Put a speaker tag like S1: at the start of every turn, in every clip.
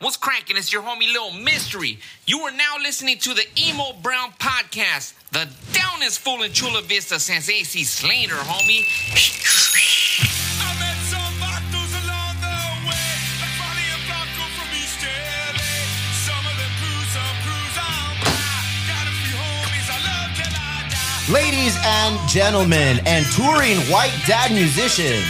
S1: What's cracking? It's your homie Little Mystery. You are now listening to the Emo Brown Podcast, the downest fool in Chula Vista since AC Slater, homie.
S2: I met some vatos along the way, like Bonnie and Blanco from East LA. Some of them blue, some crews on by. Got a few homies I love till I die.
S3: Ladies and gentlemen, and touring white dad musicians.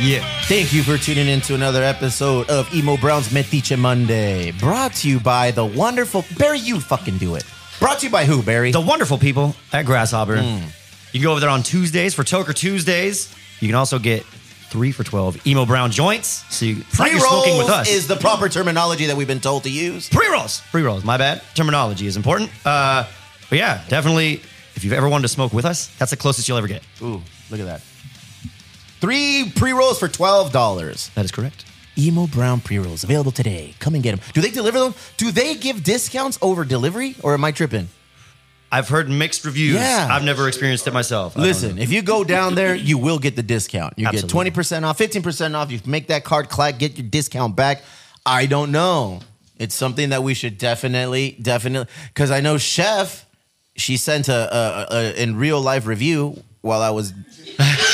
S3: Yeah. Thank you for tuning in to another episode of Emo Brown's Metiche Monday, brought to you by the wonderful Barry. You fucking do it. Brought to you by who, Barry?
S4: the wonderful people at Grasshopper.
S3: Hmm.
S4: You can go over there on Tuesdays for Toker Tuesdays. You can also get three for twelve emo brown joints. So you it's like you're smoking with us.
S3: is the proper terminology that we've been told to use.
S4: pre rolls. Pre rolls. My bad. Terminology is important. Uh, but yeah, definitely. If you've ever wanted to smoke with us, that's the closest you'll ever get.
S3: Ooh, look at that. Three pre rolls for twelve dollars.
S4: That is correct.
S3: Emo Brown pre rolls available today. Come and get them. Do they deliver them? Do they give discounts over delivery, or am I tripping?
S4: I've heard mixed reviews.
S3: Yeah.
S4: I've never experienced it myself. I don't
S3: Listen,
S4: know.
S3: if you go down there, you will get the discount. You
S4: Absolutely.
S3: get 20% off, 15% off. You make that card clack, get your discount back. I don't know. It's something that we should definitely, definitely, because I know Chef, she sent a, a, a, in real life review while I was.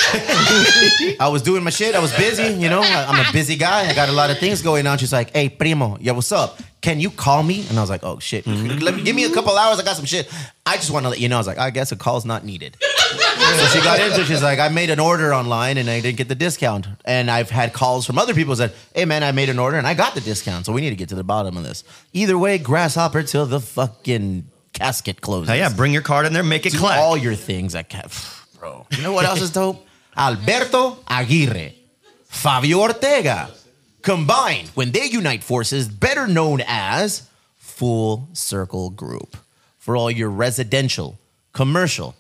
S3: I was doing my shit. I was busy, you know. I, I'm a busy guy. I got a lot of things going on. She's like, "Hey, primo, yo, what's up? Can you call me?" And I was like, "Oh shit,
S4: Mm-hmm.
S3: let me give me a couple hours. I got some shit. I just want to let you know." I was like, "I guess a call's not needed." So she got into it. She's like, I made an order online and I didn't get the discount. And I've had calls from other people that, hey man, I made an order and I got the discount. So we need to get to the bottom of this. Either way, grasshopper till the fucking casket closes.
S4: Hell yeah, bring your card in there, make it
S3: Do
S4: clap.
S3: all your things. I can't, bro. You know what else is dope? Alberto Aguirre, Fabio Ortega, combined when they unite forces, better known as Full Circle Group, for all your residential, commercial,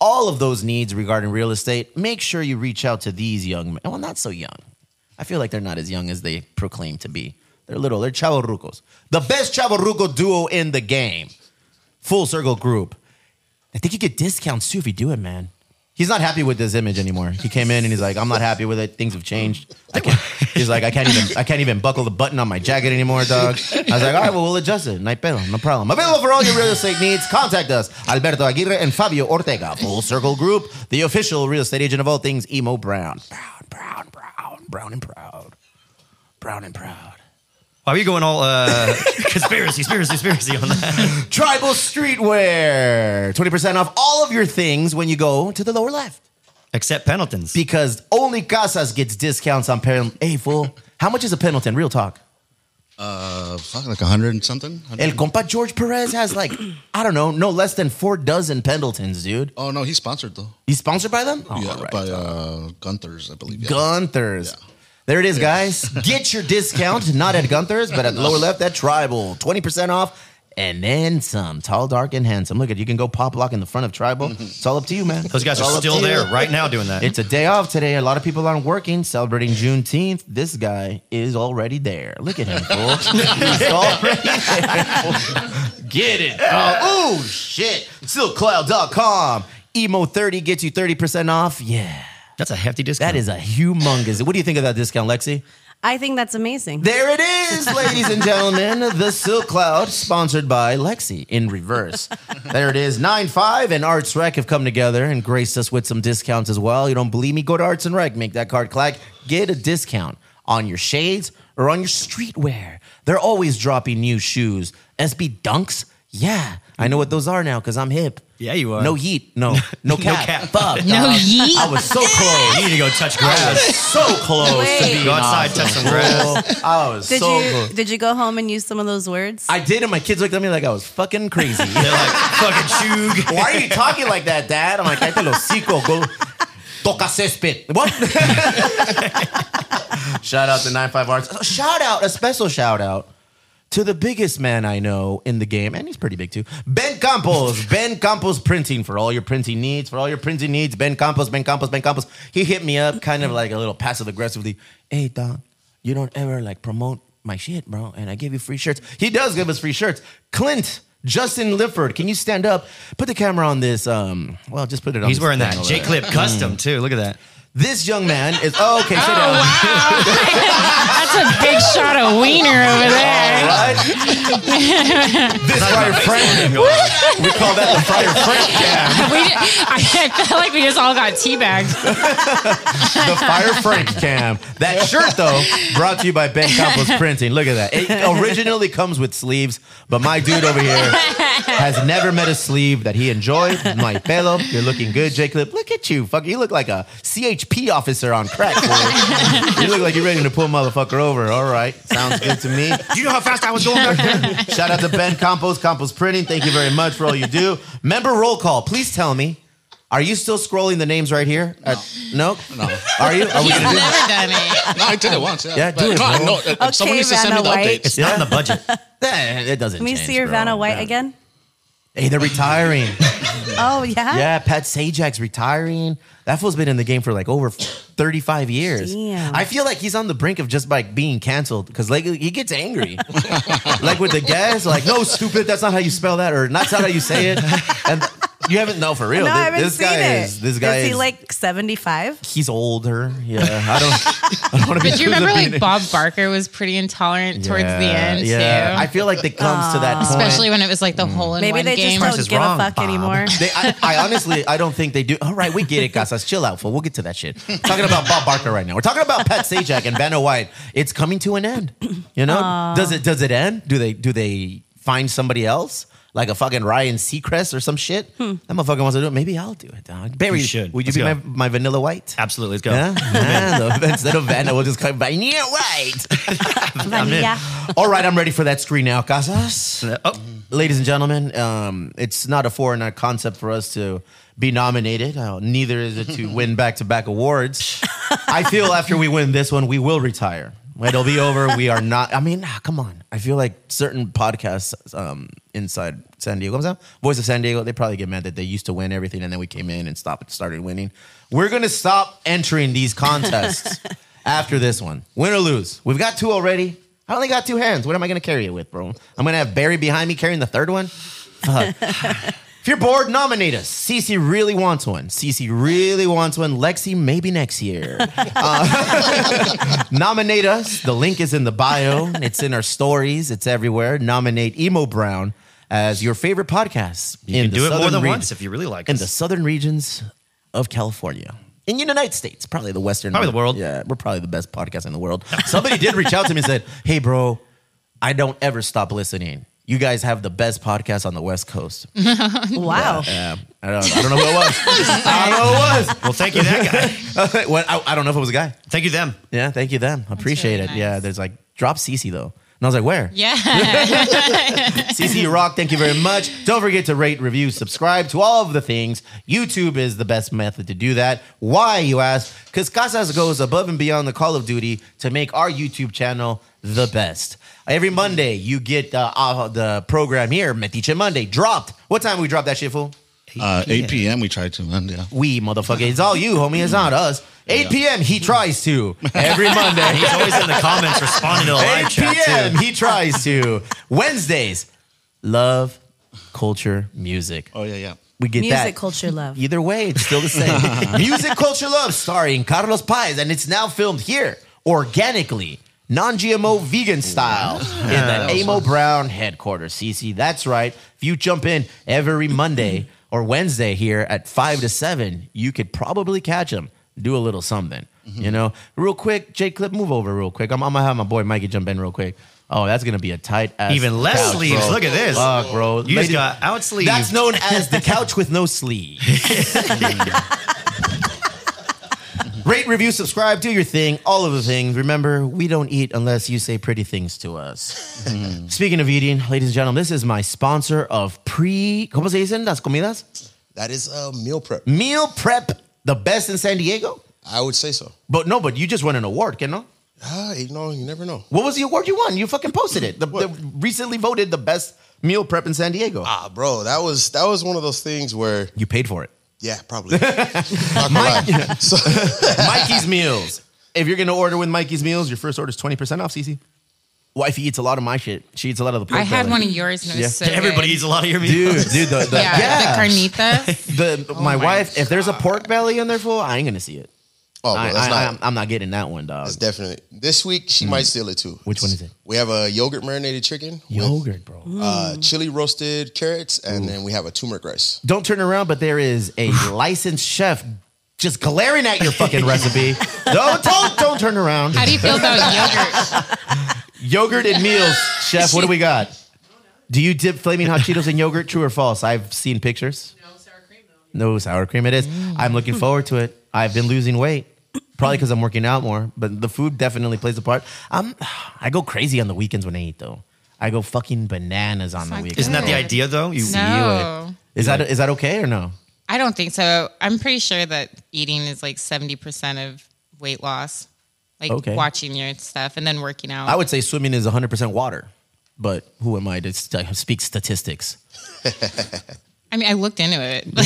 S3: all of those needs regarding real estate. Make sure you reach out to these young men. Well, not so young. I feel like they're not as young as they proclaim to be. They're little. They're chavo rucos. The best chavo ruco duo in the game. Full Circle Group. I think you get discounts too if you do it, man. He's not happy with this image anymore. He came in and he's like, "I'm not happy with it. Things have changed." I can't, he's like, "I can't even, I can't even buckle the button on my jacket anymore, dog." I was like, "All right, well, we'll adjust it. No pedo, no problem. Available for all your real estate needs. Contact us, Alberto Aguirre and Fabio Ortega, Full Circle Group, the official real estate agent of all things Emo Brown. Brown, brown, brown, brown and proud, brown and proud.
S4: Why are you going all uh, conspiracy, conspiracy, conspiracy on that?
S3: Tribal streetwear, twenty percent off all of your things when you go to the lower left."
S4: Except Pendleton's.
S3: because only Casas gets discounts on Pendleton. Hey, fool. How much is a Pendleton? Real talk.
S5: Uh, fuck, like a hundred and something.
S3: El
S5: 100?
S3: compa George Perez has like, I don't know, no less than four dozen Pendletons, dude.
S5: oh no, he's sponsored though.
S3: He's sponsored by them? Oh,
S5: yeah,
S3: all right.
S5: by uh, Gunther's, I believe. Yeah.
S3: Gunther's.
S5: Yeah.
S3: There it is, guys. Get your discount, not at Gunther's, but at lower left at Tribal. 20% off. And then some tall, dark, and handsome. Look at you can go pop lock in the front of Tribal. It's all up to you, man.
S4: Those guys
S3: It's all
S4: are
S3: up
S4: still
S3: to you.
S4: there right now doing that.
S3: It's a day off today. A lot of people aren't working, celebrating Juneteenth. This guy is already there. Look at him, fool. He's already there. Get it. Oh, ooh, shit. Silkcloud.com. Emo30 gets you 30% off. Yeah.
S4: That's a hefty discount.
S3: That is a humongous. What do you think of that discount, Lexi?
S6: I think that's amazing.
S3: There it is, ladies and gentlemen. The Silk Cloud, sponsored by Lexi in reverse. There it is. Nine Five and Arts Rec have come together and graced us with some discounts as well. You don't believe me? Go to Arts and Rec, make that card clack, get a discount on your shades or on your streetwear. They're always dropping new shoes. SB Dunks, yeah, I know what those are now because I'm hip.
S4: Yeah, you are.
S3: No heat, no, no cap.
S4: cap.
S3: Fuck,
S7: No
S3: dog.
S7: yeet.
S3: I was so close.
S4: You need to go touch grass.
S3: So close to
S6: Wait.
S3: being
S4: Go outside,
S3: awesome.
S4: touch some grass.
S3: I was
S6: Did
S3: so
S6: you
S3: close.
S6: did you go home and use some of those words?
S3: I did, and my kids looked at me like I was fucking crazy.
S4: They're like, fucking Shug.
S3: Why are you talking like that, Dad? I'm like, I lo hocico, go toca césped. What? shout out to 95 Arts. Oh, Shout out, a special shout out to the biggest man I know in the game, and he's pretty big too. Ben Campos, Ben Campos printing for all your printing needs, for all your printing needs. Ben Campos, Ben Campos, Ben Campos. He hit me up kind of like a little passive aggressively. Hey, Don, you don't ever like promote my shit, bro, and I give you free shirts. He does give us free shirts. Clint. Justin Lifford, can you stand up? Put the camera on this. Um, well, just put it on.
S4: He's
S3: this
S4: wearing
S3: thing
S4: that
S3: over
S4: J
S3: there.
S4: Clip custom too. Look at that.
S3: This young man
S7: Oh,
S3: is. Oh, okay, sit down.
S7: That's a big shot of wiener over there.
S3: This fryer friend. we call that the fryer friend jam.
S7: we did, I, felt like we just all got teabagged.
S3: The Fire Frank cam. That shirt, though, brought to you by Ben Campos Printing. Look at that. It originally comes with sleeves, but my dude over here has never met a sleeve that he enjoyed. My fellow, you're looking good, Jacob. Look at you. Fuck, you look like a CHP officer on crack, boy. You look like you're ready to pull a motherfucker over. All right. Sounds good to me.
S4: Do you know how fast I was going back there?
S3: Shout out to Ben Campos, Campos Printing. Thank you very much for all you do. Member roll call. Please tell me. Are you still scrolling the names right here? Uh, no.
S5: No, no,
S3: Are you? Are we
S7: He's
S3: gonna do that?
S7: never done it.
S5: I did it once. Yeah,
S3: Yeah, do
S5: But
S3: it,
S5: No, I
S3: bro.
S5: know. uh, someone
S6: Okay,
S5: needs to send me
S6: Vanna
S5: the
S6: White.
S5: updates.
S4: It's not in the budget.
S3: Eh, It doesn't.
S6: Let me
S3: change,
S6: see your
S3: bro.
S6: Vanna White
S3: Yeah.
S6: again.
S3: Hey, they're retiring.
S6: Oh yeah.
S3: yeah, Pat Sajak's retiring. That fool's been in the game for like over thirty-five years.
S6: Damn.
S3: I feel like he's on the brink of just like being canceled because like he gets angry, like with the guests, like no, stupid, that's not how you spell that, or that's not how you say it. And you haven't no for real.
S6: No, I
S3: Th-
S6: haven't
S3: this
S6: seen
S3: guy
S6: it.
S3: is this guy
S6: is
S3: is,
S6: he like seventy five?
S3: he's older. Yeah, I don't. I don't want to be.
S7: But do you
S3: too
S7: remember like
S3: defeated.
S7: Bob Barker was pretty intolerant towards the
S3: Yeah,
S7: end
S3: Yeah,
S7: too.
S3: I feel like it comes to that point. Mm.
S7: Especially when it was like the whole in
S6: Maybe
S7: one
S6: they
S7: game.
S6: just
S4: Price is
S6: don't give
S4: wrong,
S6: a fuck
S4: Bob.
S6: anymore.
S3: They, I, I honestly, I don't think they do. All right, we get it, Casas. Chill out, fool. We'll get to that shit. We're talking about Bob Barker right now. We're talking about Pat Sajak and Vanna White. It's coming to an end. You know, does it? Does it end? Do they? Do they find somebody else? Like a fucking Ryan Seacrest or some shit.
S6: Hmm.
S3: That motherfucker wants to do it. Maybe I'll do it. Dog. Barry,
S4: You should.
S3: would you
S4: Let's
S3: be my,
S4: go.
S3: my vanilla white?
S4: Absolutely. Let's go.
S3: Yeah, yeah though. instead of Vanna, we'll just call it Vanilla White.
S6: Vanilla.
S3: All right, I'm ready for that screen now, Casas
S4: Oh,
S3: ladies and gentlemen, um, it's not a foreign concept for us to be nominated. Uh, neither is it to win back to back awards. I feel after we win this one, we will retire. It'll be over. We are not. I mean, ah, come on. I feel like certain podcasts um, inside San Diego, what's that? Voice of San Diego, they probably get mad that they used to win everything and then we came in and stopped started winning. We're gonna stop entering these contests after this one. Win or lose. We've got two already. I only got two hands. What am I going to carry it with, bro? I'm going to have Barry behind me carrying the third one. Fuck. if you're bored, nominate us. Cece really wants one. Cece really wants one. Lexi, maybe next year. Uh, nominate us. The link is in the bio. It's in our stories. It's everywhere. Nominate Emo Brown as your favorite podcast.
S4: you can
S3: in the
S4: do it more
S3: Southern
S4: than
S3: reg-
S4: once if you really like
S3: in
S4: it.
S3: the southern regions of California. In the United States, probably the Western,
S4: Probably the world.
S3: Yeah, we're probably the best podcast in the world. Somebody did reach out to me and said, "Hey, bro, I don't ever stop listening. You guys have the best podcast on the West Coast."
S6: Wow.
S3: Yeah, I don't, I don't know who it was. I don't know
S4: Well, thank you, that guy.
S3: who it was. well, I, I don't know if it was a guy.
S4: Thank you, them.
S3: Yeah, thank you them. Appreciate
S7: really
S3: it. Yeah,
S7: nice.
S3: there's like drop CC though, and I was like, "Where?"
S7: yeah.
S3: CC you Rock, thank you very much. Don't forget to rate, review, subscribe to all of the things. YouTube is the best method to do that. Why, you ask? Because Casas goes above and beyond the call of duty to make our YouTube channel the best. Every Monday, you get uh, uh, the program here, Metiche Monday, dropped. What time we drop that shit, fool?
S5: Uh, 8 p.m. We tried to end. Yeah.
S3: We, motherfucker. It's all you, homie. It's not us. 8 p.m., he tries to. Every Monday.
S4: He's always in the comments responding to the live
S3: 8
S4: chat,
S3: p.m.
S4: too.
S3: He tries to. Wednesdays, love, culture, music.
S5: Oh yeah, yeah.
S3: We get
S6: Music,
S3: that.
S6: culture, love.
S3: Either way, it's still the same. Music Culture Love starring Carlos Paez, and it's now filmed here organically, non GMO vegan style in the Amo Brown headquarters. CC, that's right. If you jump in every Monday or Wednesday here at 5 to 7, you could probably catch him. Do a little something, you know? Real quick, Jake Clip, move over real quick. I'm, I'm gonna have my boy Mikey jump in real quick. Oh, that's gonna be a tight ass.
S4: Even less
S3: couch,
S4: sleeves.
S3: bro.
S4: Look at this.
S3: Fuck, bro.
S4: You just
S3: Ladies-
S4: got out sleeves.
S3: that's known as the couch with no sleeve. Rate, review, subscribe, do your thing, all of the things. Remember, we don't eat unless you say pretty things to us.
S4: Mm-hmm.
S3: Speaking of eating, ladies and gentlemen, this is my sponsor of pre. ¿Cómo se dicen las comidas?
S8: That is a meal prep.
S3: Meal prep, the best in San Diego.
S8: I would say so.
S3: But no, but you just won an award, can no?
S8: Ah, you know, you never know.
S3: What was the award you won? You fucking posted it. The, the recently voted the best meal prep in San Diego.
S8: Ah, bro, that was that was one of those things where,
S3: You paid for it.
S8: yeah, probably. Not gonna lie. So,
S3: Mikey's Meals. If you're gonna order with Mikey's Meals, your first order is twenty percent off. Cece, wifey eats a lot of my shit. She eats a lot of the.
S7: I
S3: pork
S7: had
S3: belly.
S7: one of yours and it was so
S4: Everybody
S7: good.
S4: eats a lot of your meat.
S3: Dude, dude, the, the,
S7: yeah,
S3: yeah,
S7: the carnitas.
S3: the my,
S8: Oh
S4: my
S3: wife. If there's a pork belly in there, fool, I ain't gonna see it.
S8: Oh,
S3: I,
S8: well, that's
S3: I,
S8: not.
S3: am I'm not getting that one, dog. Hmm.
S8: It's definitely this week. She might steal it too.
S3: Which one is it?
S8: We have a yogurt marinated chicken,
S3: Yogurt, bro.
S8: with, uh, chili roasted carrots, and then we have a turmeric rice.
S3: Don't turn around, but there is a licensed chef just glaring at your fucking recipe. Don't, don't don't turn around.
S7: How do you feel about yogurt?
S3: Yogurt and meals, chef. What do we got? Do you dip flaming hot Cheetos in yogurt? True or false? I've seen pictures. No sour cream. It is. I'm looking forward to it. I've been losing weight, probably because I'm working out more. But the food definitely plays a part. I'm, I go crazy on the weekends when I eat though. I go fucking bananas on the
S7: not
S3: weekends.
S4: Isn't that the
S7: Yeah.
S4: idea though? You
S7: No.
S3: Is that is that okay or no?
S7: I don't think so. I'm pretty sure that eating is like 70% of weight loss. Like
S3: Okay.
S7: watching your stuff and then working out.
S3: I would say swimming is 100% water, but who am I to st- speak statistics?
S7: I mean, I looked into it.
S4: I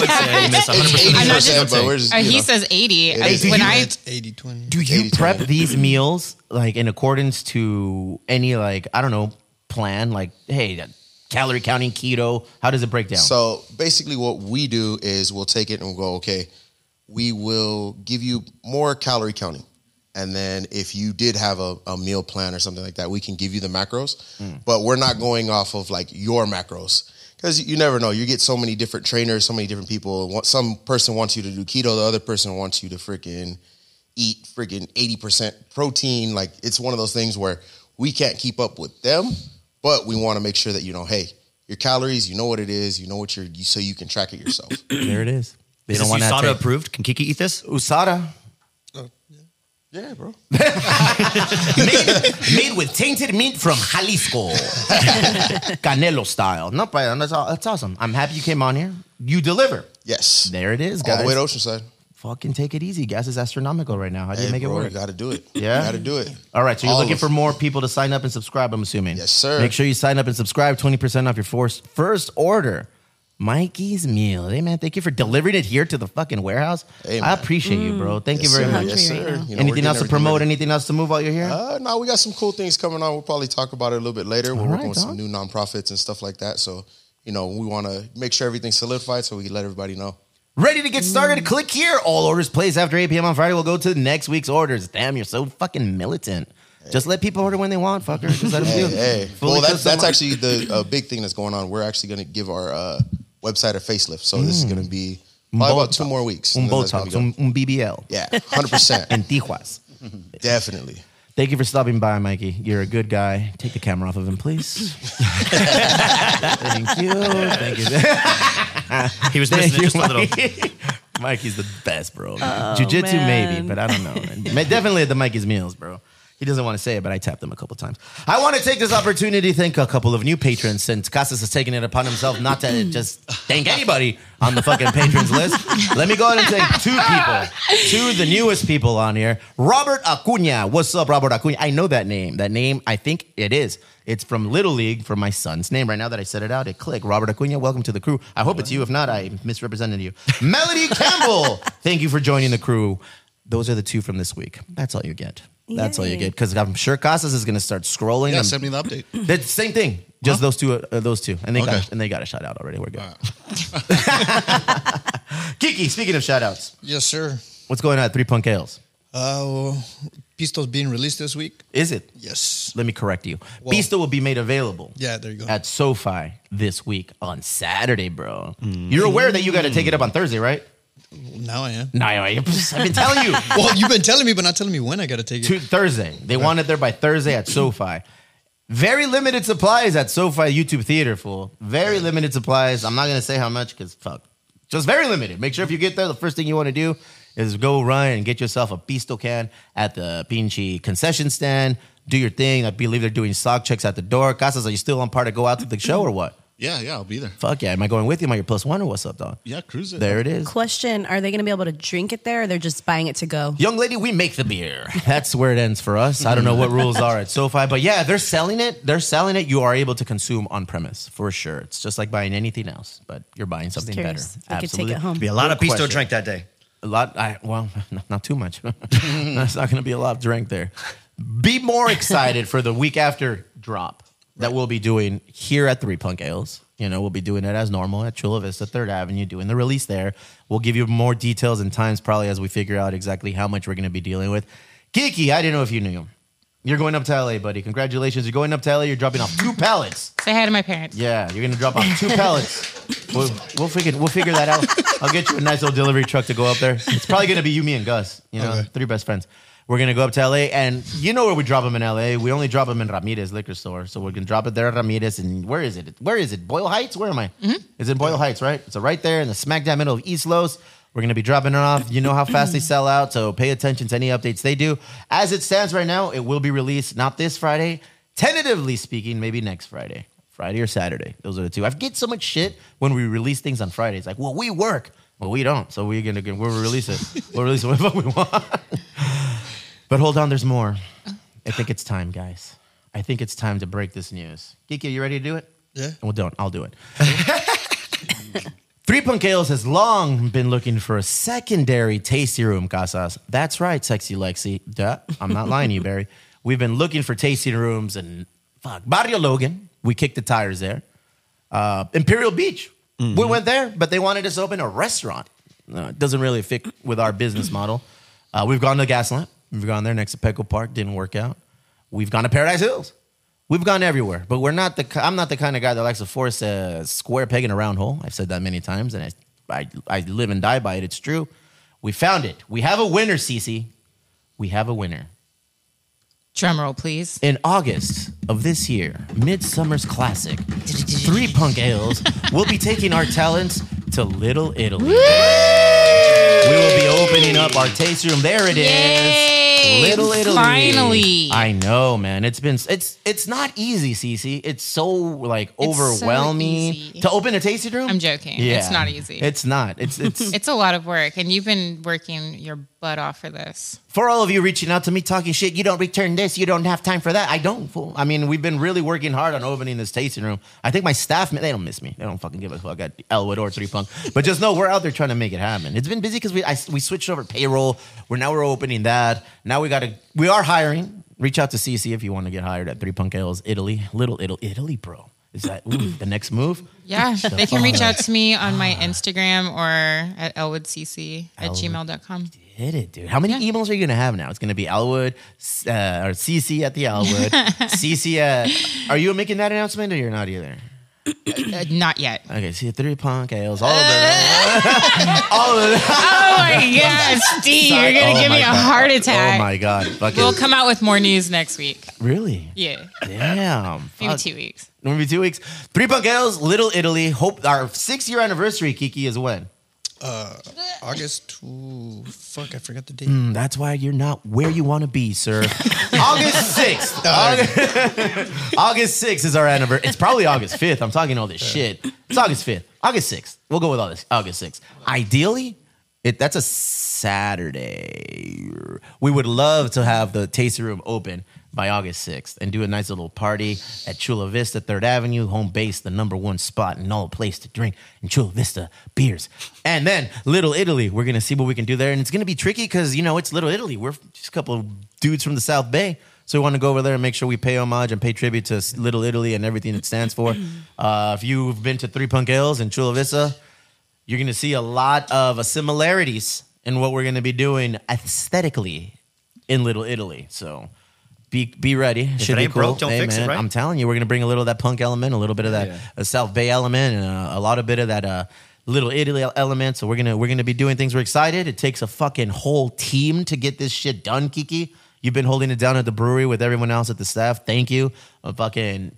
S4: would say you miss 100%
S7: I'm not
S8: 80%,
S7: just-
S8: but we're just,
S7: Uh,
S8: you
S7: he
S8: know.
S7: says 80. I-
S8: Eighty.
S7: when I
S9: 80 20.
S3: Do you
S8: 80-20.
S3: prep these meals like in accordance to any like I don't know plan like hey that calorie counting keto? How does it break down?
S8: So basically, what we do is we'll take it and we'll go, okay, we will give you more calorie counting. And then if you did have a, a meal plan or something like that, we can give you the macros,
S3: Mm.
S8: but we're not going off of like your macros. Because you never know. You get so many different trainers, so many different people. One- Some person wants you to do keto, the other person wants you to freaking eat freaking 80% protein. Like it's one of those things where we can't keep up with them, but we want to make sure that, you know, hey, your calories, you know what it is, you know what you're, you, so you can track it yourself.
S3: there it is. They
S4: Is this
S3: wanna
S4: USADA
S3: take-
S4: approved? Can Kiki eat this?
S3: Usada
S8: yeah, bro.
S3: made, made with tainted meat from Jalisco, Canelo style. No, but that's, all, that's awesome. I'm happy you came on here. You deliver.
S8: Yes.
S3: There it is,
S8: All
S3: guys.
S8: the way to Oceanside.
S3: Fucking take it easy. Gas is astronomical right now. How do you
S8: Hey,
S3: make
S8: bro,
S3: it work?
S8: You got to do it.
S3: Yeah?
S8: You got to do it.
S3: All right, so you're
S8: All
S3: looking
S8: of
S3: for
S8: them.
S3: more people to sign up and subscribe, I'm assuming.
S8: Yes, sir.
S3: Make sure you sign up and subscribe. 20% off your first, first order. Mikey's Meal. Hey, man, thank you for delivering it here to the fucking warehouse.
S8: Hey,
S3: I
S8: man.
S3: appreciate you, bro. Thank
S8: Yes,
S3: you very
S8: sir.
S3: much.
S8: Yes, sir. You know, we're
S3: anything
S8: getting
S3: else to
S8: everything
S3: promote?
S8: ready.
S3: Anything else to move while you're here?
S8: Uh, no, we got some cool things coming on. We'll probably talk about it a little bit later. We're
S3: All right,
S8: working with some new
S3: dog.
S8: nonprofits and stuff like that. So, you know, we want to make sure everything's solidified so we can let everybody know.
S3: Ready to get
S8: Mm.
S3: started? Click here. All orders placed after 8 p.m. on Friday will go to next week's orders. Damn, you're so fucking militant. Just let people order when they want, fucker. Just let them do
S8: Hey, hey.
S3: it. Fully
S8: Well, that's,
S3: custom-
S8: that's actually the uh, big thing that's going on. We're actually going to give our uh, website a facelift. So this is
S3: Mm.
S8: going to be probably about two more weeks.
S3: Un
S8: and then that's
S3: Botox,
S8: gonna be
S3: un,
S8: done.
S3: un BBL.
S8: Yeah, 100%.
S3: Tijuas.
S8: Definitely.
S3: Thank you for stopping by, Mikey. You're a good guy. Take the camera off of him, please. Thank you. Thank you.
S4: He was
S3: Thank
S4: missing it just a little.
S3: Mikey. Mikey's the best, bro.
S8: Oh,
S3: Jiu-jitsu, maybe,
S6: man.
S3: but I don't know. Ma- Definitely at the Mikey's meals, bro. He doesn't want to say it, but I tapped him a couple times. I want to take this opportunity to thank a couple of new patrons since Casas has taken it upon himself not to just thank anybody on the fucking patrons list. Let me go ahead and thank two people, two of the newest people on here. Robert Acuna. What's up, Robert Acuna? I know that name. That name, I think it is. It's from Little League for my son's name. Right now that I said it out, it clicked. Robert Acuna, welcome to the crew. I hope it's you. If not, I misrepresented you. Melody Campbell, thank you for joining the crew. Those are the two from this week. That's all you get. That's all you
S6: Yay.
S3: get. Because I'm sure Casas is going to start scrolling.
S5: Yeah,
S3: I'm-
S5: send me the update.
S3: that's the same thing. Just those two. Uh, those two, and they
S5: Okay.
S3: got and they got a shout out already. We're good. Kiki, speaking of shout outs,
S9: Yes, sir.
S3: what's going on at Three Punk Ales?
S9: Uh, Pistols being released this week.
S3: Is it?
S9: Yes.
S3: Let me correct you.
S9: Well-
S3: Pista will be made available.
S9: Yeah, there you go.
S3: At SoFi this week on Saturday, bro.
S5: Mm.
S3: You're aware that you got to take it up on Thursday, right?
S9: Now I am.
S3: No, I- I've been telling you.
S9: Well, you've been telling me, but not telling me when I got to take it.
S3: to Thursday. They want it there by Thursday at SoFi. Very limited supplies at SoFi YouTube Theater, fool. Very limited supplies. I'm not gonna say how much because fuck. Just very limited. Make sure if you get there, the first thing you want to do is go run and get yourself a pisto can at the Pinchy concession stand. Do your thing. I believe they're doing sock checks at the door. Casas, are you still on par to go out to the show or what?
S5: Yeah, yeah, I'll be there.
S3: Fuck yeah. Am I going with you? Am I your plus one or what's up, dog?
S5: Yeah, cruise it.
S3: There it is.
S6: Question: Are they going to be able to drink it there, or they're just buying it to go?
S3: Young lady, we make the beer. That's where it ends for us. I don't know what rules are at SoFi, but yeah, they're selling it. They're selling it. You are able to consume on premise for sure. It's just like buying anything else, but you're buying something better.
S6: curious. I could take it home.
S4: Be a lot of
S3: Good
S4: pisto
S3: question.
S4: drank that day.
S3: A lot. I, well, n- not too much. That's not going to be a lot of drink there. Be more excited for the week after drop that we'll be doing here at Three Punk Ales. You know, we'll be doing it as normal at Chula Vista, Third Avenue, doing the release there. We'll give you more details and times probably as we figure out exactly how much we're going to be dealing with. Geeky, I didn't know if you knew. You're going up to LA, buddy. Congratulations. You're going up to LA. You're dropping off two pallets.
S7: Say hi to my parents.
S3: Yeah, you're gonna drop off two pellets. We'll, we'll figure we'll figure that out. I'll get you a nice little delivery truck to go up there. It's probably gonna be you, me, and Gus. You know, three best friends. We're gonna go up to LA, and you know where we drop them in LA. We only drop them in Ramirez liquor store, so we're gonna drop it there at Ramirez. And where is it? Where is it? Boyle Heights? Where am I? It's in Boyle Heights, right? So right there in the smack dab middle of East Los. We're gonna be dropping it off. You know how fast they sell out, so pay attention to any updates they do. As it stands right now, it will be released not this Friday. Tentatively speaking, maybe next Friday. Friday or Saturday. Those are the two. I get so much shit when we release things on Fridays. Like, well, we work. Well, we don't. So we're gonna we'll release it. We'll release it whenever we want. but hold on, there's more. I think it's time, guys. I think it's time to break this news. Geeky, you ready to do it?
S9: Yeah.
S3: Well, don't. I'll do it. Three Punkeos has long been looking for a secondary tasty room, Casas. That's right, sexy Lexi. Duh, I'm not lying to you, Barry. We've been looking for tasting rooms and fuck Barrio Logan. We kicked the tires there. Uh, Imperial Beach. We went there, but they wanted us to open a restaurant. No, it doesn't really fit with our business model. Uh, we've gone to Gaslamp. We've gone there next to Peco Park. Didn't work out. We've gone to Paradise Hills. We've gone everywhere, but we're not the. ki- I'm not the kind of guy that likes to force a square peg in a round hole. I've said that many times, and I, I, I live and die by it. It's true. We found it. We have a winner, Cece. We have a winner.
S7: Drum roll, please.
S3: In August of this year, Midsummer's Classic, Three Punk Ales will be taking our talents to Little Italy. We will be opening up our taste room. There it is.
S7: Yay!
S3: Little Italy.
S7: Finally.
S3: I know, man. It's been it's it's not easy, Cece. It's so like
S7: so
S3: overwhelming
S7: easy.
S3: to open a tasting room.
S7: I'm joking. It's not easy.
S3: It's not. It's it's
S7: It's a lot of work, and you've been working your butt off for this.
S3: for all of you reaching out to me talking shit, you don't return this, you don't have time for that. I don't. Fool. I mean, we've been really working hard on opening this tasting room. I think my staff, they don't miss me. They don't fucking give a fuck at Elwood or Three Punk. But just know we're out there trying to make it happen. It's been busy because we I, we switched over payroll. We're now we're opening that. Now we got to we are hiring. Reach out to CC if you want to get hired at Three Punk Ales Italy, Little Italy, Italy, bro. Is that ooh, the next move?
S7: Yeah, they can reach out to me on my Instagram or at elwoodcc at gmail.com.
S3: Hit it, dude. How many emails are you gonna have now? It's gonna be Alwood s- uh, or CC at the Alwood. CC at. Are you making that announcement or you're not either?
S7: Uh, not yet. Oh
S3: Okay, see three punk ales, all of them, all of them.
S7: Oh my God, Steve, you're going to
S3: Oh
S7: give
S3: my
S7: me a
S3: God.
S7: heart
S3: Oh
S7: attack.
S3: my god, fucking
S7: We'll come out with more news next week.
S3: really?
S7: Yeah,
S3: Damn,
S7: maybe
S3: fuck.
S7: two weeks.
S3: Maybe two weeks. Three punk ales, Little Italy. Hope our six year anniversary, Kiki, is when.
S9: August. Ooh, fuck, I forgot the date.
S3: Mm, That's why you're not where you want to be, sir. August 6th. August, August 6th is our anniversary. It's probably August 5th. I'm talking all this shit. It's August 5th. August 6th. We'll go with all this. August 6th. Ideally, it, that's a Saturday. We would love to have the tasting room open by August 6th and do a nice little party at Chula Vista, 3rd Avenue, home base, the number one spot and all place to drink in Chula Vista beers. And then Little Italy, we're going to see what we can do there. And it's going to be tricky because, you know, it's Little Italy. We're just a couple of dudes from the South Bay. So we want to go over there and make sure we pay homage and pay tribute to Little Italy and everything it stands for. Uh, if you've been to Three Punk Ales in Chula Vista, you're going to see a lot of uh, similarities in what we're going to be doing aesthetically in Little Italy. So be be ready. Should
S4: it
S3: be
S4: ain't
S3: cool.
S4: broke, don't fix it, right?
S3: I'm telling you, we're going to bring a little of that punk element, a little bit of that uh, South Bay element, and uh, a lot of bit of that uh, Little Italy element. So we're gonna we're gonna be doing things. We're excited. It takes a fucking whole team to get this shit done, Kiki. You've been holding it down at the brewery with everyone else at the staff. Thank you. A fucking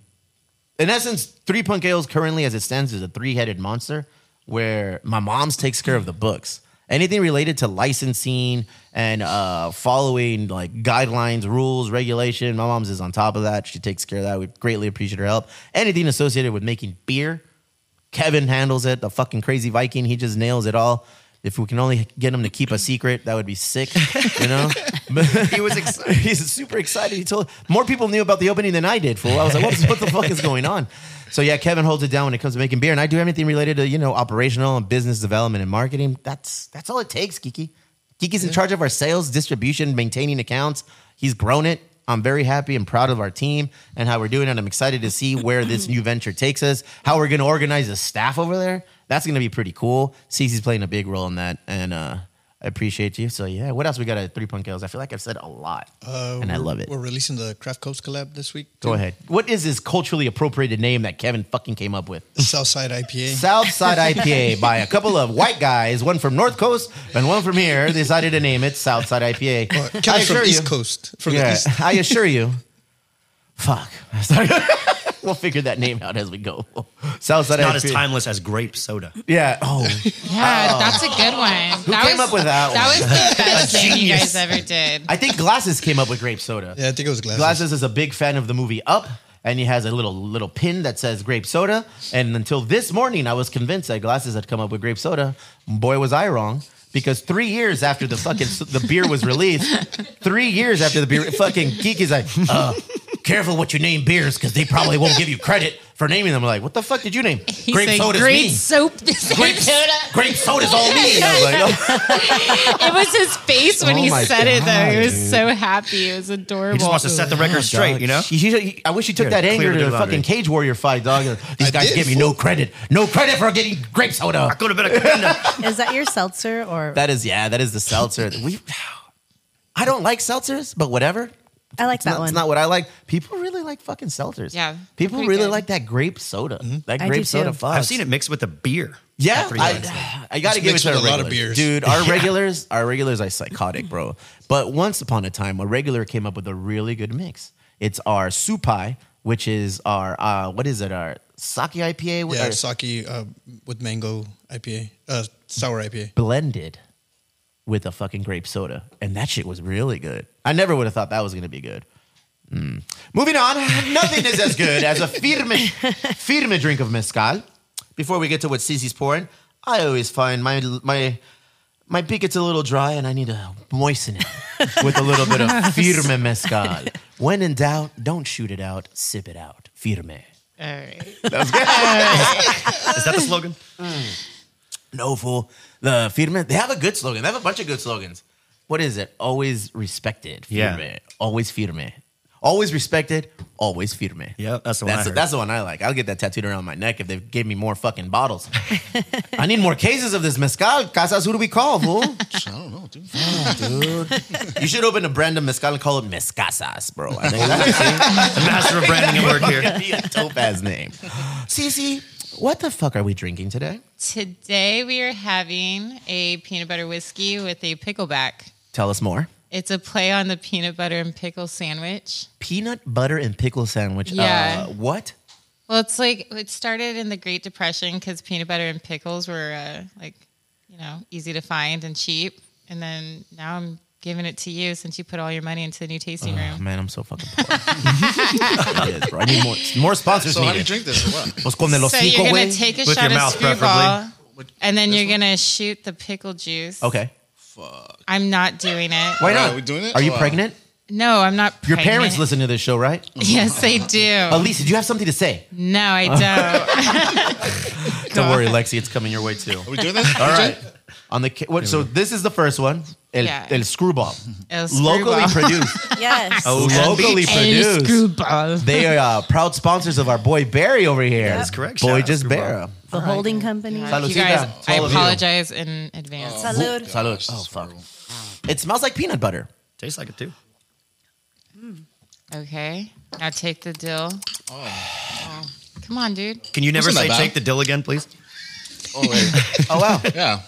S3: in essence, Three Punk Ales currently, as it stands, is a three-headed monster where my mom's takes care of the books. Anything related to licensing and uh, following like guidelines, rules, regulation, my mom's is on top of that. She takes care of that. We greatly appreciate her help. Anything associated with making beer, Kevin handles it. The fucking crazy Viking, he just nails it all. If we can only get him to keep a secret, that would be sick, you know. he was excited. he's super excited. He told more people knew about the opening than I did. Fool, I was like, what, what the fuck is going on? So yeah, Kevin holds it down when it comes to making beer, and I do anything related to you know operational and business development and marketing. That's that's all it takes, Kiki. Kiki's in charge of our sales, distribution, maintaining accounts. He's grown it. I'm very happy and proud of our team and how we're doing. And I'm excited to see where this new venture takes us, how we're going to organize the staff over there. That's going to be pretty cool. Cece's playing a big role in that. And uh, I appreciate you. So, yeah, what else we got at Three Punk Girls? I feel like I've said a lot and I
S9: Uh, we're-
S3: love it.
S9: We're releasing the Craft Coast collab this week.
S3: Go ahead. What is this culturally appropriated name that Kevin fucking came up with?
S9: Southside IPA.
S3: Southside IPA by a couple of white guys, one from North Coast and one from here, decided to name it Southside IPA.
S9: Or Kelly from East Coast. From the
S3: Yeah,
S9: East.
S3: I assure you. Fuck. I started- we'll figure that name out as we go. Southside
S4: Not
S3: IPA.
S4: as timeless as grape soda.
S3: Yeah. Oh,
S7: Yeah, Uh, that's a good one. Who that
S3: came
S7: was,
S3: up with that
S7: That was
S3: one?
S7: the best thing you guys ever did.
S3: I think Glasses came up with grape soda.
S9: Yeah, I think it was glasses.
S3: Glasses is a big fan of the movie Up, and he has a little little pin that says grape soda. And until this morning, I was convinced that Glasses had come up with grape soda. Boy, was I wrong. Because three years after the fucking the beer was released, three years after the beer, fucking geek is like, uh, careful what you name beers because they probably won't give you credit for naming them. I'm like, what the fuck did you name?
S7: He said, great soap. Grape soda.
S3: Grape soda's all me. And I was like, "Oh."
S7: It was his face when
S3: Oh
S7: he
S3: my
S7: said it, though. He was
S3: God,
S7: so happy. It was adorable.
S4: He just wants to set the record straight,
S3: Oh, Dog,
S4: you know?
S3: he- he- he- I wish you took
S4: Yeah,
S3: that anger
S4: clear
S3: to
S4: the
S3: the
S4: laundry.
S3: fucking Cage Warrior fight, dog. These guys
S9: did,
S3: give me no credit, no credit for getting grape soda.
S4: Could have been a contender.
S6: Is that your seltzer or?
S3: That is, yeah, that is the seltzer. We, I don't like seltzers, but whatever.
S6: I like
S3: It's
S6: that
S3: not,
S6: one.
S3: it's not what I like. People really like fucking seltzers.
S7: Yeah,
S3: people
S7: pretty
S3: really
S7: good.
S3: like that grape soda. That
S6: I do
S3: grape soda.
S6: too.
S3: Fuck.
S4: Mm-hmm. I've seen it mixed with a beer.
S3: Yeah,
S4: Pretty nice.
S3: I, I gotta
S9: It's
S3: give it
S9: mixed
S3: to our
S9: with a lot of
S3: regulars.
S9: beers.
S3: dude. Our regulars, our regulars are psychotic, bro. But once upon a time, a regular came up with a really good mix. It's our supai, which is our uh, what is it? Our sake IPA,
S9: Yeah,
S3: Our
S9: sake uh, with mango IPA, uh, sour IPA.
S3: blended with a fucking grape soda, and that shit was really good. I never would have thought that was gonna be good. Mm. Moving on, nothing is as good as a firme, firme drink of mezcal. Before we get to what Cece's pouring, I always find my my my beak gets a little dry, and I need to moisten it with a little bit of firme mezcal. When in doubt, don't shoot it out, sip it out. Firme.
S7: All right.
S4: Is that the slogan?
S3: No fool. The Firme, they have a good slogan. They have a bunch of good slogans. What is it? Always respected. Firme.
S4: Yeah.
S3: Always firme. Always respected. Always firme.
S4: Yeah, that's the one.
S3: That's
S4: I
S3: the,
S4: heard.
S3: that's the one I like. I'll get that tattooed around my neck if they gave me more fucking bottles. I need more cases of this mezcal. Casas, who do we call, fool?
S5: I don't know, dude.
S3: you should open a brand of mezcal and call it Mezcasas, bro. I think that's
S4: the master of branding at work here.
S3: be a dope ass name. Cece, what the fuck are we drinking today?
S7: Today we are having a peanut butter whiskey with a pickleback.
S3: Tell us more.
S7: It's a play on the peanut butter and pickle sandwich.
S3: Peanut butter and pickle sandwich.
S7: Yeah.
S3: Uh, what?
S7: Well, it's like it started in the Great Depression because peanut butter and pickles were uh, like, you know, easy to find and cheap. And then now I'm giving it to you since you put all your money into the new tasting
S3: Oh,
S7: room.
S3: man, I'm so fucking poor. It is, bro. I need more, more sponsors.
S5: So how do you
S3: needed.
S5: drink this or what?
S3: What's going on, los
S7: So
S3: cinco,
S7: you're gonna
S3: güey?
S7: take a
S4: With
S7: shot
S4: your
S7: of
S4: mouth,
S7: screwball,
S5: What-
S7: and then
S5: this
S7: you're
S5: one?
S7: gonna shoot the pickle juice.
S3: Okay.
S7: I'm not doing it.
S3: Why
S5: Alright,
S3: not?
S5: we doing it?
S3: Are you
S5: Wow.
S3: pregnant?
S7: No, I'm not.
S3: Your
S7: pregnant.
S3: parents listen to this show, right?
S7: Yes, they do.
S3: Elise, did you have something to say?
S7: No, I don't.
S3: Don't worry, Lexi. It's coming your way, too.
S5: Are we doing this?
S3: All right. On the ca- what, so this is the first one. El,
S7: Yeah.
S3: El Screwball.
S7: El
S3: Locally
S7: Screwball.
S3: produced.
S6: yes.
S3: Oh, Locally
S7: El
S3: produced.
S7: screwball.
S3: They are uh, proud sponsors of our boy Barry over here.
S4: That's correct. Shout
S3: Boy
S4: out
S3: just
S4: Screwball.
S3: Barra.
S6: the holding company.
S3: Salud.
S7: You guys,
S3: Lucita,
S7: I
S3: all of you.
S7: apologize in advance.
S6: Salud.
S3: Salud. Oh fuck. It smells like peanut butter.
S4: Tastes like it too.
S7: Okay. Now take the dill. Oh. Come on, dude.
S4: Can you never
S5: Wasn't
S4: say
S5: that bad.
S4: take the dill again, please?
S5: Oh, wait.
S3: Oh wow.
S5: Yeah.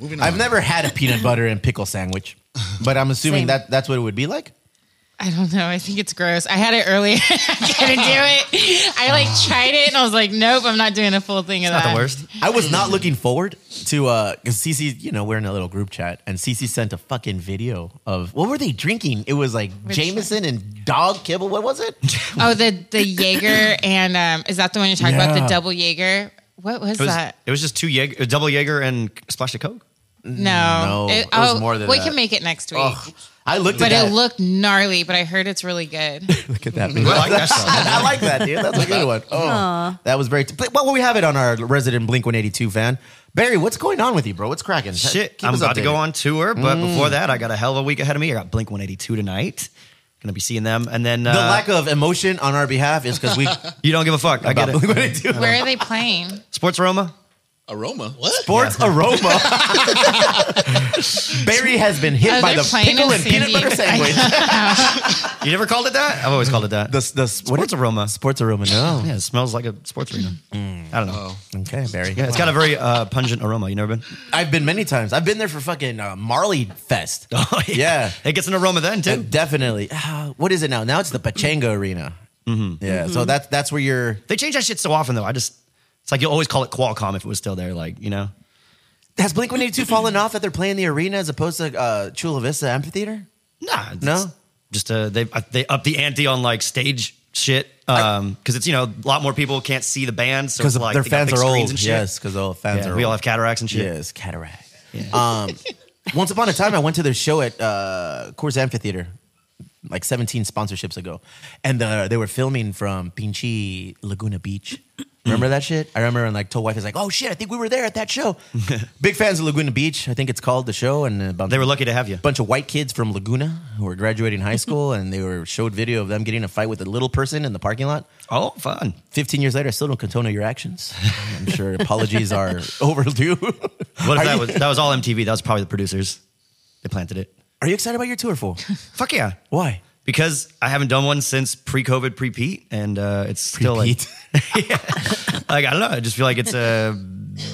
S5: Moving on.
S3: I've never had a peanut butter and pickle sandwich, but I'm assuming
S6: Same.
S3: that that's what it would be like.
S7: I don't know. I think it's gross. I had it earlier. I couldn't do it. I like tried it and I was like, nope, I'm not doing a full thing of
S4: Not
S7: that.
S4: the worst.
S3: I was not looking forward to uh because Cece, you know, we're in a little group chat, and Cece sent a fucking video of what were they drinking? It was like Jameson and dog kibble. What was it?
S7: Oh, the the Jaeger and um, is that the one you're talking about?
S3: Yeah.
S7: The double Jaeger? What was,
S4: It was,
S7: that?
S4: it was just two Jaeger, double Jaeger and splash of Coke.
S7: No. oh,
S3: no, it was more than
S7: we
S3: that.
S7: can make it next week.
S3: I looked
S7: But
S3: at that.
S7: it looked gnarly, but I heard it's really good.
S3: Look at that.
S9: I like that song.
S3: I like that, dude. That's a good one. Oh, that was very. But well, we have it on our resident Blink One Eighty Two fan, Barry. What's going on with you, bro? What's cracking?
S4: Shit,
S3: Keep
S4: I'm
S3: us
S4: about to
S3: updated. Mm.
S4: go on tour, but before that, I got a hell of a week ahead of me. I got Blink 182 tonight. Gonna be seeing them, and then uh,
S3: The lack of emotion on our behalf is because we.
S4: you don't give a fuck. I get
S3: Blink
S4: it.
S3: One Eighty Two.
S7: Where are they playing?
S4: Sports Roma.
S5: Aroma. What?
S3: Sports aroma. Barry has been hit
S7: Oh,
S3: by
S7: they're
S3: the
S7: playing
S3: pickle
S7: in
S3: and peanut
S7: San
S3: butter
S7: Diego.
S3: sandwich.
S4: You never called it that? I've always called it that.
S3: the the
S4: sports aroma.
S3: Sports aroma. No. Mm.
S4: Yeah, it smells like a sports arena. I don't know.
S7: Oh.
S3: Okay, Barry.
S4: Yeah, it's got a very uh, pungent aroma. You never been?
S3: I've been many times. I've been there for fucking uh, Marley Fest.
S4: Oh,
S3: Yeah.
S4: It gets an aroma then,
S3: Uh,
S4: too.
S3: Definitely. Ah, what is it now? Now it's the Pachanga Arena. Hmm. Yeah. So that's that's where you're.
S4: Mm-hmm. They change that shit so often, though. I just, it's like you'll always call it Qualcomm if it was still there, like, you know?
S3: Has Blink One Eighty Two fallen off that they're playing the arena as opposed to uh, Chula Vista Amphitheater?
S4: Nah. it's
S3: No?
S4: Just, uh, they, uh, they up the ante on like stage shit. Um, cause it's, you know, a lot more people can't see the band. So
S3: Because
S4: it's like
S3: their
S4: they got
S3: fans
S4: big
S3: are
S4: screens
S3: old.
S4: And shit.
S3: Yes, because all fans
S4: Yeah,
S3: are
S4: we all
S3: old.
S4: have cataracts and shit.
S3: Yes, cataract. Um, once upon a time, I went to their show at uh, Coors Amphitheater like 17 sponsorships ago, and the, they were filming from Pinchy Laguna Beach. Remember that shit? I remember, and like told wife is like, "Oh shit, I think we were there at that show." Big fans of Laguna Beach. I think it's called the show, and a bunch,
S4: They were lucky to have you.
S3: bunch of white kids from Laguna who were graduating high school, and they were showed video of them getting in a fight with a little person in the parking lot.
S4: oh, fun.
S3: 15 years later, I still don't condone your actions. I'm sure apologies are overdue.
S4: What if
S3: Are
S4: that
S3: you-
S4: was, that was all MTV. That was probably the producers. They planted it.
S3: Are you excited about your tour, fool?
S4: Fuck yeah.
S3: Why?
S4: because I haven't done one since pre-COVID, pre-Pete, and uh, it's still like,
S3: Pre-Pete.
S4: yeah, like I don't know. I just feel like it's uh,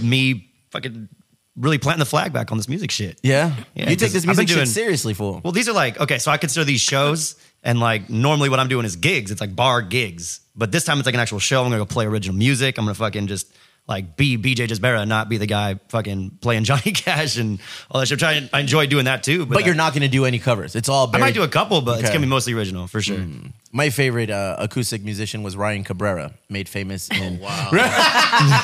S4: me fucking really planting the flag back on this music shit.
S3: Yeah.
S4: Yeah,
S3: you take
S4: because
S3: this
S4: I've been
S3: music shit
S4: doing-
S3: seriously, fool.
S4: Well, these are like okay, so I consider these shows, and like normally what I'm doing is gigs. It's like bar gigs, but this time it's like an actual show. I'm gonna go play original music. I'm gonna fucking just like be BJ Jasbera, not be the guy fucking playing Johnny Cash and all that shit. I'm trying, I enjoy doing that too, but,
S3: but you're not going to do any covers. It's all
S4: I
S3: Barry.
S4: might do a couple, but it's
S3: Okay. Hmm.
S4: gonna be mostly original for sure.
S3: My favorite uh, acoustic musician was Ryan Cabrera, made famous
S4: Oh,
S3: in. wow.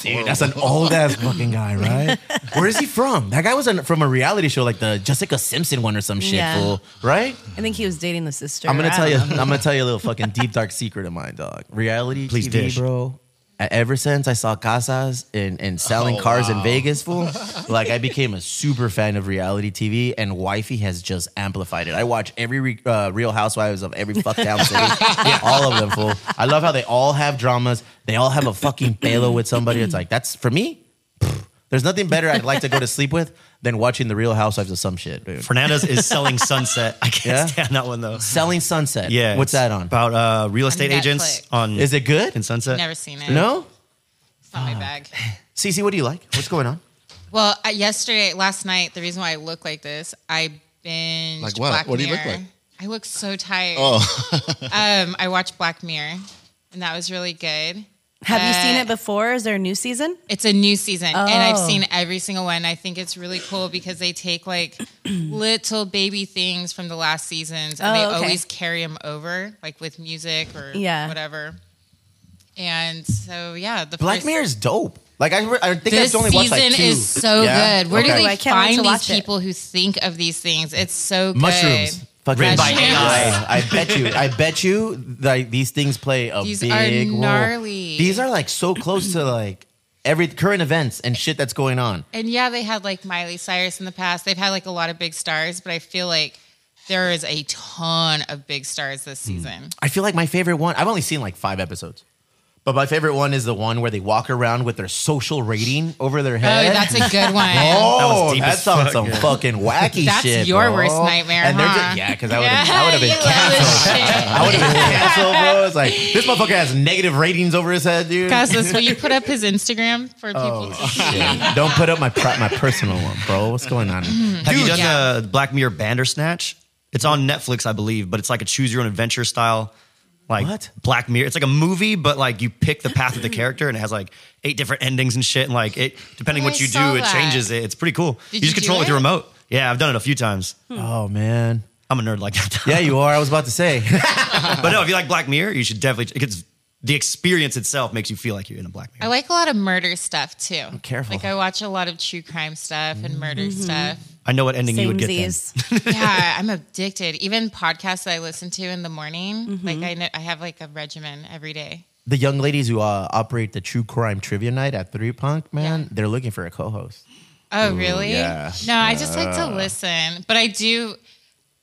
S3: Dude, that's an old ass fucking guy, right? Where is he from? That guy was an, from a reality show like the Jessica Simpson one or some shit,
S6: Yeah.
S3: fool, right?
S6: I think he was dating the sister.
S3: I'm gonna
S6: I
S3: tell you.
S6: don't know.
S3: I'm gonna tell you a little fucking deep dark secret of mine, dog. Reality
S4: Please
S3: TV,
S4: dish.
S3: bro. e- Ever since I saw Casas and, and selling cars in Vegas, fool, like I became a super fan of reality TV, and Wifey has just amplified it. I watch every re- uh, Real Housewives of every fuck town city, all of them, fool. I love how they all have dramas. They all have a fucking payload with somebody. It's like that's for me. pfft, There's nothing better I'd like to go to sleep with than watching the Real Housewives of some shit, dude.
S4: Fernandez is selling Sunset. I can't
S3: Yeah?
S4: stand that one though.
S3: Selling Sunset.
S4: Yeah,
S3: what's
S4: it's
S3: that on?
S4: About uh, real estate
S7: Netflix.
S4: agents on
S3: Is it good?
S4: in Sunset?
S7: Never seen it.
S3: No.
S7: It's not my bag.
S3: Cece, what do you like? What's going on?
S7: Well, I, yesterday, last night, the reason why I look like this, I binged
S5: Like what?
S7: Black
S5: What do you
S7: Mirror.
S5: look like?
S7: I look so tired. Oh. um, I watched Black Mirror, and that was really good.
S6: Have you seen
S7: Uh,
S6: it before? Is there a new season?
S7: It's a new season, and I've
S6: Oh.
S7: seen every single one. I think it's really cool because they take like little baby things from the last seasons, and
S6: Oh,
S7: they
S6: okay.
S7: always carry them over, like with music or
S6: Yeah.
S7: whatever. And so, yeah, the
S3: Black
S7: first,
S3: Mirror is dope. Like I, I think
S7: This
S3: I've only watched like
S7: season
S3: two.
S7: is so
S3: Yeah?
S7: good. Where
S3: Okay.
S7: do
S6: Ooh,
S7: they
S6: I can't wait to
S7: find
S6: watch
S7: these
S6: it.
S7: people who think of these things? It's so good.
S3: mushrooms? Fucking
S4: Written by
S7: Mushrooms.
S4: AI.
S3: I bet you. I bet you. Like these things play a
S7: These are
S3: big role.
S7: gnarly.
S3: These are like so close to like every current events and shit that's going on.
S7: And yeah, they had like Miley Cyrus in the past. They've had like a lot of big stars, but I feel like there is a ton of big stars this
S3: Hmm.
S7: season.
S3: I feel like my favorite one. I've only seen like five episodes. But my favorite one is the one where they walk around with their social rating over their
S7: Oh,
S3: head.
S7: that's a good one.
S3: Oh,
S4: was deep
S3: that
S4: as
S3: sounds
S4: fuck,
S3: some fucking wacky
S7: That's
S3: shit.
S7: your
S3: bro.
S7: worst nightmare,
S3: And they're
S7: huh?
S3: just- yeah, because I would have, I would have
S7: you
S3: been
S7: love this shit.
S3: I would have been canceled, bro. It's like this motherfucker has negative ratings over his head, dude.
S7: Costas, will you put up his Instagram for people to see?
S3: Oh, Shit. Don't put up my pri- my personal one, bro. What's going on?
S4: Have you
S7: Mm-hmm.
S4: done
S7: yeah.
S4: the Black Mirror Bandersnatch? It's on Netflix, I believe, but it's like a choose your own adventure style. Like
S3: What?
S4: Black Mirror. It's like a movie, but like you pick the path of the character and it has like eight different endings and shit. And like it depending
S7: Oh,
S4: what
S7: I
S4: you do,
S7: saw
S4: it
S7: that.
S4: changes it. It's pretty cool.
S7: Did
S4: you
S7: you
S4: just
S7: do
S4: control it with your
S7: it?
S4: remote. Yeah, I've done it a few times.
S3: Oh man,
S4: I'm a nerd like that.
S3: yeah, you are. I was about to say.
S4: but no, if you like Black Mirror, you should definitely. It gets the experience itself makes you feel like you're in a black mirror.
S7: I like a lot of murder stuff too.
S3: careful. Mm-hmm.
S7: Like I watch a lot of true crime stuff and murder stuff.
S4: I know what ending you would get. Then.
S6: Samesies.
S7: yeah, I'm addicted. Even podcasts that I listen to in the morning,
S4: Mm-hmm.
S7: like I know, I have like a regimen every day.
S3: The young ladies who uh, operate the true crime trivia night at Three Punk, man,
S7: Yeah.
S3: they're looking for a co-host.
S7: Oh, really?
S3: yeah.
S7: No, I just like to listen, but I do.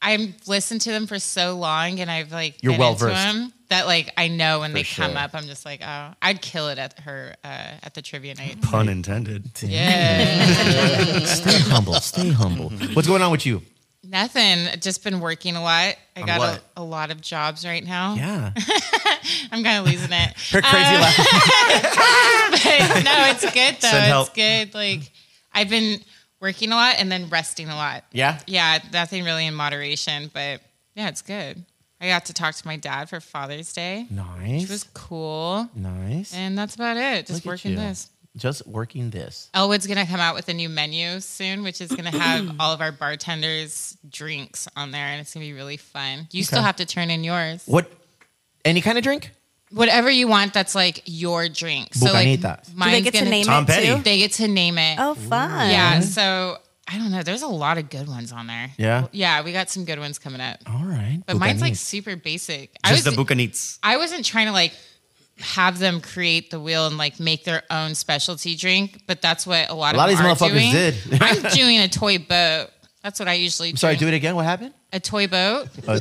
S7: I've listened to them for so long, and I've like
S3: You're
S7: been
S3: well-versed.
S7: into them that like I know when they come
S3: sure.
S7: up, I'm just like, oh, I'd kill it at her uh, at the trivia night.
S4: Pun intended.
S7: Yeah,
S3: Stay humble. Stay humble. What's going on with you?
S7: nothing. I've Just been working a lot. I
S3: On
S7: got
S3: what?
S7: A, a lot of jobs right now.
S3: Yeah,
S7: I'm kind of losing it. Uh,
S3: her crazy laugh.
S7: But no, it's good though.
S4: Send help.
S7: It's good. Like I've been working a lot and then resting a lot.
S3: Yeah,
S7: Yeah, nothing really in moderation, but yeah, it's good. I got to talk to my dad for Father's Day. It was
S3: nice,
S7: cool.
S3: nice.
S7: And that's about it. Just
S3: Look at
S7: working
S3: you.
S7: this.
S3: Just working this.
S7: Elwood's gonna come out with a new menu soon, which is gonna have all of our bartenders' drinks on there, and it's gonna be really fun. You still have to turn in yours,
S3: What? Any kind of drink?
S7: whatever you want. That's like your drink.
S3: Bucanitas.
S7: like,
S6: Do they
S7: mine's
S6: get to
S7: gonna-
S6: name
S4: Tom
S6: it
S4: Petty.
S6: too?
S7: They get to name it.
S6: Oh, fun.
S7: Yeah. So I don't know. There's a lot of good ones on there.
S3: Yeah?
S7: Yeah. We got some good ones coming up.
S3: All right,
S7: But mine's like
S3: Bucanese.
S7: super basic. I was
S4: Just the Bucanits.
S7: I wasn't trying to like have them create the wheel and like make their own specialty drink, but that's what a lot,
S3: A lot of
S7: them
S3: these
S7: are
S3: motherfuckers
S7: doing.
S3: did.
S7: I'm doing a toy boat. That's what I usually do.
S3: Sorry, do it again. What happened?
S7: A toy boat.
S3: Uh,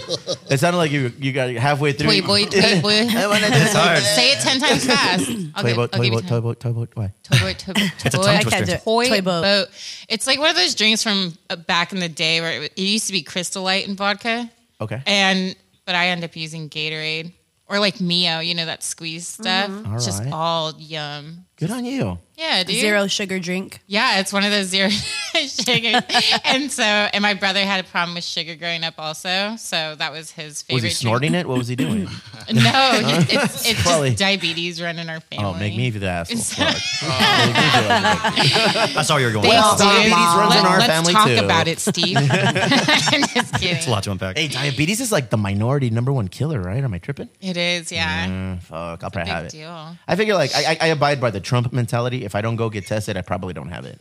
S3: it sounded like you you got halfway through.
S7: Toy boy, toy boy.
S4: It's hard.
S7: Say it 10 times fast. I'll
S3: Toy
S7: give-
S3: boat,
S7: I'll give
S3: toy
S7: you
S3: boat,
S7: time.
S3: toy boat, toy boat. Why?
S7: Toy boat, toy boat, toy boy.
S6: I can't do it.
S7: Toy,
S6: Toy
S7: boat.
S6: boat.
S7: It's like one of those drinks from uh, back in the day where it, it used to be Crystal Light and vodka,
S3: Okay.
S7: and but I end up using Gatorade or like Mio, you know that squeeze stuff.
S3: Mm-hmm.
S7: It's just
S3: Alright.
S7: all yum.
S3: Good on you.
S7: Yeah, dude.
S6: Zero sugar drink.
S7: Yeah, it's one of those zero sugars. and so, and my brother had a problem with sugar growing up, also. So that was his favorite.
S3: Was he snorting it? What was he doing?
S7: Drink. No, it's, it's, it's
S3: Probably.
S7: just diabetes running our family.
S3: oh, make me the asshole.
S7: So-
S3: Fuck. Make me the asshole.
S4: I saw you were going.
S7: Thanks,
S4: Well,
S7: dude.
S3: diabetes runs in our
S7: let's
S3: family,
S7: talk
S3: too.
S7: about it, Steve. I'm just kidding.
S4: it's a lot to unpack.
S3: Hey, diabetes is like the minority number one killer, right? Am I tripping?
S7: It is, yeah.
S3: Mm, fuck, I'll probably have
S7: Big
S3: it.
S7: deal.
S3: I figure like I, I- I abide by the Trump mentality. If I don't go get tested, I probably don't have it.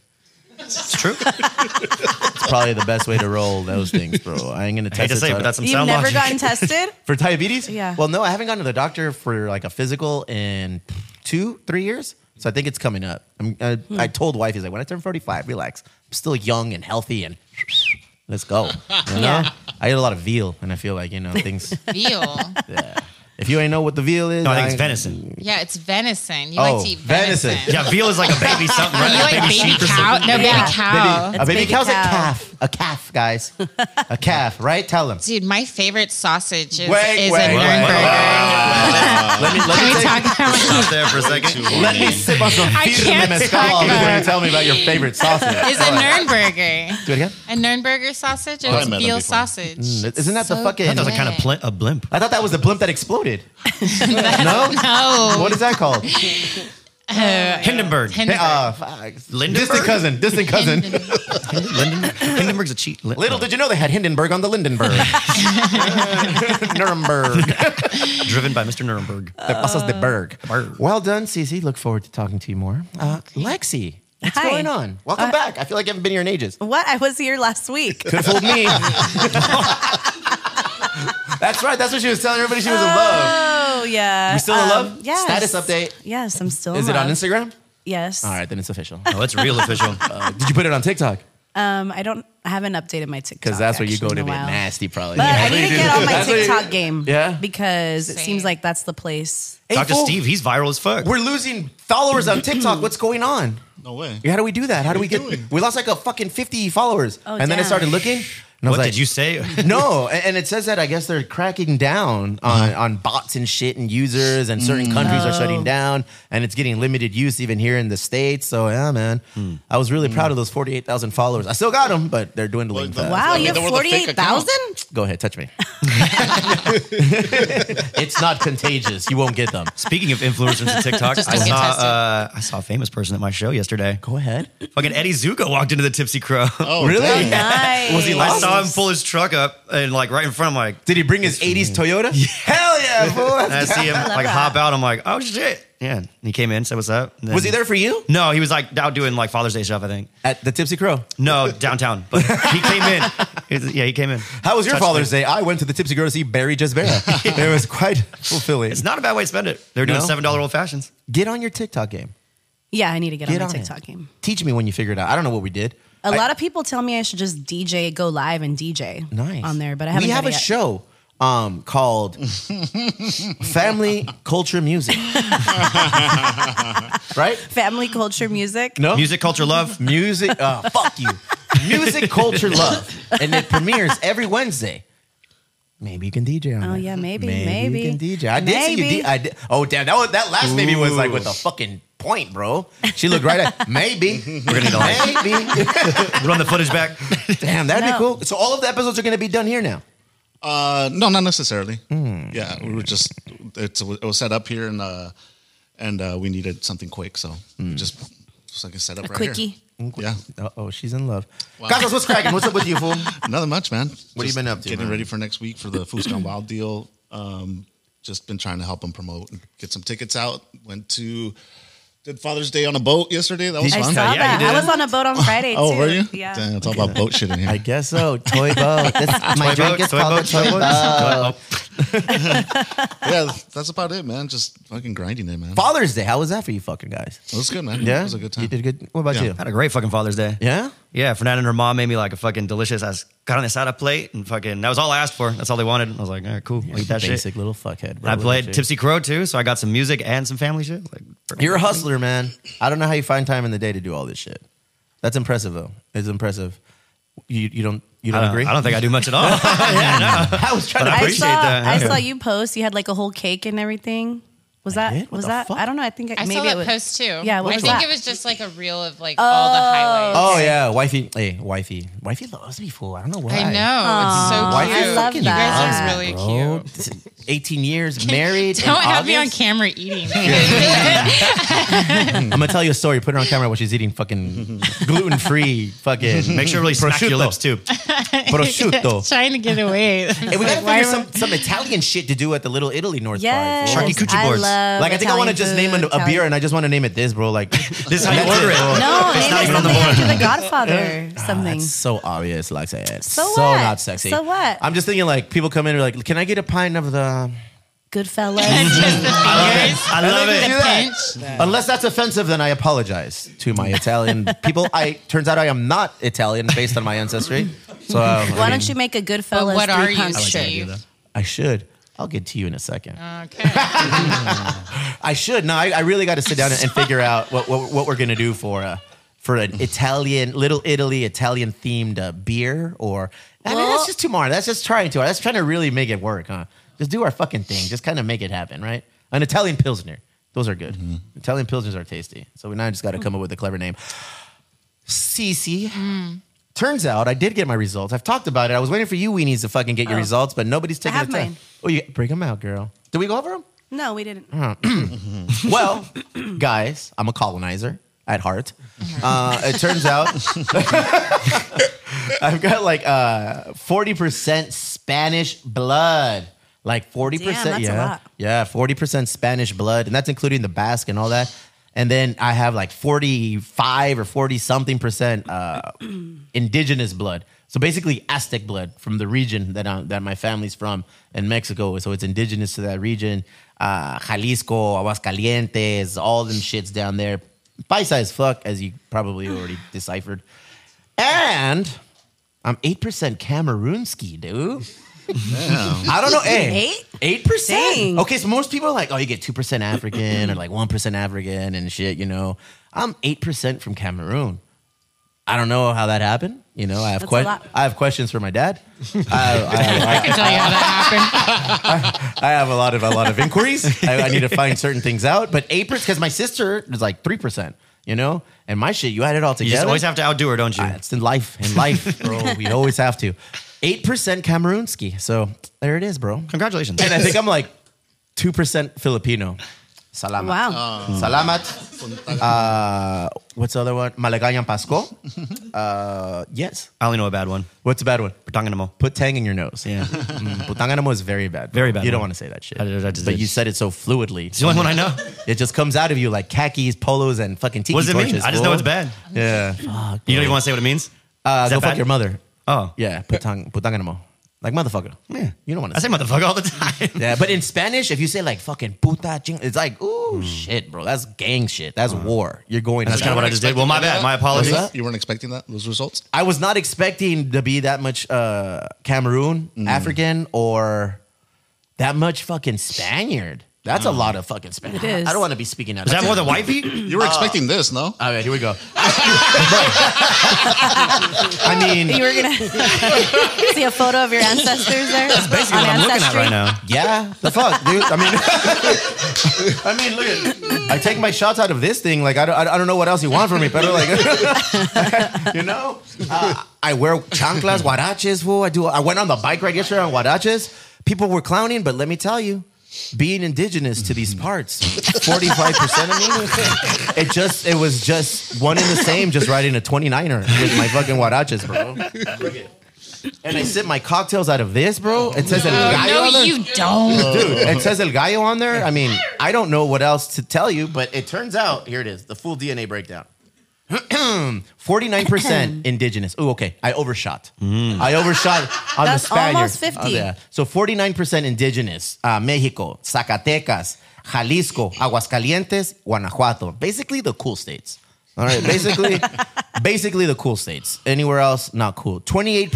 S4: It's true.
S3: It's probably the best way to roll those things, bro. I ain't gonna
S4: I hate
S3: test
S4: to
S3: it,
S4: say,
S3: so
S4: it,
S3: I
S4: but
S3: don't-
S4: that's some
S6: You've
S4: sound
S6: never
S4: logic.
S6: gotten tested?
S3: for diabetes.
S6: Yeah.
S3: Well, no, I haven't gone to the doctor for like a physical in two, three years, so I think it's coming up. I'm, uh,
S6: Hmm.
S3: I told wife, he's like, when I turn forty-five, relax. I'm still young and healthy, and let's go. You know?
S6: Yeah.
S3: I eat a lot of veal, and I feel like you know things.
S7: Veal.
S3: if you ain't know what the veal is,
S4: No, I think it's venison.
S7: Yeah, it's venison. You
S3: Oh,
S7: like to eat
S3: venison.
S7: venison.
S4: Yeah, veal is like a baby something, right?
S7: You
S4: Like a
S7: like
S4: baby
S7: baby
S4: sheep or
S7: cow?
S4: something.
S7: No, baby
S6: Yeah.
S7: cow.
S3: a baby,
S6: baby
S3: cow's a
S6: cow.
S3: calf. A calf, guys. A calf, right? Tell them.
S7: Dude, my favorite sausage is,
S3: Wait,
S7: is
S3: wait,
S7: a
S3: wait,
S7: Nürnberger.
S3: Uh,
S4: Let me,
S7: Can we
S4: let me
S7: talk about
S4: stop there for a second.
S3: Let me sip on some
S7: I
S3: firme
S7: can't
S3: mezcal
S7: talk
S3: before
S7: about
S3: you
S7: it.
S3: tell me about your favorite sausage.
S7: is a Nürnberger.
S3: Do it again. Mm,
S7: A Nürnberger sausage
S4: Oh,
S5: I
S7: or
S5: met him
S7: veal
S5: before.
S7: sausage?
S3: Isn't that the
S7: So
S3: fucking?
S4: That was a kind of pl- a blimp.
S3: I thought that was the blimp that exploded. no?
S7: No.
S3: What is that called?
S4: Hindenburg.
S7: Hindenburg.
S3: Uh, fuck. distant
S4: Lindenberg?
S3: cousin, distant cousin.
S4: Linden- Hindenburg's a cheat. Lin-
S3: Little did you know they had Hindenburg on the Lindenberg. Nuremberg.
S4: driven by Mr. Nuremberg.
S3: the passes de Berg.
S4: Berg.
S3: Well done, Cece. Look forward to talking to you more. Uh, Lexi, what's
S6: Hi.
S3: going on? Welcome back. I feel like I haven't been here in ages.
S6: What? I was here last week.
S3: Could have fooled me. that's right. That's what she was telling everybody. She was in love.
S6: Oh, yeah.
S3: We still in
S6: Um,
S3: love?
S6: Yes.
S3: Status update.
S6: Yes, I'm still
S3: Is
S6: in
S3: it on
S6: love.
S3: Instagram?
S6: Oh, Yes.
S3: All right, then it's official.
S4: Oh, it's real official.
S3: Uh, did you put it on TikTok?
S6: Um, I don't. I haven't updated my TikTok.
S3: Because that's where you go
S6: actually
S3: to
S6: in a
S3: be
S6: while.
S3: nasty, probably.
S6: But I need to get on my TikTok game.
S3: Yeah?
S6: Because it
S7: Same.
S6: seems like that's the place.
S3: Hey,
S4: Dr.
S3: fool,
S4: Steve, he's viral as fuck.
S3: We're losing followers on TikTok. What's going on?
S5: No way.
S3: How do we do that? How do we
S5: What are
S3: get?
S5: you doing?
S3: We lost like a fucking fifty followers,
S6: Oh,
S3: and then I
S6: damn.
S3: started looking. And I was
S4: what
S3: like,
S4: did you say?
S3: No, and, and it says that I guess they're cracking down on, on bots and shit and users, and certain countries
S6: Oh.
S3: are shutting down, and it's getting limited use even here in the states. So yeah, man, I was really proud of those forty eight thousand followers. I still got them, but they're dwindling
S5: Well,
S3: fast.
S6: Wow,
S5: I mean,
S6: you
S5: they
S6: have
S5: were the fake
S6: forty-eight
S5: account.
S6: thousand.
S3: Go ahead, touch me. it's not contagious. You won't get them.
S4: Speaking of influencers and TikTok,
S7: Just
S4: I
S7: don't get
S4: saw,
S7: tested.
S4: uh, I saw a famous person at my show yesterday.
S3: Go ahead.
S4: Fucking Eddie Zuko walked into the Tipsy Crow.
S5: Oh,
S3: Really?
S5: dang.
S6: Nice.
S3: Was he
S4: I
S3: lost?
S4: saw saw him pull his truck up and like right in front. I'm like,
S3: Did he bring his 80s Toyota? Hell yeah, boy.
S4: and I see him like
S6: that.
S4: hop out. I'm like, oh shit. Yeah. And he came in, said what's up. And then-
S3: Was he there for you?
S4: No, he was like out doing like Father's Day stuff. I think.
S3: At the Tipsy Crow.
S4: No, downtown. But he came in. He's- yeah, he came in.
S3: How was your
S4: Touched
S3: Father's
S4: me.
S3: Day? I went to the Tipsy Crow to see Barry Jesbera. it was quite fulfilling.
S4: It's not a bad way to spend it. They're doing
S3: No?
S4: seven dollar old fashions.
S3: Get on your TikTok game.
S6: Yeah, I need to get,
S3: Get
S6: on
S3: on
S6: my
S3: it.
S6: TikTok game.
S3: Teach me when you figure it out. I don't know what we did.
S6: A
S3: I-
S6: lot of people tell me I should just DJ, go live and DJ
S3: nice
S6: on there, but I haven't.
S3: We
S6: done
S3: have
S6: it
S3: a
S6: yet.
S3: show um, called Family Culture Music, right?
S6: Family culture music.
S3: No
S4: Music, culture, love.
S3: music. Uh, fuck you, music culture love, and it premieres every Wednesday. Maybe you can DJ on
S6: Oh,
S3: it.
S6: yeah, maybe,
S3: you can
S6: maybe.
S3: DJ. I did see you.
S6: Maybe.
S3: D- I did. Oh damn, that was, that last maybe was like with a fucking point, bro. She looked right at maybe. We're
S4: gonna need a light.
S3: maybe.
S4: Run the footage back.
S3: damn, that'd be
S6: No.
S3: cool. So all of the episodes are gonna be done here now. Hmm.
S5: Uh, no, not necessarily. Yeah, we were just it's, it was set up here and uh, and uh, we needed something quick, so
S3: Hmm.
S5: we just just like a setup right
S6: Quickie.
S5: here. Yeah,
S3: Uh oh, she's in love. Casas, what's cracking? What's up with you, fool?
S5: nothing much, man.
S3: What have you
S5: Just
S3: been up to,
S5: Getting
S3: man?
S5: ready for next week for the Food Gone Wild deal. Um, just been trying to help them promote, and get some tickets out. Went to did Father's Day on a boat yesterday. That was
S6: I
S5: fun.
S6: saw
S4: you
S6: that.
S4: did.
S6: I was on a boat on Friday.
S5: Oh,
S6: too.
S5: were you?
S6: Yeah.
S5: Damn, it's all about boat shit in here.
S3: I guess so. Toy boat. That's
S4: Toy
S3: my drink
S4: boat,
S3: is
S4: toy
S3: called
S4: boat,
S3: a toy
S4: toy boat.
S3: boat.
S5: Uh,
S4: Oh,
S5: yeah, that's about it, man. Just fucking grinding it, man.
S3: Father's Day. How was that for you, fucking guys?
S5: It was good, man. it was a good time.
S3: You did good. What about
S5: Yeah.
S3: you?
S4: had a great fucking Father's Day.
S3: Yeah.
S4: Yeah, Fernanda and her mom made me like a fucking delicious ass carne asada plate, and fucking that was all I asked for. That's all they wanted. I was like, all right, cool, I'll eat that
S3: Basic
S4: shit.
S3: little fuckhead.
S4: And I played Tipsy Crow too, so I got some music and some family shit. Like,
S3: You're a hustler, man. I don't know how you find time in the day to do all this shit. That's impressive, though. It's impressive. You you don't you
S4: I
S3: don't,
S4: don't,
S3: agree?
S4: I don't think I do much at all.
S3: I was trying
S4: But
S3: to.
S4: I
S6: I
S3: preach.
S6: saw.
S4: appreciate that.
S6: I
S4: Yeah.
S6: saw you post. You had like a whole cake and everything. Was that?
S3: did? What
S6: Was
S3: the
S6: that?
S3: fuck?
S6: I don't know. I think
S7: I
S6: maybe
S7: saw that
S6: it was,
S7: post too.
S6: Yeah, what
S7: I
S6: was
S7: think
S6: that?
S7: it was just like a reel of like all the highlights.
S3: Oh yeah, wifey. Hey, wifey. Wifey loves me fool. I don't know why.
S7: I know.
S3: Why
S7: It's so cute.
S3: do you
S6: I love
S3: fucking
S7: You guys
S6: that.
S7: are really
S3: Bro,
S7: cute.
S3: this is 18 years married. in
S7: Don't have me on
S3: August.
S7: camera eating.
S3: I'm gonna tell you a story. Put it on camera while she's eating fucking gluten free fucking
S4: Make sure really smack your
S3: Prosciutto.
S4: lips too.
S3: prosciutto.
S7: Trying to get away.
S3: Hey, we gotta
S7: Why
S3: figure
S7: am I-
S3: some, some Italian shit to do at the Little Italy North
S6: Yes.
S3: Pride. fool.
S4: Charcuterie
S6: I
S4: boards.
S6: love
S3: Like I think I want to
S6: Italian
S3: just name
S6: food,
S3: a, a
S6: Italian-
S3: beer, and I just want to name it this, bro. Like
S4: This is how you order it.
S6: No, name
S4: not
S6: it
S4: even on the
S6: Oh, something after the Godfather. Something.
S3: That's so obvious, like I said.
S6: So
S3: so
S6: what?
S3: not sexy.
S6: So what?
S3: I'm just thinking like people come in and are like, "Can I get a pint of the?"
S6: Goodfellas.
S4: I love
S3: They do
S4: it.
S3: that. Unless that's offensive, then I apologize to my Italian people. I turns out I am not Italian based on my ancestry. So um, I
S6: Why
S3: mean,
S6: don't you make a
S7: But
S6: Goodfellas
S7: what are
S6: three
S7: you,
S6: punch?
S7: Steve?
S3: I should. I'll get to you in a second.
S7: Okay.
S3: I should. No, I, I really got to sit down and, and figure out what, what what we're gonna do for uh for an Italian Little Italy Italian themed uh, beer or I mean that's
S6: Well-
S3: just too much. That's just trying to. That's trying to really make it work, huh? Just do our fucking thing. Just kind of make it happen, right? An Italian pilsner. Those are good. Italian pilsners are tasty. So we now just got to come up with a clever name. Cece.
S6: Mm.
S3: Turns out I did get my results. I've talked about it. I was waiting for you, weenies, to fucking get your
S6: Oh.
S3: results, but nobody's taking
S6: have
S3: the time.
S6: mine.
S3: Oh, you bring them out, girl. Did we go over them?
S6: No, we didn't.
S3: Well, guys, I'm a colonizer at heart. Uh, it turns out I've got like uh, forty percent Spanish blood. Like forty
S6: Damn, that's
S3: percent,
S6: a
S3: yeah,
S6: lot.
S3: yeah, forty percent Spanish blood, and that's including the Basque and all that. And then I have like forty-five or forty something percent uh, indigenous blood. So basically, Aztec blood from the region that i that my family's from in Mexico. So it's indigenous to that region. Uh, Jalisco, Aguascalientes, all them shits down there. Paisa as fuck, as you probably already deciphered. And I'm 8% Cameroonski, dude. I don't know. Hey, eight percent.
S6: Dang.
S3: Okay, so most people are like, oh, you get two percent African or like one percent African and shit. You know, I'm eight percent from Cameroon. I don't know how that happened. You know, I have
S6: That's a
S3: que-
S6: lot.
S3: I have questions for my dad. I, I-
S7: I can tell you how that happened.
S3: I have a lot of a lot of inquiries. I, I need to find certain things out. But eight percent because my sister is like three percent. You know, and my shit, you had it all
S4: You
S3: together.
S4: just always have to outdo her, don't you?
S3: That's in life. In life, bro, we always have to. Eight percent Cameroonski. So there it is, bro.
S4: Congratulations.
S3: And I think I'm like two percent Filipino. Salamat.
S6: Wow.
S5: Uh,
S3: Salamat. Uh, what's the other one? Malagayan Pasco. Uh, yes.
S4: I only know a bad one.
S3: What's a bad one?
S4: Patanganamo.
S3: Put tang in your nose.
S4: Yeah. It's
S3: Mm, Putanganamo is very bad.
S4: Very bad
S3: You don't
S4: one.
S3: want to say that shit.
S4: I did- I did-
S3: but you said it so fluidly.
S4: the only one I know.
S3: It just comes out of you like khakis, polos, and fucking tiki
S4: What does it mean?
S3: torches,
S4: I just know
S3: fool.
S4: it's bad.
S3: Yeah. Fuck,
S4: You don't
S3: bro.
S4: even want to say what it means?
S3: Uh,
S4: Is that
S3: go fuck
S4: bad?
S3: your mother.
S4: Oh.
S3: Yeah, putang, putanganamo. Like motherfucker. Yeah. You don't want
S4: I
S3: to
S4: say
S3: say
S4: motherfucker all the time.
S3: Yeah, but in Spanish, if you say like fucking puta, ching, it's like, ooh, shit, bro. That's gang shit. That's war. You're going
S4: Mm. Uh-huh. That's
S3: to
S4: kind of
S3: war.
S4: what I just did. Well, my bad. My
S5: What's
S4: apologies.
S3: that?
S5: You weren't expecting that? Those results?
S3: I was not expecting to be that much uh, Cameroon,
S4: Mm.
S3: African, or that much fucking Spaniard. That's a lot of fucking Spanish.
S6: It is.
S3: I don't want to be speaking
S4: Mm.
S3: out.
S4: Is
S3: of
S4: that more
S3: turn.
S4: than Uh, white people?
S5: You were expecting this, no?
S3: All right, here we go. I mean,
S6: You were gonna see a photo of your ancestors there. That's
S4: Basically, what I'm looking at right now.
S3: yeah, the fuck, dude. I mean, I mean, look at. I take my shots out of this thing. Like, I don't, I don't know what else you want from me, but like, you know, uh, I wear chanclas, huaraches. Whoa, I do. I went on the bike ride yesterday on huaraches. People were clowning, but let me tell you. Being indigenous to these parts, forty-five percent of me, it just—it was just one and the same. Just riding a twenty-niner with my fucking huaraches, bro. And I sip my cocktails out of this, bro. It says El Gallo on
S7: no,
S3: there.
S7: you don't.
S3: Dude,
S6: Oh.
S3: it says El Gallo on there. I mean, I don't know what else to tell you, but it turns out here it is the full DNA breakdown. 49% indigenous. Ooh, okay. I overshot. I overshot
S6: Mm.
S3: on
S6: That's
S3: the Spaniard.
S6: almost 50.
S3: Oh, yeah. So 49% indigenous. Uh, Mexico, Zacatecas, Jalisco, Aguascalientes, Guanajuato. Basically the cool states. All right. Basically, basically the cool states. Anywhere else, not cool. 28%,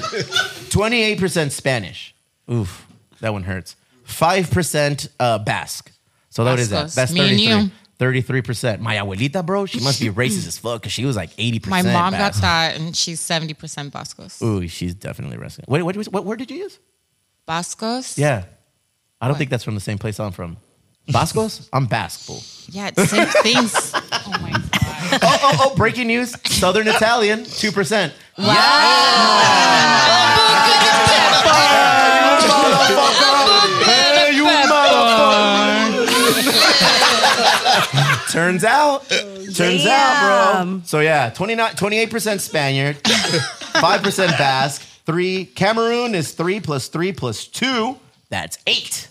S3: 28% Spanish. Oof. That one hurts. 5% uh, Basque. So that is that.
S7: Bascos.
S3: That's
S7: Me and
S3: 33.
S7: you.
S3: 33%. My abuelita, bro, she must be racist as fuck because she was like 80%.
S7: My mom got
S3: Basque.
S7: that, and she's seventy percent Bascos.
S3: Ooh, she's definitely racist. Wait, what, what, what word did you use?
S7: Bascos.
S3: Yeah. I don't think that's from the same place I'm from. Bascos? I'm Basque. fool.
S7: Yeah. It's same things. oh my god.
S3: Oh, oh, oh, breaking news. Southern Italian, 2%. Wow.
S7: Oh,
S3: Hey, you motherfucker. Turns out, turns out, bro.
S6: Damn.
S3: So yeah, 29, 28% Spaniard, 5% Basque, 3 Cameroon is 3 plus 3 plus 2, that's 8.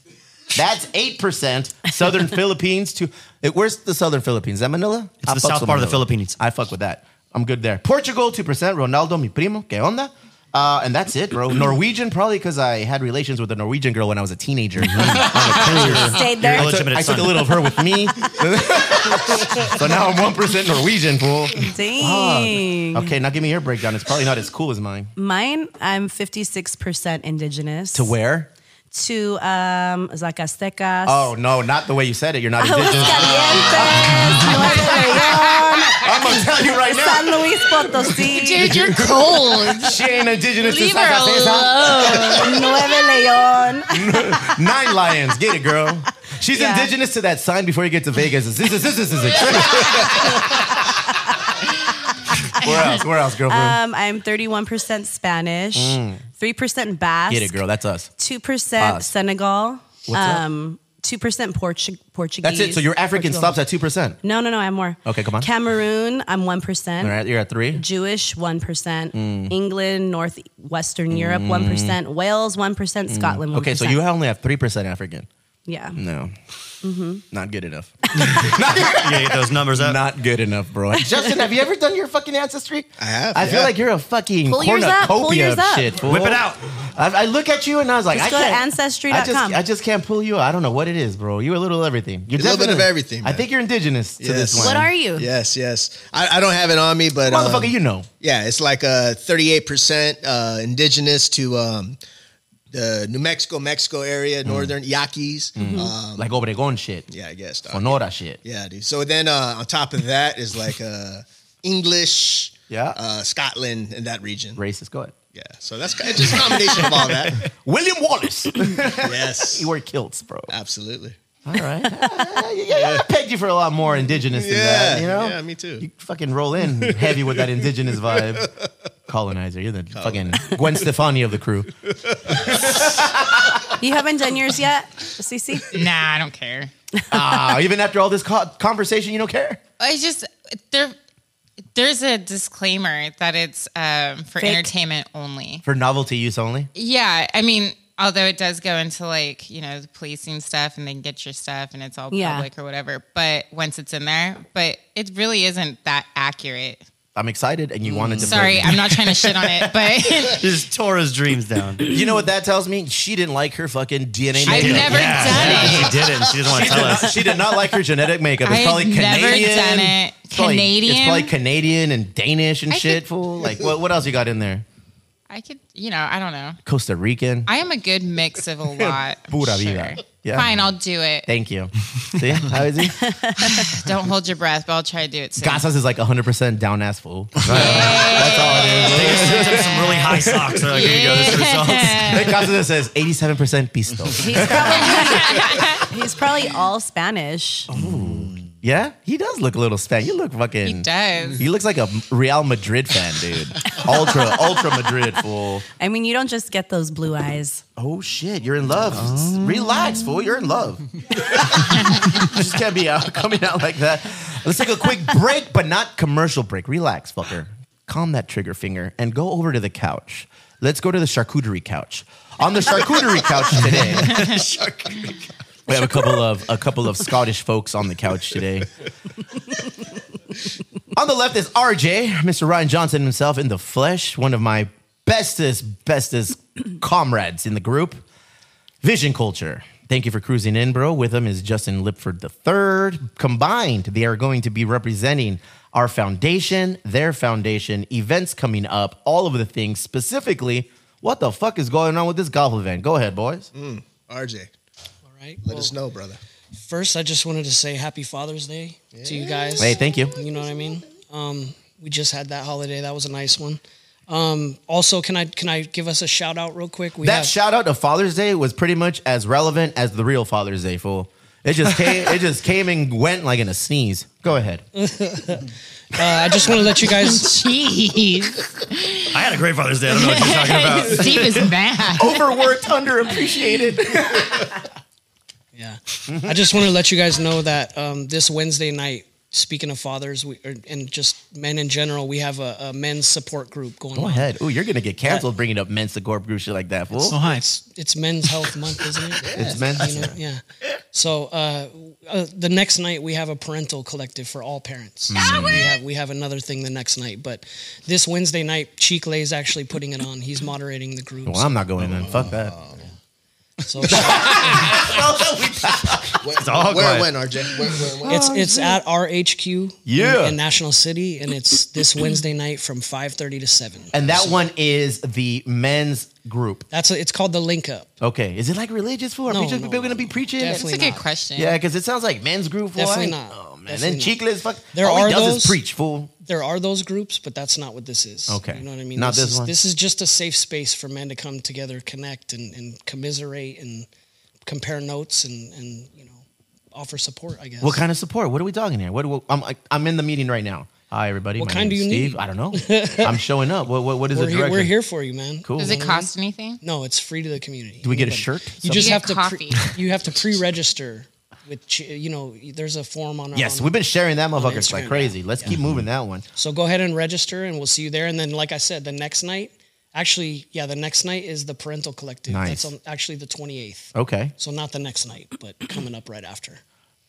S3: That's 8%. Southern Philippines to eh, Where's the Southern Philippines? Is that Manila?
S4: It's the
S3: fucks
S4: south
S3: with
S4: part of the
S3: Manila.
S4: Philippines.
S3: I fuck with that. I'm good there. Portugal, 2%. Ronaldo, mi primo. Que onda? Uh, and that's it, bro. Norwegian, probably because I had relations with a Norwegian girl when I was a teenager.
S6: Stayed there.
S3: I took, I took a little of her with me. so now I'm 1% Norwegian, fool.
S6: Dang.
S3: Okay, now give me your breakdown. It's probably not as cool as mine.
S6: Mine, I'm 56% indigenous.
S3: To where?
S6: To um, Zacatecas.
S3: Oh, no, not the way you said it. You're not indigenous.
S6: Aguascalientes, Nuevo León,
S3: I'm going to tell you right now.
S6: San Luis Potosí,
S7: Dude, you're cold.
S3: She ain't indigenous to
S7: Leave her
S3: Zacatecas.
S7: alone.
S6: Nuevo León.
S3: Nine lions. Get it, girl. She's
S6: Yeah.
S3: indigenous to that sign before you get to Vegas. This is this is this is. Where else? Where else, girl?
S6: Um, I'm 31% Spanish, 3% Basque,
S3: Mm. Get it, girl. That's us.
S6: 2%
S3: Basque.
S6: Senegal,
S3: up?
S6: um, 2% Portu- Portuguese.
S3: That's it. So your African
S6: Portugal.
S3: stops at two percent.
S6: No, no, no, I'm more.
S3: Okay, come on.
S6: Cameroon, I'm 1%.
S3: All right, you're at three. Mm.
S6: Jewish, 1%. England, Northwestern Europe, 1%. Wales, 1%. Scotland, 1%.
S3: Mm. Okay, so you only have three percent African.
S6: Yeah.
S3: No, mm-hmm. not good enough.
S4: You gotta get those numbers up.
S3: not good enough, bro. Justin, have you ever done your fucking ancestry?
S9: I have,
S3: I feel
S9: yeah.
S3: like you're a fucking
S6: Pull yours up, pull
S3: cornucopia
S6: yours
S3: of
S6: up.
S3: shit. fool.
S4: Whip it out.
S3: I, I look at you and I was like,
S6: Just
S3: I
S6: go to
S3: can't. I just,
S6: Ancestry.com.
S3: I just can't pull you. out. I don't know what it is, bro. You're a little everything. You're
S9: A little bit
S3: definitely-
S9: of everything,
S3: I
S9: man.
S3: think you're indigenous to this
S9: Yes.
S3: one.
S6: What are you?
S9: Yes, yes. I, I don't have it on me, but um,
S3: Motherfucker, you know.
S9: Yeah, it's like uh, 38% uh, indigenous to um, the New Mexico, Mexico
S3: Mm.
S9: area, northern Yaquis.
S3: Mm-hmm.
S9: Um,
S3: Like Obregon shit.
S9: yeah, I guess. dog.
S3: Sonora shit.
S9: Yeah, dude. So then uh, on top of that is like uh, English,
S3: Yeah.
S9: uh, Scotland, and that region.
S3: Racist. Go ahead.
S9: Yeah. So that's it's just a combination of all that.
S3: William Wallace.
S9: Yes.
S3: you wear kilts, bro.
S9: Absolutely.
S3: All right. Yeah, yeah, yeah. I pegged you for a lot more indigenous than
S9: Yeah.
S3: that, you know?
S9: Yeah, me too.
S3: You fucking roll in heavy with that indigenous vibe. Colonizer. You're the fucking Gwen Stefani of the crew.
S6: You haven't done yours yet, Cece?
S7: Nah, I don't care.
S3: Ah, even after all this co- conversation, you don't care?
S7: I just there. There's a disclaimer that it's um, for
S6: Fake.
S7: entertainment only.
S3: For novelty use only?
S7: Yeah, I mean, although it does go into like you know the policing stuff, and they get your stuff, and it's all
S6: Yeah.
S7: public or whatever. But once it's in there, but it really isn't that accurate.
S3: I'm excited and you wanted to play
S7: Sorry,
S3: me.
S7: I'm not trying to shit on it, but
S4: Just tore his dreams down. She
S3: You know what that tells me? She didn't like her fucking DNA
S7: I've
S3: makeup.
S7: never done it.
S4: didn't. She doesn't want to tell us.
S3: she did not like her genetic makeup. It's
S7: I've
S3: probably
S7: never
S3: Canadian.
S7: done it.
S3: It's probably- It's
S7: Canadian?
S3: probably Canadian and Danish and
S7: I
S3: shit,
S7: could-
S3: fool. Like, what, what else you got in there?
S7: I could, you know, I don't know.
S3: Costa Rican.
S7: I am a good mix of a lot. I'm
S3: Pura
S7: sure.
S3: vida. Yeah.
S7: Fine, I'll do it.
S3: Thank you. See, how is he?
S7: Don't hold your breath, but I'll try to do it soon.
S3: Casas is like 100% down ass fool. That's all it is.
S4: Some really high socks. They're like, here you go. This is your results.
S3: Nick Casas says 87% pisto.
S6: He's probably, he's probably all Spanish.
S3: Yeah, he does look a little Spanish. You look fucking.
S7: He does.
S3: He looks like a Real Madrid fan, dude. ultra, ultra Madrid fool.
S6: I mean, you don't just get those blue eyes.
S3: Oh shit, you're in love. Relax, fool. You're in love. you just can't be out coming out like that. Let's take a quick break, but not commercial break. Relax, fucker. Calm that trigger finger and go over to the couch. Let's go to the charcuterie couch. On the charcuterie couch today. We have a couple of a couple of Scottish folks on the couch today. on the left is RJ, Mr. Ryan Johnson himself in the flesh, one of my bestest, bestest comrades in the group. Vision Culture. Thank you for cruising in, bro. With him is Justin Lipford III. Combined, they are going to be representing our foundation, their foundation, events coming up, all of the things specifically. What the fuck is going on with this golf event? Go ahead, boys.
S9: RJ,
S10: All right.
S9: Mm. let
S10: well,
S9: us know, brother.
S10: First, I just wanted to say Happy Father's Day to you guys.
S3: Hey, thank you.
S10: You know what I mean? Um, we just had that holiday. That was a nice one. Um, also, can I can I give us a shout out real quick? We
S3: That
S10: have,
S3: shout out to Father's Day was pretty much as relevant as the real Father's Day, fool. It just came, it just came and went like in a sneeze. Go ahead.
S10: Uh, I just want to let you guys.
S7: Jeez,
S4: I had a great Father's Day. I don't know what you're talking about.
S7: Steve is mad.
S3: Overworked, underappreciated.
S10: Yeah, I just want to let you guys know that um, this Wednesday night. Speaking of fathers, we or, and just men in general, we have a, a men's support group going
S3: Go
S10: on.
S3: ahead. Ooh, you're gonna get canceled bringing up men's support group shit like that, fool.
S10: Oh, hi. It's, it's Men's Health Month, isn't it?
S3: It's men's.
S10: You know, yeah. So uh, uh, the next night we have a parental collective for all parents.
S3: Hmm.
S10: So we have we have another thing the next night, but this Wednesday night, Cheek Lay is actually putting it on. He's moderating the group.
S3: Well, I'm not going in. Fuck that.
S10: so so
S9: Where,
S4: all
S9: where
S4: quiet.
S9: when, RJ? Where, where, where?
S10: it's it's at our HQ in-
S3: Oh, Yeah.
S10: in, National City, and it's this Wednesday night from 5:30 to 7.
S3: And that one is the men's group.
S10: That's a, it's called the Link Up.
S3: Okay. Is it like religious fool? Are
S10: No,
S3: we just
S10: no,
S3: people
S10: no.
S3: gonna be preaching?
S10: Definitely
S7: That's a good
S10: not.
S7: question.
S3: Yeah, because it sounds like men's group. Fool.
S10: Definitely
S3: I-
S10: not.
S3: Oh man.
S10: Definitely
S3: and cheekless fuck.
S10: There
S3: all
S10: are
S3: he does is
S10: those-
S3: preach, fool.
S10: there are those groups, but that's not what this is.
S3: Okay.
S10: You know what I mean?
S3: Not this
S10: is,
S3: one?
S10: This is just a safe space for men to come together, connect, and, and commiserate and compare notes and, and, you know, offer support, I guess.
S3: What kind of support? What are we talking here? What, what I'm I- I'm in the meeting right now. Hi everybody.
S10: What
S3: My
S10: kind
S3: name's
S10: do you
S3: Steve.
S10: need?
S3: I don't know. I'm showing up. What what, what is
S10: we're,
S3: the
S10: here,
S3: direction?
S10: we're here for you, man.
S3: Cool.
S7: Does it cost anything?
S10: No, it's free to the community.
S3: Do we get a
S10: Anybody.
S3: shirt?
S10: You
S3: Something?
S10: just
S7: You
S10: have
S7: get
S10: to pre-
S7: coffee.
S10: you have to pre-register with ch- you know, there's a form on
S3: Yes,
S10: on-
S3: we've been sharing that motherfucker
S10: Instagram,
S3: like
S10: Oh, yeah. Mm-hmm.
S3: crazy. Let's keep moving that one.
S10: So go ahead and register, and we'll see you there. And then, like I said, the next night, actually, yeah, the next night is the parental collective.
S3: Nice.
S10: That's on, actually the 28th.
S3: Okay.
S10: So not the next night, but coming up right after.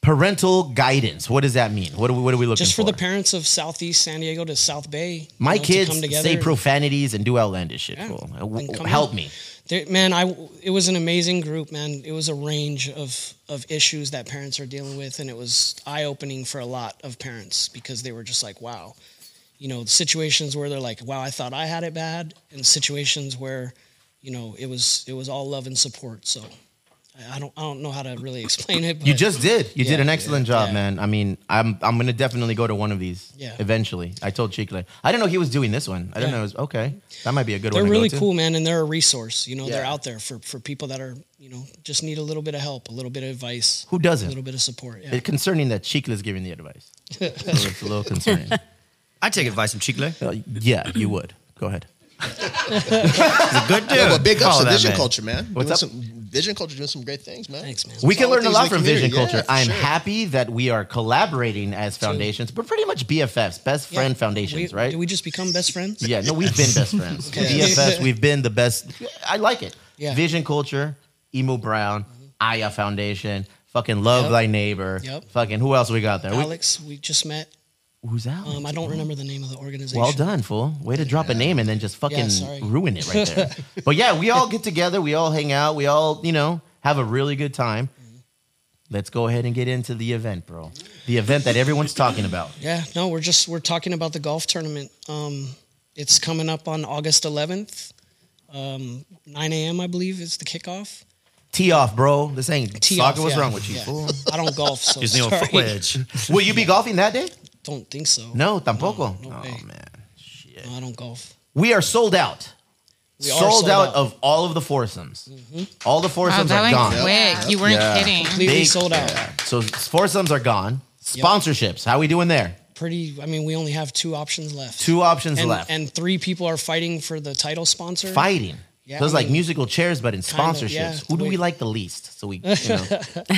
S3: Parental guidance. What does that mean? What are we, what are we looking
S10: Just for
S3: for
S10: the parents of Southeast San Diego to South Bay.
S3: My
S10: you know, to
S3: kids
S10: come together
S3: say
S10: and-
S3: profanities and do outlandish shit.
S10: Yeah.
S3: fool.
S10: And
S3: Uh, W-
S10: come
S3: Help
S10: out.
S3: me.
S10: There- man, I it was an amazing group, man. It was a range of of issues that parents are dealing with, and it was eye opening for a lot of parents because they were just like, wow, you know, situations where they're like, wow, I thought I had it bad, and situations where, you know, it was it was all love and support. So, I- I don't I don't know how to really explain it. But
S3: You just did. You did
S10: Yeah,
S3: an excellent
S10: yeah,
S3: job,
S10: yeah.
S3: man. I mean, I'm I'm gonna definitely go to one of these.
S10: Yeah.
S3: Eventually, I told Chicle. I didn't know he was doing this one. I didn't
S10: Yeah.
S3: know. It was, okay, that might be a good
S10: they're
S3: one.
S10: really
S3: to go to.
S10: cool, man, and they're a resource. You know, they're
S3: Yeah.
S10: out there for for people that are you know just need a little bit of help, a little bit of advice,
S3: Who
S10: a
S3: doesn't?
S10: little bit of support. Yeah.
S3: It's concerning that Chicle is giving the advice. So it's a little concerning.
S4: I take advice from Chicle. He's
S3: Uh, yeah, you would. Go ahead.
S4: a good dude.
S9: Yo, but big ups
S4: Follow
S9: to
S4: that
S9: vision
S4: man.
S9: culture, man.
S3: What's up?
S9: Doing some
S8: Vision Culture doing some great things, man.
S10: Thanks, man.
S3: We can
S8: Solid
S3: learn a
S8: things
S3: lot
S8: in the
S3: from Vision
S8: community, yeah,
S3: Culture.
S8: for
S3: I'm
S8: sure.
S3: happy that we are collaborating as foundations, but pretty much BFFs, best
S10: Yeah.
S3: friend foundations,
S10: We-
S3: right?
S10: Did we just become best friends?
S3: yeah, no, we've been best friends.
S10: Okay.
S3: BFFs, we've been the best. I like it.
S10: Yeah. Mm-hmm.
S3: Vision Culture, Emo Brown, Aya Foundation, fucking Love
S10: Yep.
S3: Thy Neighbor,
S10: Yep.
S3: fucking who else we got there? We-
S10: Alex, we just met.
S3: who's out?
S10: Um, I don't remember the name of the organization.
S3: Well done, fool. Way to drop a name and then just fucking
S10: sorry.
S3: ruin it right there. but yeah, we all get together, we all hang out, we all, you know, have a really good time.
S10: Mm-hmm.
S3: Let's go ahead and get into the event, bro. The event that everyone's talking about.
S10: Yeah, no, we're just we're talking about the golf tournament. Um, it's coming up on August 11th, um, 9 a.m. I believe is the kickoff.
S3: Tee off, bro. This ain't
S10: Tee
S3: soccer.
S10: off,
S3: What's
S10: yeah,
S3: wrong with you,
S10: yeah.
S3: fool?
S10: I don't golf, so
S4: He's Neil
S10: sorry.
S4: Fledge.
S3: Will you be golfing that day?
S10: Don't think so.
S3: No, tampoco.
S10: No, no way.
S3: oh, man.
S10: No, I don't golf.
S3: We are sold out.
S10: We are
S3: sold,
S10: sold
S3: out,
S10: out. Mm-hmm.
S3: of all of the foursomes. All the
S7: Wow,
S3: foursomes
S7: that
S3: are
S7: went
S3: gone.
S7: quick. You weren't
S5: Yeah.
S7: kidding.
S10: Completely
S3: Big-
S10: sold out.
S3: So foursomes are gone. Sponsorships. How we doing there?
S10: Pretty. I mean, we only have two options left.
S3: Two options
S10: and,
S3: left.
S10: and three people are fighting for the title sponsor.
S3: fighting.
S10: Yeah,
S3: so it's
S10: I
S3: like
S10: mean-
S3: musical chairs, but in
S10: Kinda,
S3: sponsorships.
S10: yeah.
S3: Who do we
S10: Wait.
S3: like the least? So we, you know,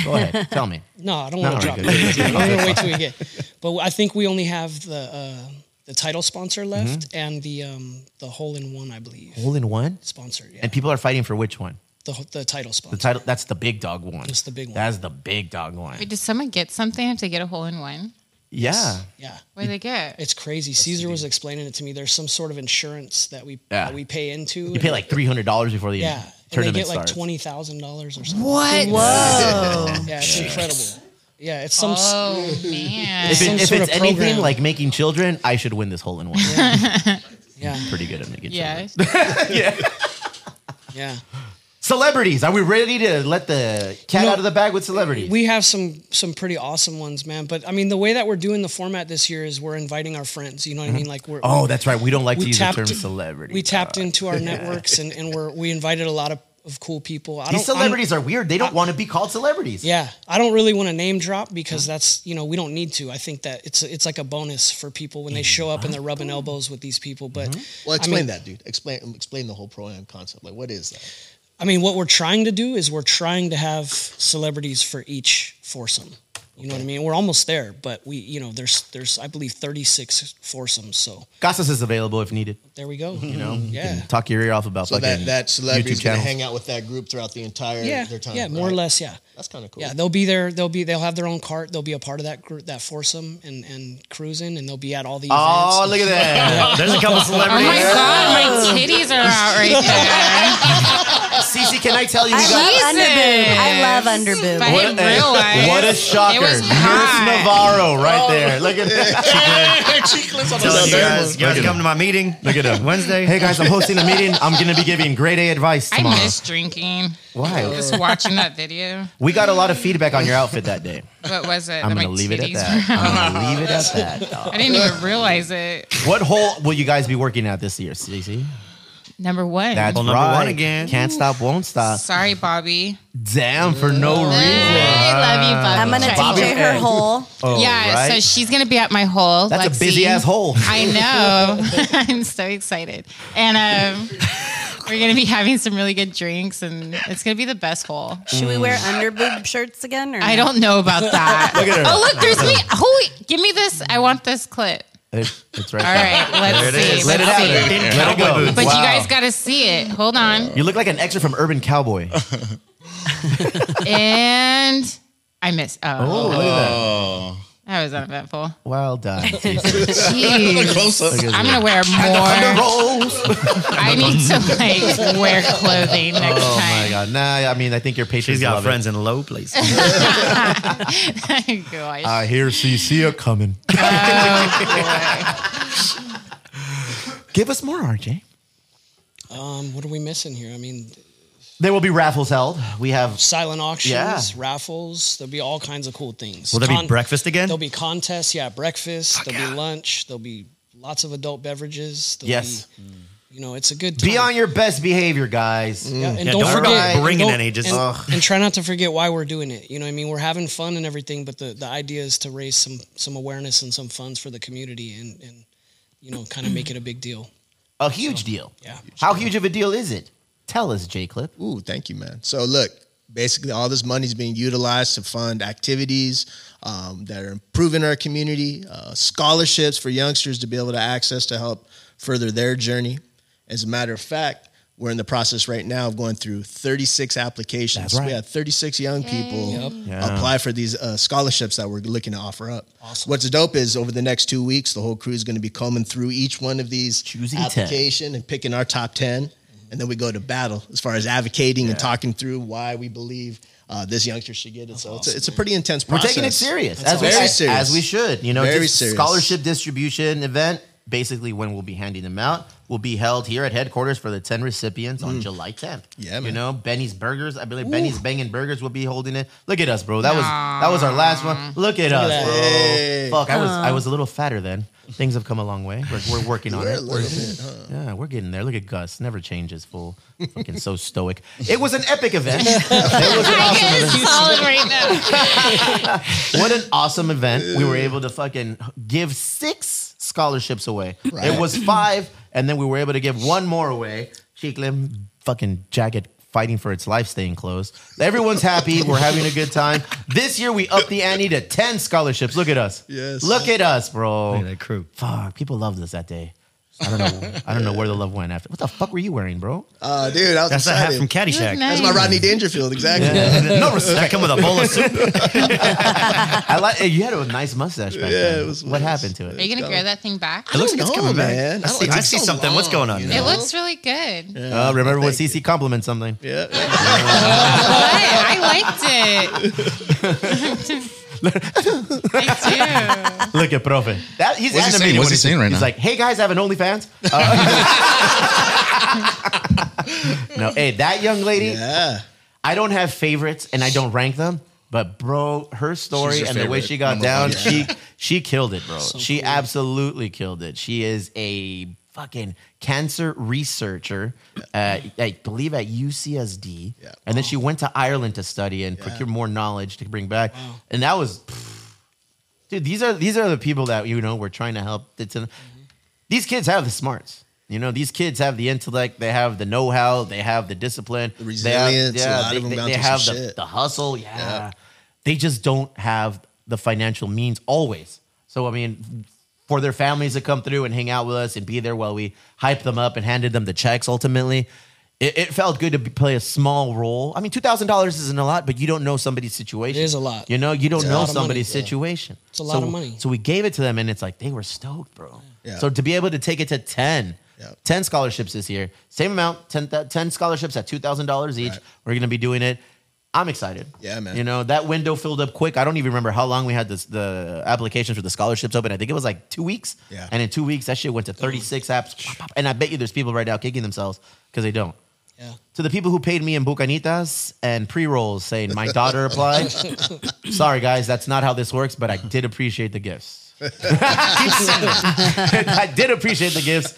S3: go ahead, tell me.
S10: No, I don't
S3: No,
S10: want to
S3: all
S10: drop.
S3: right,
S10: it.
S3: good.
S10: I'm gonna wait till we get. But I think we only have the uh, the title sponsor left
S3: Mm-hmm.
S10: and the um, the hole in one, I believe.
S3: Hole in one,
S10: sponsor. Yeah.
S3: and people are fighting for which one?
S10: the the title
S3: The
S10: sponsor.
S3: title. That's the big dog one.
S10: That's the big one.
S3: That's the big dog one.
S7: Wait, does someone get something if they get a hole in one?
S3: Yeah.
S10: yeah.
S7: What do they get?
S10: It's crazy. Caesar was explaining it to me. There's some sort of insurance that we
S3: Yeah.
S10: that we pay into.
S3: You pay like three hundred dollars before the
S10: yeah, and they
S3: tournament
S10: get like
S3: starts.
S10: twenty thousand dollars or something.
S7: What?
S6: Whoa.
S10: Yeah, it's incredible. Yeah, it's some. s-
S7: Oh man.
S3: if it-
S10: some
S3: if
S10: sort
S3: it's
S10: of
S3: anything
S10: program.
S3: like making children, I should win this hole in one.
S10: Yeah,
S3: Pretty good at making children.
S7: Yeah.
S10: yeah.
S3: Celebrities, are we ready to let the cat
S10: No.
S3: out of the bag with celebrities?
S10: We have some some pretty awesome ones, man. But I mean, the way that we're doing the format this year is we're inviting our friends. You know what I mean? Like we're
S3: oh, that's right. We don't like to
S10: we
S3: use the
S10: tapped-
S3: term celebrity.
S10: we tapped into our networks and, and we're we invited a lot of, of cool people. I
S3: These
S10: don't- I'm-
S3: celebrities are weird. They don't want to be called celebrities.
S10: Yeah, I don't really want to name drop because
S3: Mm-hmm.
S10: that's you know we don't need to. I think that it's it's like a bonus for people
S3: Mm-hmm.
S10: when they show
S3: Uh-huh.
S10: up and they're rubbing elbows with these people. But
S8: Well,
S10: I mean-
S8: explain that, dude. Explain explain the whole pro am concept. Like, what is that?
S10: I mean, what we're trying to do is we're trying to have celebrities for each foursome. You know what I mean? We're almost there, but we you know there's there's I believe 36 foursomes. So
S3: Gossas is available if needed.
S10: there we go. You know,
S3: You
S10: yeah.
S3: can talk your ear off about
S8: So that
S3: fucking
S8: that celebrity's
S3: YouTube
S8: gonna
S3: channels.
S8: hang out with that group throughout the entire
S10: Yeah,
S8: their time.
S10: yeah, more or
S8: right?
S10: less, yeah.
S8: That's kind of cool.
S10: Yeah, they'll be there. They'll be. They'll have their own cart. They'll be a part of that group, that foursome, and and cruising, and they'll be at all the
S3: Oh,
S10: events.
S3: look at that!
S4: There's a couple
S7: Oh
S4: celebrities.
S7: my god, my titties are out right there.
S3: Cece, can I tell you? We
S6: I
S3: got,
S6: love underboob. I love underboob.
S7: If I didn't
S3: Hey,
S7: realize.
S3: what a shocker!
S7: It was
S3: Nurse Navarro right there. Look at that.
S8: Cheekless on
S4: Telling you guys, you guys
S3: Look at
S4: come to my meeting. Look at him. Wednesday.
S3: hey guys, I'm hosting a meeting. I'm gonna be giving grade A advice
S7: I
S3: tomorrow.
S7: miss drinking.
S3: Why?
S7: Just watching that video.
S3: We got a lot of feedback on your outfit that day.
S7: What was it?
S3: I'm
S7: That
S3: gonna
S7: my
S3: leave it at
S7: titties
S3: that.
S7: were out.
S3: I'm gonna leave it at that. dog.
S7: I didn't even realize it.
S3: What hole will you guys be working at this year, Cece?
S7: Number one.
S3: That's
S4: Hole number
S3: right.
S4: one again.
S3: Can't stop, won't stop.
S7: Sorry, Bobby.
S3: Damn for no reason.
S7: I love you, Bobby.
S6: I'm gonna
S3: Bobby
S6: DJ her
S3: Egg.
S6: hole.
S3: Oh,
S7: yeah, so
S3: right?
S7: she's gonna be at my hole.
S3: That's
S7: Lexi.
S3: a busy ass hole.
S7: I know. I'm so excited, and um, we're gonna be having some really good drinks, and it's gonna be the best hole.
S6: Should we wear underboob shirts again? Or
S7: I don't know about that.
S3: Look at her.
S7: Oh, look, there's me. Holy, give me this. I want this clip.
S3: It's, it's right
S7: All
S3: there.
S7: right, let's see.
S4: is.
S7: Let's
S3: Let it out
S7: see.
S3: there. Let it go.
S7: But
S3: Wow.
S7: you guys gotta see it. Hold on.
S3: You look like an extra from Urban Cowboy. Oh
S7: and I missed.
S3: Oh,
S7: Oh,
S3: look at that.
S5: Oh,
S7: that was uneventful.
S3: Well done.
S7: Jeez.
S5: close up.
S7: I'm gonna wear more. I need to like wear clothing next
S3: Oh my
S7: time.
S3: god. Nah, I mean, I think your patrons
S4: She's got
S3: love
S4: friends in low places.
S7: Gosh.
S3: It. I hear CC are
S7: Oh.
S3: coming. Give us more, RJ.
S10: Um, what are we missing here? I mean,
S3: There will be raffles held. We have
S10: silent auctions,
S3: Yeah.
S10: raffles. There'll be all kinds of cool things.
S4: Will there be
S10: Con-
S4: breakfast again?
S10: There'll be contests. Yeah, breakfast. there'll be lunch. There'll be lots of adult beverages. There'll
S3: Yes.
S10: Be, you know, it's a good time.
S3: be on your best behavior, guys.
S10: Yeah, and
S4: Yeah,
S10: don't,
S4: don't
S10: forget
S4: forget bringing
S10: and don't-
S4: any, just-
S10: and,
S4: Ugh.
S10: and try not to forget why we're doing it. You know, what I mean, we're having fun and everything, but the, the idea is to raise some some awareness and some funds for the community and and you know, kind of make it a big deal.
S3: A huge deal.
S10: Yeah.
S3: How huge of a deal is it? Tell us, J Clip.
S8: Ooh, thank you, man. So look,
S9: Basically, all this money is being utilized to fund activities um, that are improving our community, uh, scholarships for youngsters to be able to access to help further their journey. As a matter of fact, we're in the process right now of going through 36 applications.
S3: That's right.
S9: We had 36 young people apply for these uh, scholarships that we're looking to offer up. What's dope is over the next two weeks, the whole crew is going to be combing through each one of these
S3: Choosing 10.
S9: application and picking our top 10. And then we go to battle as far as advocating and talking through why we believe uh, this youngster should get it. So it's, a, it's a pretty intense
S3: We're
S9: process.
S3: taking it serious,
S9: That's
S3: as we,
S9: awesome. Very
S3: as-
S9: serious.
S3: as we should. You know,
S9: Very
S3: just
S9: serious.
S3: scholarship distribution event. Basically, when we'll be handing them out, will be held here at headquarters for the ten recipients on July 10th.
S9: Mm. Yeah,
S3: you
S9: man.
S3: know, Benny's Burgers. I believe Benny's Bangin' Burgers will be holding it. Look at us, bro. That was that was our last one. Look at us,
S10: that.
S3: bro.
S9: Hey.
S3: Fuck, I was I was a little fatter then. Things have come a long way. We're, we're working on
S9: We're
S3: it.
S9: a little bit, huh?
S3: Yeah, we're getting there. Look at Gus. Never changes, fool. Fucking so stoic. It was an epic event. it was an awesome event.
S7: solid right now.
S3: What an awesome event. We were able to fucking give six scholarships away. It was five, and then we were able to give one more away. Cheeklim, fucking jacket fighting for its life, staying closed. Everyone's happy. We're having a good time. This year, we upped the ante to 10 scholarships. Look at us.
S9: Yes.
S3: Look at us, bro.
S4: Look at that crew.
S3: Fuck, people loved us that day. I don't know. I don't know where the love went after. What the fuck were you wearing, bro?
S9: Uh, dude, I was
S4: That's that hat
S7: It
S4: from
S9: excited.
S7: was
S4: Caddyshack.
S7: nice.
S9: That's my Rodney Dangerfield, exactly.
S4: no respect. That come with a bowl of soup.
S3: I like you had a nice mustache back
S9: Yeah,
S3: then.
S9: it was-
S3: what happened to it?
S7: Are you gonna grow that thing back?
S4: It looks like it's
S9: know,
S4: coming back.
S9: man.
S4: I
S9: I don't-
S4: see,
S9: it
S4: I
S9: takes
S4: see
S9: so
S4: something. What's
S9: long,
S4: going on?
S9: you
S4: there?
S7: It looks really good.
S3: Uh, remember when CC complimented something?
S9: Yeah.
S7: I liked it. I do.
S3: Look at Profe. That, he's
S5: What's he
S3: animated
S5: saying?
S3: when
S5: What's he saying right
S3: he's
S5: now?
S3: like, hey guys, I have an OnlyFans. Uh, no, hey, that young lady,
S9: yeah.
S3: I don't have favorites and I don't rank them, but bro, her
S5: She's
S3: story
S5: your
S3: and the way
S5: favorite,
S3: she got
S5: number
S3: down,
S5: one.
S3: she she killed it, bro. she absolutely killed it. She is a fucking cancer researcher, uh, I believe at UCSD,
S9: Yeah.
S3: and then she went to Ireland to study and procure more knowledge to bring back. And that was, dude. These are these are the people that you know we're trying to help. It's an, these kids have the smarts. You know, these kids have the intellect, they have the know-how, they have the discipline, the
S9: resilience, a lot
S3: they,
S9: of them
S3: they-
S9: gone
S3: they
S9: through
S3: have
S9: some
S3: the,
S9: shit.
S3: the hustle. Yeah. they just don't have the financial means always. So I mean, for their families to come through and hang out with us and be there while we hype them up and handed them the checks. Ultimately, it, it felt good to be, play a small role. I mean, two thousand dollars isn't a lot, but you don't know somebody's situation.
S10: It is a lot.
S3: You know, you don't
S10: It's a
S3: know
S10: lot of money,
S3: somebody's
S10: yeah.
S3: situation. It's
S10: a lot
S3: so,
S10: of money.
S3: So we gave it to them, and it's like they were stoked, bro.
S9: Yeah.
S3: So to be able to take it to 10,
S9: Yeah.
S3: 10 scholarships this year, same amount, 10, th- 10 scholarships at $2,000 each.
S9: Right.
S3: We're going to be doing it. I'm excited.
S9: Yeah, man.
S3: You know, that window filled up quick. I don't even remember how long we had this, the applications for the scholarships open. I think it was like two weeks.
S9: Yeah.
S3: And in two weeks, that shit went to 36 apps. Pop, pop. And I bet you there's people right now kicking themselves because they don't.
S10: Yeah.
S3: To the people who paid me in bucanitas and pre rolls saying my daughter applied. Sorry, guys, that's not how this works, but I did appreciate the gifts. I did appreciate the gifts.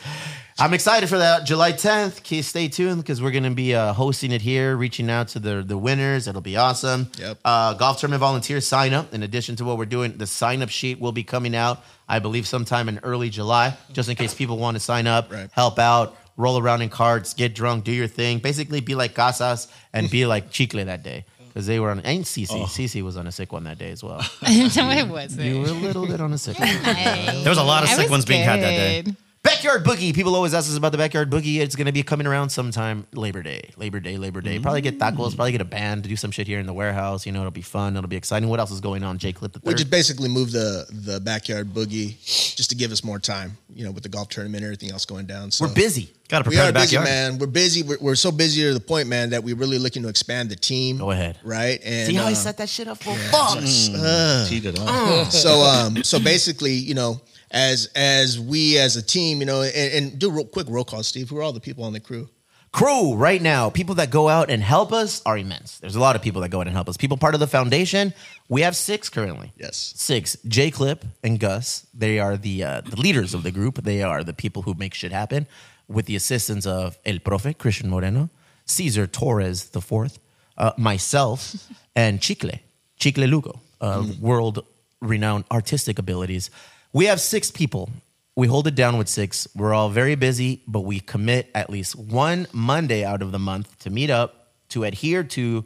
S3: I'm excited for that. July 10th. Keys, stay tuned because we're going to be uh, hosting it here, reaching out to the, the winners. It'll be awesome.
S9: Yep.
S3: Uh, golf tournament volunteers sign up. In addition to what we're doing, the sign up sheet will be coming out, I believe, sometime in early July, just in case people want to sign up,
S9: Right.
S3: help out, roll around in carts, get drunk, do your thing. Basically, be like Casas and be like Chicle that day because they were on, and Cece.
S9: Oh.
S3: Cece was on a sick one that day as well.
S7: no, it wasn't.
S3: you were a little bit on a sick one.
S4: There was a lot of
S7: I
S4: sick
S7: was
S4: ones being had that day.
S7: good.
S3: Backyard Boogie. People always ask us about the Backyard Boogie. It's going to be coming around sometime Labor Day. Labor Day, Labor Day. Probably get
S9: Mm.
S3: tacos, probably get a band to do some shit here in the warehouse. You know, it'll be fun. It'll be exciting. What else is going on, Jake Lip the
S9: We
S3: third?
S9: just basically moved the the backyard boogie just to give us more time, you know, with the golf tournament and everything else going down. So
S3: We're busy.
S4: Got to
S9: We
S4: prepare
S9: are
S4: the
S9: busy,
S4: backyard.
S9: man. We're busy. We're, we're so busy to the point, man, that we're really looking to expand the team.
S3: Go ahead.
S9: Right? And
S3: See how he
S9: um,
S3: set that shit up for fucks?
S5: Teed it up.
S9: so um so basically you know as as we as a team you know and, and do real quick roll call steve who are all the people on the crew
S3: Crew right now, people that go out and help us are immense. There's a lot of people that go out and help us. People part of the foundation. We have six currently.
S9: yes
S3: six J Clip and Gus. They are the uh, the leaders of the group. They are the people who make shit happen, with the assistance of El Profe Christian Moreno, Caesar Torres the fourth, uh, myself, and Chicle Chicle Lugo, uh,
S9: Hmm.
S3: world renowned artistic abilities. We have six people. We hold it down with six. We're all very busy, but we commit at least one Monday out of the month to meet up to adhere to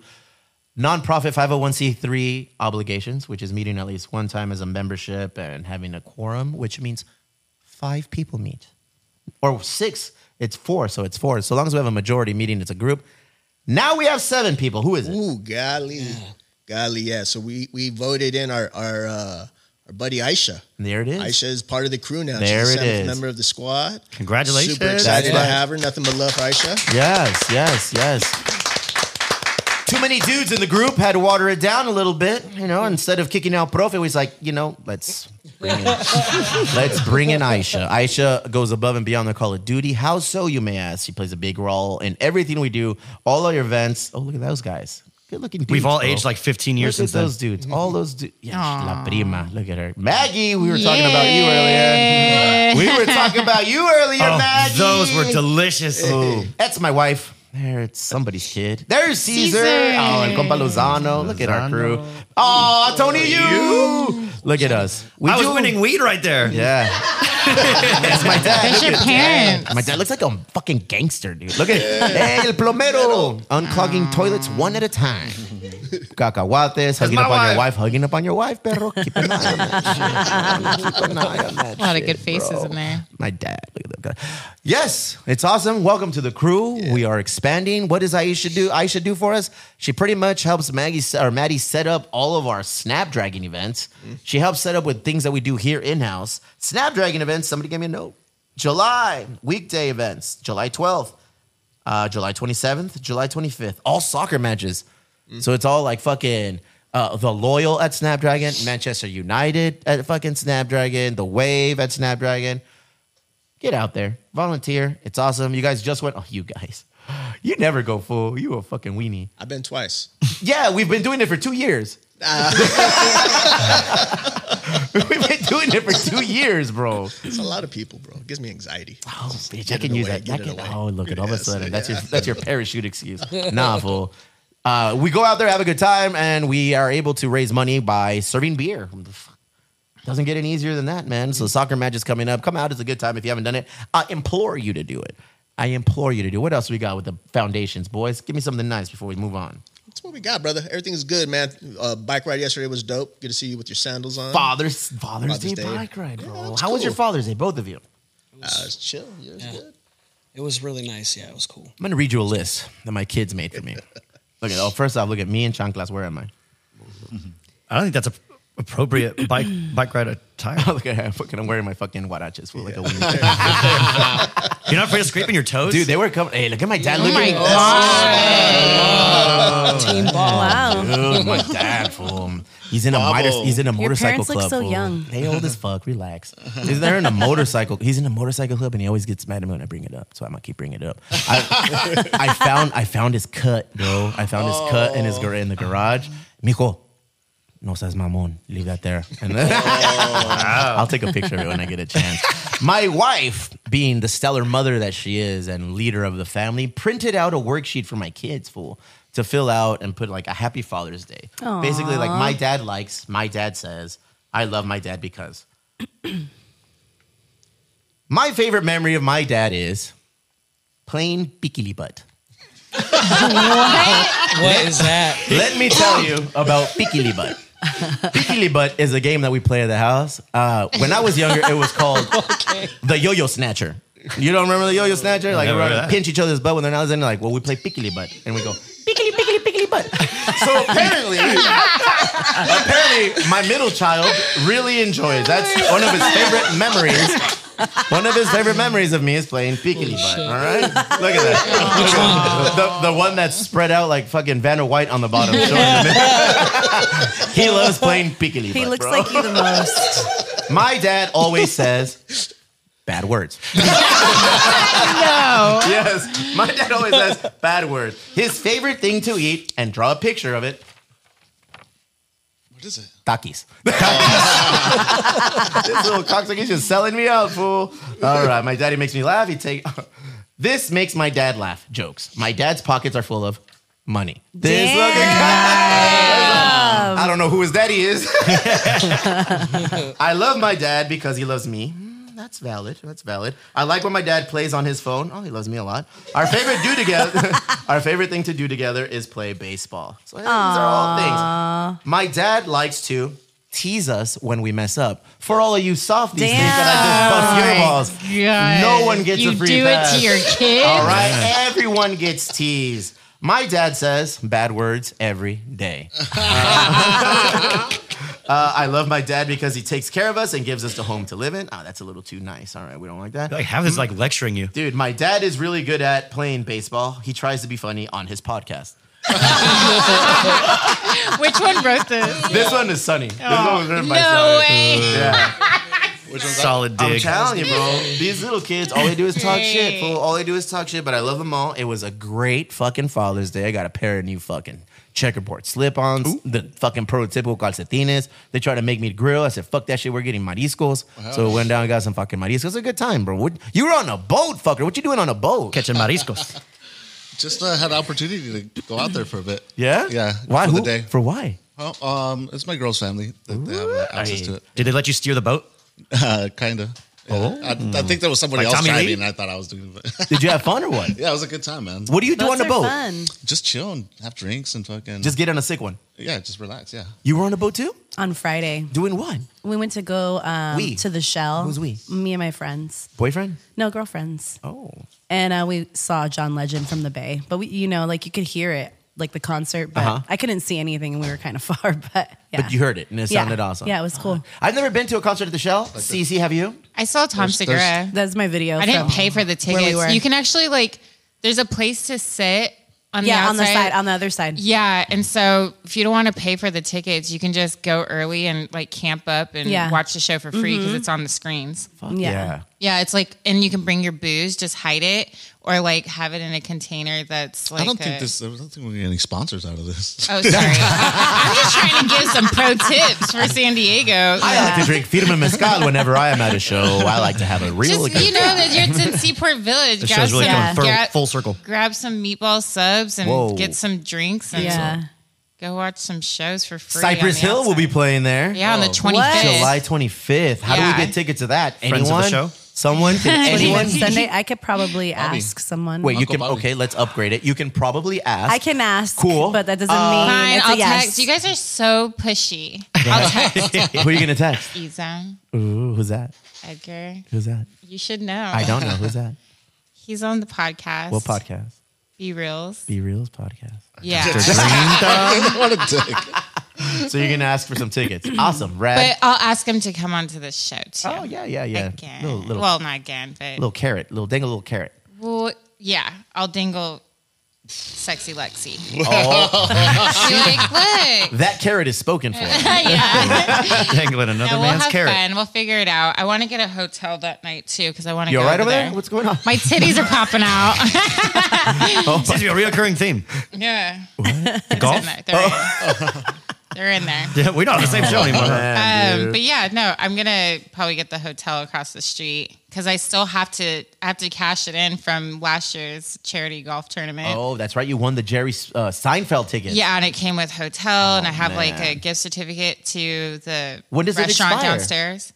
S3: nonprofit 501c3 obligations, which is meeting at least one time as a membership and having a quorum, which means five people meet or six. It's four, so it's four. So long as we have a majority meeting, it's a group. Now we have seven people. Who is it?
S9: Ooh, golly, golly, yeah. So we we voted in our our uh, our buddy Aisha.
S3: There it is.
S9: Aisha is part of the crew now.
S3: There it
S9: She's the seventh
S3: is.
S9: member of the squad.
S4: Congratulations.
S9: Super excited
S3: That's right.
S9: to have her. Nothing but love for Aisha.
S3: Yes, yes, yes. Too many dudes in the group had to water it down a little bit, you know. Instead of kicking out Prof, it was like, you know, let's bring in, let's bring in Aisha. Aisha goes above and beyond the Call of Duty. How so, you may ask? She plays a big role in everything we do, all our events. Oh, look at those guys. Good looking dudes.
S4: We've all
S3: bro.
S4: aged like 15 years
S3: Look
S4: since
S3: at those
S4: those.
S3: dudes. All those dudes. Yeah, la prima. Look at her. Maggie, we were talking about you earlier. We were talking about you earlier, Maggie.
S4: Oh,
S3: Eh,
S4: those were delicious.
S3: That's my wife. There, it's somebody's kid. There's Caesar.
S7: Caesar.
S3: Oh, and Compa Lozano. Look at our crew. Oh, Tony, you. Look at us. We
S4: I was
S3: do-
S4: winning weed right there.
S3: Yeah. That's my dad.
S7: That's
S3: Look
S7: your
S3: at-
S7: parents.
S3: My dad looks like a fucking gangster, dude. Look at Hey, el plomero. Unclogging
S4: Ah.
S3: toilets one at a time. Cacahuates, hugging
S4: my
S3: up on
S4: wife.
S3: your wife, hugging up on your wife, perro. Keep an eye on that shit. Keep an eye on that
S7: A lot of
S3: shit,
S7: good faces
S3: bro.
S7: in there.
S3: My dad. Look at that guy. Yes, it's awesome. Welcome to the crew. We are expanding. What does Aisha do? Aisha do for us? She pretty much helps Maggie s- or Maddie set up all of our Snapdragon events. She helps set up with things that we do here in house. Snapdragon events. Somebody gave me a note. July weekday events. July twelfth. Uh, July 27th, July 25th, all soccer matches. So it's all like fucking uh, the Loyal at Snapdragon, Manchester United at fucking Snapdragon, the Wave at Snapdragon get out there, volunteer. It's awesome. You guys just went. Oh, you guys, you never go full. You a fucking weenie.
S9: I've been twice.
S3: Yeah, we've been doing it for two years. we've been doing it for two years, bro.
S9: It's a lot of people, bro. It gives me anxiety.
S3: Oh, bitch, I
S9: get
S3: can
S9: it
S3: use
S9: away,
S3: that.
S9: get
S3: that
S9: it
S3: can,
S9: away.
S3: oh, look at all of a
S9: Yes,
S3: sudden. That's your
S9: yeah.
S3: that's your parachute excuse. Nah, fool. Uh, we go out there, have a good time, and we are able to raise money by serving beer. Doesn't get any easier than that, man. So soccer match is coming up. Come out; it's a good time. If you haven't done it, I implore you to do it. I implore you to do. it. What else we got with the foundations, boys? Give me something nice before we move on.
S9: That's what we got, brother. Everything's good, man. Uh, bike ride yesterday was dope. Good to see you with your sandals on.
S3: Father's Father's, Day,
S9: Father's Day.
S3: bike ride, bro.
S9: that's
S3: How was your
S9: cool.
S3: Father's Day, both of you?
S9: Uh, it's chill. Yeah, it's
S10: Yeah.
S9: good.
S10: It was really nice. Yeah, it was cool.
S3: I'm gonna read you a list that my kids made for me. look at oh, first off, look at me and Chanclas. Where am I?
S4: I don't think that's a appropriate bike bike ride attire.
S3: look at her. Fucking, I'm wearing my fucking huaraches. fool, Like a weenie.
S4: You're not afraid of scraping your toes?
S3: Dude, they were coming. Hey, look at my dad. Look
S7: Oh my
S3: at Oh.
S6: Team ball. Wow.
S3: Dude, my dad, fool. He's in a motor, he's in a motorcycle
S6: parents look
S3: club.
S6: so
S3: fool.
S6: young.
S3: They old as fuck. Relax. He's there in a motorcycle. He's in a motorcycle club, and he always gets mad at me when I bring it up. So I'm gonna keep bringing it up. I, I found I found his cut, bro. I found his cut in his gar- in the garage. Mijo, no says mamon. Leave that there.
S5: Oh,
S3: And then- I'll take a picture of it when I get a chance. My wife, being the stellar mother that she is and leader of the family, printed out a worksheet for my kids, fool, to fill out and put like a happy Father's Day. Basically, like my dad likes, my dad says, I love my dad because. my favorite memory of my dad is playing bikini butt.
S10: What is that?
S3: Let me tell you about Pikili Butt. Pikili Butt is a game that we play at the house. Uh, when I was younger, it was called the Yo-Yo Snatcher. You don't remember the Yo-Yo Snatcher? Like,
S4: Never heard of
S3: everyone
S4: that.
S3: pinch each other's butt when they're not listening. Like, well, we play Pikili Butt. And we go, Pikili, Pikili, Pikili Butt. So apparently, apparently, my middle child really enjoys. That's one of his favorite memories. One of his favorite memories of me is playing Pikili Butt. All right? Look at that the, the one that's spread out like fucking Vanna White on the bottom. showing the middle. he loves playing pickily.
S6: He
S3: butt,
S6: looks
S3: bro.
S6: like you the most.
S3: my dad always says bad words.
S7: No.
S3: yes, my dad always says bad words. His favorite thing to eat and draw a picture of it.
S5: What is it? Oh.
S3: Takis. this little cocksucker is just selling me out, fool. All right, my daddy makes me laugh. He take this makes my dad laugh. Jokes. My dad's pockets are full of money. This
S6: Damn.
S3: looking guy. I don't know who his daddy is. I love my dad because he loves me. that's valid. That's valid. I like when my dad plays on his phone. Oh, he loves me a lot. Our favorite do together. our favorite thing to do together is play baseball. So these are all things. My dad likes to tease us when we mess up. For all of you softies, think that I just bust your balls. No one gets
S7: you
S3: a free
S7: do
S3: pass.
S7: it to your kid.
S3: All right, everyone gets teased. My dad says bad words every day. Uh, I love my dad because he takes care of us and gives us the home to live in. Oh, that's a little too nice. All right, we don't like that. Mm.
S4: Like, how is like lecturing you?
S3: Dude, my dad is really good at playing baseball. He tries to be funny on his podcast.
S7: Which one wrote this?
S3: This one is sunny. This one was written by
S7: No
S3: Sunny.
S7: way.
S3: Yeah.
S4: Solid
S3: I'm
S4: dig.
S3: telling you, bro. These little kids, all they do is talk shit. Fool. All they do is talk shit. But I love them all. It was a great fucking Father's Day. I got a pair of new fucking checkerboard slip-ons, the fucking prototypical calcetines. They tried to make me grill. I said, "Fuck that shit. We're getting mariscos." So we went down and got some fucking mariscos. It was a good time, bro. What, you were on a boat, fucker. What you doing on a boat?
S4: Catching mariscos.
S5: Just uh, had an opportunity to go out there for a bit.
S3: Yeah,
S5: Yeah.
S3: Why?
S5: For
S3: Who,
S5: the day.
S3: For why?
S5: Well, um, it's my girl's family. They, they have uh, access to it.
S4: Did they let you steer the boat?
S5: Uh, kinda. Yeah.
S3: Oh.
S5: I, I think there was somebody
S4: Like
S5: else
S4: Tommy
S5: driving.
S4: Lee?
S5: and I thought I was doing it.
S3: Did you have fun or what?
S5: yeah, it was a good time, man.
S3: What do you do on
S6: Boats
S3: the
S6: are
S3: boat?
S6: fun.
S5: Just chill and have drinks and fucking.
S3: Just get on a sick one.
S5: yeah, just relax. Yeah.
S3: You were on a boat too?
S6: On Friday,
S3: Doing what?
S6: we went to go um,
S3: We.
S6: to the Shell.
S3: Who's we?
S6: Me and my friends.
S3: Boyfriend?
S6: No, girlfriends.
S3: Oh.
S6: And uh, we saw John Legend from the Bay. But, we, you know, like you could hear it, like the concert. But
S3: Uh-huh.
S6: I couldn't see anything and we were kind of far. But yeah.
S3: But you heard it and it
S6: Yeah.
S3: sounded awesome.
S6: Yeah, it was cool.
S3: I've never been to a concert at the Shell. Cece, have you?
S7: I saw Tom
S5: There's-
S7: Segura.
S5: there's-
S6: That's my video.
S7: I didn't
S6: from-
S7: pay for the
S6: where we
S7: tickets.
S6: were.
S7: you can actually like, there's a place to sit on
S6: yeah,
S7: the
S6: on the
S7: outside.
S6: side, on the other side.
S7: Yeah, and so if you don't want to pay for the tickets, you can just go early and like camp up and
S6: Yeah. Mm-hmm.
S7: watch the show for free because it's on the screens.
S6: Yeah.
S7: Yeah, it's like, and you can bring your booze, just hide it, or like have it in a container that's like.
S5: I don't
S7: a-
S5: think this. I don't think we get any sponsors out of this.
S7: Oh, sorry. I'm just trying to give some pro tips for San Diego.
S3: I like to drink firma mezcal whenever I am at a show. I like to have a real
S7: Just you know that you're it's in Seaport Village.
S4: The
S7: grab
S4: show's really
S7: some
S4: coming full-
S7: grab,
S4: full circle.
S7: grab some meatball subs and
S3: Whoa.
S7: get some drinks and
S6: Yeah.
S7: go watch some shows for free. on
S3: Cypress
S7: the
S3: Hill will be
S7: outside.
S3: playing there.
S7: Yeah, on the
S5: Whoa.
S7: 25th.
S3: July 25th. How do we
S7: Yeah.
S3: get tickets to that?
S4: of
S3: Anyone?
S4: the show?
S3: Someone? Can
S6: But
S3: anyone?
S6: even Sunday, I could probably ask someone.
S3: Wait, you
S5: Uncle
S3: can.
S5: Bobby.
S3: Okay, let's upgrade it. You can probably ask.
S6: I can ask.
S3: Cool.
S6: But that doesn't
S3: Uh,
S6: mean
S7: Fine,
S6: it's a
S7: I'll
S6: yes.
S7: text. You guys are so pushy. I'll text
S3: Who are you gonna text?
S7: Izan,
S3: Ooh, who's that?
S7: Edgar.
S3: Who's that?
S7: You should know.
S3: I don't know. Who's that?
S7: He's on the podcast.
S3: What podcast?
S7: Be reals.
S3: Be Real's podcast.
S7: yeah.
S5: what a dick.
S3: So you're gonna ask for some tickets. Awesome, rad.
S7: But I'll ask him to come onto the show too.
S3: oh yeah, yeah, yeah.
S7: Again.
S3: Little, little,
S7: well, not again, but
S3: little carrot, little dangle, little carrot.
S7: well, yeah. I'll dingle sexy Lexi.
S3: Oh,
S7: Be like, look.
S3: that carrot is spoken for.
S7: yeah.
S4: Dangling another
S7: No, we'll
S4: man's
S7: have
S4: carrot.
S7: fun. We'll figure it out. I want to get a hotel that night too because I want to
S3: You
S7: go
S3: all right
S7: over
S3: over there?
S7: there.
S3: What's going on?
S7: My titties are popping out.
S4: Seems to be a reoccurring theme.
S7: yeah. They're in
S4: Golf.
S7: there. They're, in. They're in there.
S4: Yeah, we're not on the same show anymore.
S7: Um, but yeah, no, I'm gonna probably get the hotel across the street because I still have to I have to cash it in from last year's charity golf tournament.
S3: Oh, that's right. You won the Jerry uh, Seinfeld ticket.
S7: Yeah, and it came with hotel, and I have like a gift certificate to the
S3: Oh, When does it
S7: restaurant
S3: expire?
S7: downstairs.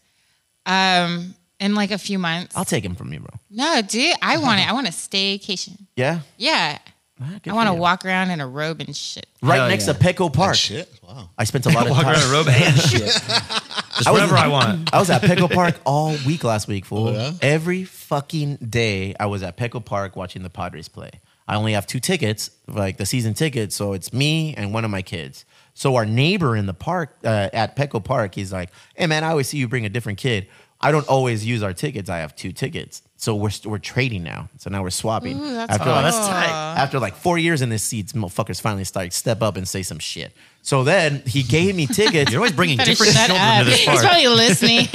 S7: Um, in like a few months.
S3: I'll take him from you, bro.
S7: no, dude, I want it. I want a staycation.
S3: Yeah.
S7: Yeah,
S3: Ah, good
S7: I want
S3: for
S7: to
S3: you.
S7: walk around in a robe and shit.
S3: right
S4: Hell
S3: next
S4: yeah.
S3: to Petco Park.
S5: Shit. Wow.
S3: I spent a lot of
S4: Walk around in a
S3: time.
S4: robe and shit. Just whatever I want.
S3: I was at Petco Park all week last week, fool.
S5: Oh, yeah?
S3: Every fucking day, I was at Petco Park watching the Padres play. I only have two tickets, like the season tickets, so it's me and one of my kids. So our neighbor in the park uh, at Petco Park, he's like, "Hey man, I always see you bring a different kid. I don't always use our tickets. I have two tickets, so we're we're trading now. So now we're swapping. after like, after like four years in this seat, motherfuckers finally start step up and say some shit. So then he gave me tickets.
S4: You're always bringing
S7: Better
S4: different
S7: shut
S4: children
S7: up.
S4: to this
S7: He's
S4: park.
S7: probably listening.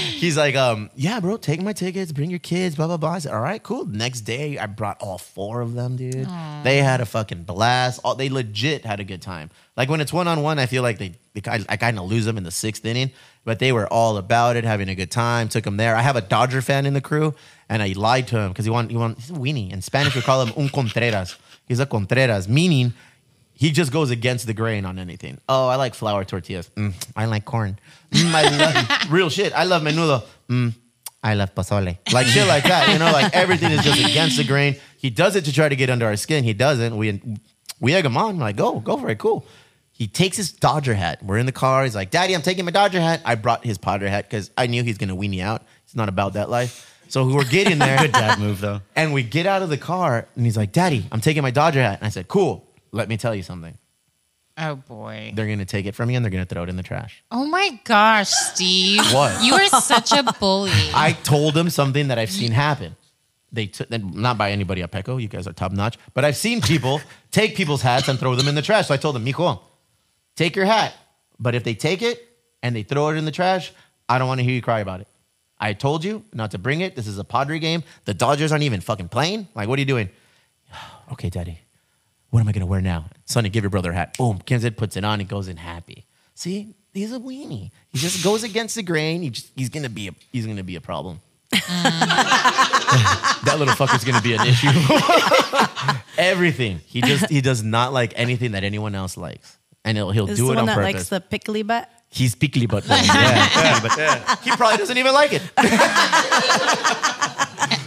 S3: He's like, um, yeah, bro, take my tickets, bring your kids, blah blah blah. I said, all right, cool. Next day, I brought all four of them, dude. They had a fucking blast. All, they legit had a good time. Like when it's one on one, I feel like they, they kind- I kind of lose them in the sixth inning, but they were all about it, having a good time. Took them there. I have a Dodger fan in the crew, and I lied to him because he wanted he wanted he's a weenie. In Spanish, we call him un contreras. He's a contreras, meaning he just goes against the grain on anything. Oh, I like flour tortillas. Mm, I like corn. Mm, I love, real shit. I love menudo. Mm, I love pozole. Like shit like that. You know, like everything is just against the grain. He does it to try to get under our skin. He doesn't. We we egg him on. like, go, go for it. Cool. He takes his Dodger hat. We're in the car. He's like, Daddy, I'm taking my Dodger hat. I brought his Potter hat because I knew he's gonna wean me out. It's not about that life. So we're getting there.
S4: Good dad move though.
S3: And we get out of the car and he's like, Daddy, I'm taking my Dodger hat. And I said, Cool, let me tell you something.
S7: Oh boy.
S3: They're gonna take it from you and they're gonna throw it in the trash.
S7: Oh my gosh, Steve.
S3: What?
S7: You are such a bully.
S3: I told him something that I've seen happen. They took not by anybody at Peco, you guys are top notch, but I've seen people take people's hats and throw them in the trash. So I told him, Mijo, take your hat. But if they take it and they throw it in the trash, I don't wanna hear you cry about it. I told you not to bring it. This is a Padre game. The Dodgers aren't even fucking playing. Like, what are you doing? okay, daddy, what am I gonna wear now? Sonny, give your brother a hat. Boom, Kinzid puts it on and goes in happy. See, he's a weenie. He just goes against the grain. He just, he's gonna be a he's gonna be a problem. that little fucker's gonna be an issue. Everything. He just he does not like anything that anyone else likes. And he'll, he'll
S6: Is
S3: do
S6: the
S3: it
S6: one
S3: on
S6: that
S3: purpose.
S6: likes the pickly butt?
S3: He's pickly butt. one. Yeah, yeah, but He probably doesn't even like it.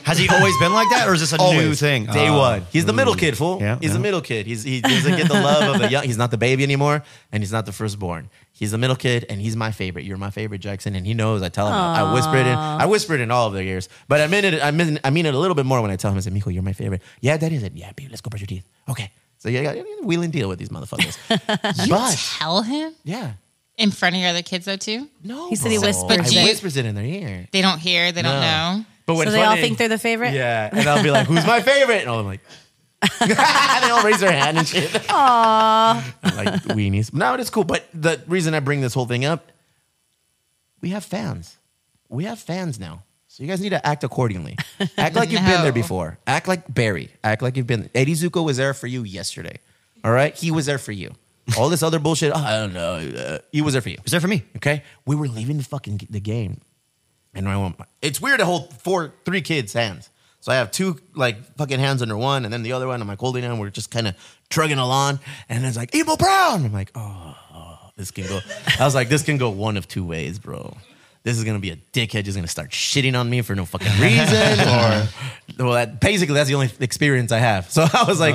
S4: Has he always been like that, or is this a new
S3: Always.
S4: thing?
S3: Day
S4: Oh.
S3: one. He's the middle kid, fool.
S4: Yeah,
S3: he's
S4: yeah.
S3: the middle kid. He's, he doesn't get the love of the young. He's not the baby anymore, and he's not the firstborn. He's the middle kid, and he's my favorite. You're my favorite, Jackson, and he knows. I tell him. I whisper it in. I whisper it in all of their ears, but I mean it. I mean, I mean it a little bit more when I tell him. I say, "Mijo, you're my favorite." Yeah, that is it. Yeah, baby, let's go brush your teeth. Okay. So yeah, yeah, wheel and deal with these motherfuckers. but
S7: Tell him
S3: yeah,
S7: in front of your other kids though too.
S3: no.
S6: He said he
S3: bro.
S6: whispered
S3: I
S7: it.
S3: whispers it in their ear.
S7: They don't hear. They don't
S3: No.
S7: know.
S3: But
S6: So
S3: what's
S6: they all
S3: funny-
S6: think they're the favorite?
S3: Yeah, and I'll be like, "Who's my favorite?" And all I'm like, and they all raise their hand and shit. Aww, like weenies. No, it's cool. But the reason I bring this whole thing up, we have fans. We have fans now. So you guys need to act accordingly. Act like you've been
S7: No.
S3: there before. Act like Barry. Act like you've been. Eddie Zuko was there for you yesterday. All right, he was there for you. All this other bullshit. "Oh, I don't know. uh," he was there for you.
S4: Is there for me?
S3: Okay, we were leaving the fucking g- the game, and I went. It's weird to hold four, three kids' hands. So I have two like fucking hands under one, and then the other one I'm like holding on. We're just kind of trugging along, and it's like Abel Brown. I'm like, oh, oh, this can go. I was like, this can go one of two ways, bro. This is gonna be a dickhead just gonna start shitting on me for no fucking reason, or well, that, basically that's the only experience I have. So I was like,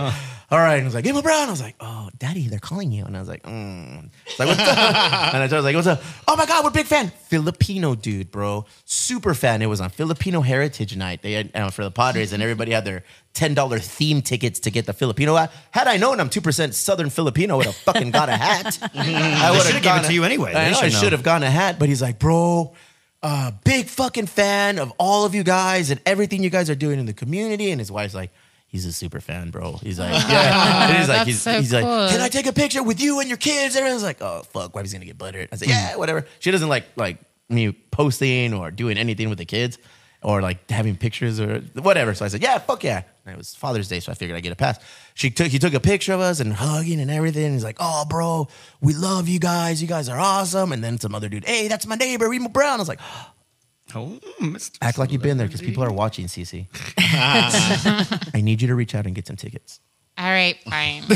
S3: all right, and I was like Abel Brown. I was like, oh, daddy, they're calling you, and I was like, mm. It's like what's up? And I was like, what's up? Oh my God, we're big fan. Filipino dude, bro. Super fan. It was on Filipino Heritage Night. They had, uh, for the Padres, and everybody had their $10 theme tickets to get the Filipino hat. Had I known I'm 2% Southern Filipino, I would have fucking got a hat. I would
S4: should've given it to you anyway. They
S3: I, know, I
S4: should know.
S3: should have gotten a hat, but he's like, bro, uh, big fucking fan of all of you guys and everything you guys are doing in the community. And his wife's like, he's a super fan, bro. He's like, yeah. And he's like,
S7: that's
S3: he's,
S7: so
S3: he's
S7: cool.
S3: like, can I take a picture with you and your kids? Everyone's like, oh fuck, wifey's gonna get buttered. I said, yeah, whatever. She doesn't like like me posting or doing anything with the kids or like having pictures or whatever. So I said, yeah, fuck yeah. And it was Father's Day, so I figured I'd get a pass. She took he took a picture of us and hugging and everything. He's like, oh bro, we love you guys. You guys are awesome. And then some other dude, hey, that's my neighbor, Remo Brown. I was like,
S4: Oh, Mr.
S3: act like you've been there because people are watching, CC. I need you to reach out and get some tickets.
S7: All right, fine.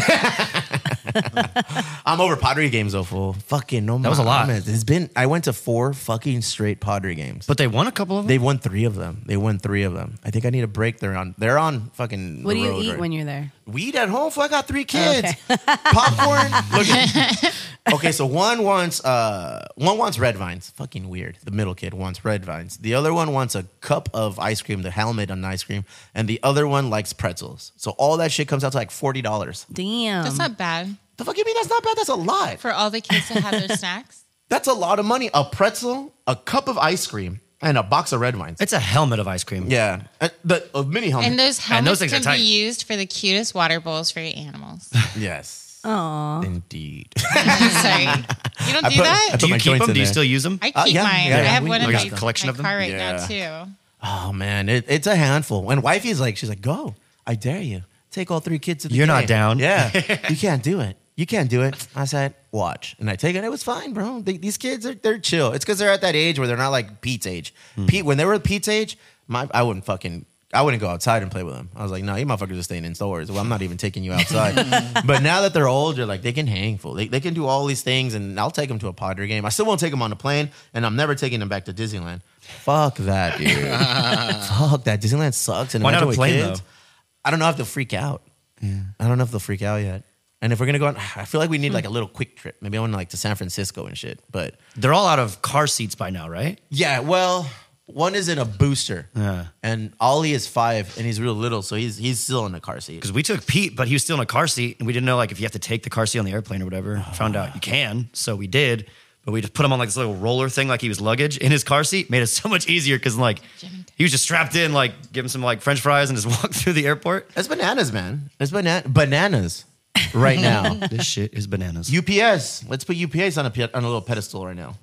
S3: I'm over pottery games though, fool. Fucking no.
S4: That was a lot.
S3: mames. It's been. I went to four fucking straight pottery games.
S4: But they won a couple of them.
S3: they won three of them. They won three of them. I think I need a break. They're on. They're on fucking.
S6: What
S3: the
S6: do you
S3: road,
S6: eat
S3: right?
S6: when you're there? Oh,
S3: Weed at home. Fool, I got three kids. Popcorn. Look. at- okay, so one wants uh one wants red vines. Fucking weird. The middle kid wants red vines. The other one wants a cup of ice cream. The helmet on ice cream, and the other one likes pretzels. So all that shit comes out to like forty dollars.
S6: Damn.
S7: That's not bad
S3: The fuck you mean? That's not bad. That's a lot.
S7: for all the kids to have their snacks.
S3: That's a lot of money. A pretzel, a cup of ice cream, and a box of red wines.
S4: it's a helmet of ice cream.
S3: Yeah, Uh, the a mini helmet.
S7: And those
S4: And
S7: helmets
S4: those things are
S7: can
S4: tight.
S7: be used for the cutest water bowls for your animals.
S3: yes,
S6: Aw.
S3: indeed.
S7: Sorry, you don't do
S3: put-
S7: that.
S3: I put
S4: Do
S3: my
S4: you keep
S3: joints
S4: them?
S3: in
S4: Do you
S3: there.
S4: still use them?
S7: I keep
S3: Uh, yeah,
S7: mine.
S3: yeah,
S7: I have
S3: we-
S7: one in
S3: we
S7: my,
S3: got a
S4: collection
S7: my
S4: of them?
S7: car right
S3: Yeah.
S7: now too.
S3: oh man, it, it's a handful. And wifey's like, she's like, go. I dare you. Take all three kids to the.
S4: You're not down.
S3: game." Yeah, you can't do it. You can't do it. I said, watch, and I take it. It was fine, bro. They- these kids are they're
S4: Hmm.
S3: chill. It's because they're at that age where they're not like Pete's age. Pete, when they were Pete's age, my I wouldn't fucking I wouldn't go outside and play with them. I was like, no, you motherfuckers are staying in stores. Well, I'm not even taking you outside. but now that they're older, like they can hang full. They, they can do all these things, and I'll take them to a Padre game. I still won't take them on the plane, and I'm never taking them back to Disneyland. Fuck that, dude. Fuck that. Disneyland sucks. And
S4: Why not
S3: imagine
S4: a
S3: with
S4: plane,
S3: kids.
S4: though?
S3: I don't know if they'll freak out. I don't know if they'll freak out yet. And if we're gonna go on, I feel like we need like a little quick trip. Maybe I want like to San Francisco and shit. But
S4: They're all out of car seats by now, right?
S3: yeah, well, one is in a booster, and Ollie is five, and he's real little, so he's he's still in a car seat.
S4: Because we took Pete, but he was still in a car seat, and we didn't know like if you have to take the car seat on the airplane or whatever.
S3: Oh.
S4: Found out you can, so we did. But we just put him on like this little roller thing, like he was luggage in his car seat. Made it so much easier because like he was just strapped in, like give him some like French fries and just walk through the airport.
S3: That's bananas, man. That's bana- bananas right now.
S4: This shit is bananas.
S3: UPS. Let's put UPS on a pe- on a little pedestal right now.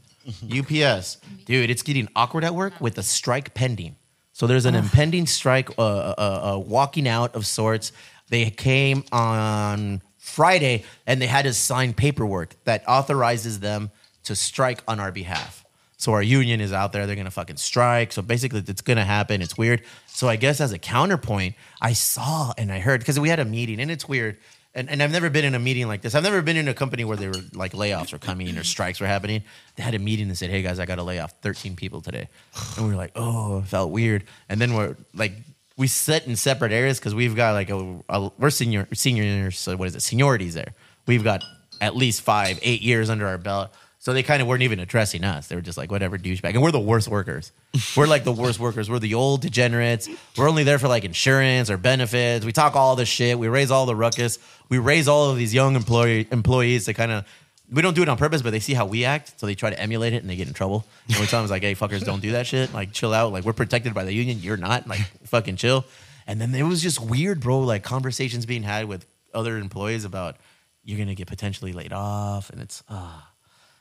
S3: UPS, dude, it's getting awkward at work with a strike pending. So there's an impending strike, uh, uh, uh, walking out of sorts. They came on Friday and they had to sign paperwork that authorizes them to strike on our behalf. So our union is out there. They're gonna fucking strike. So basically, it's gonna happen. It's weird. So I guess as a counterpoint, I saw and I heard because we had a meeting, and it's weird. And, and I've never been in a meeting like this. I've never been in a company where they were like layoffs were coming or strikes were happening. They had a meeting and said, "Hey guys, I got to lay off 13 people today," and we were like, "Oh, it felt weird." And then we're like, we sit in separate areas because we've got like a, a we're senior seniors. So what is it? Seniorities there. We've got at least five, eight years under our belt. So they kind of weren't even addressing us. They were just like, whatever, douchebag. And we're the worst workers. We're like the worst workers. We're the old degenerates. We're only there for like insurance or benefits. We talk all this shit. We raise all the ruckus. We raise all of these young employee employees to kind of we don't do it on purpose, but they see how we act, so they try to emulate it and they get in trouble. And we tell them like, hey, fuckers, don't do that shit. Like, chill out. Like, we're protected by the union. You're not. Like, fucking chill. And then it was just weird, bro. Like conversations being had with other employees about you're gonna get potentially laid off, and it's ah.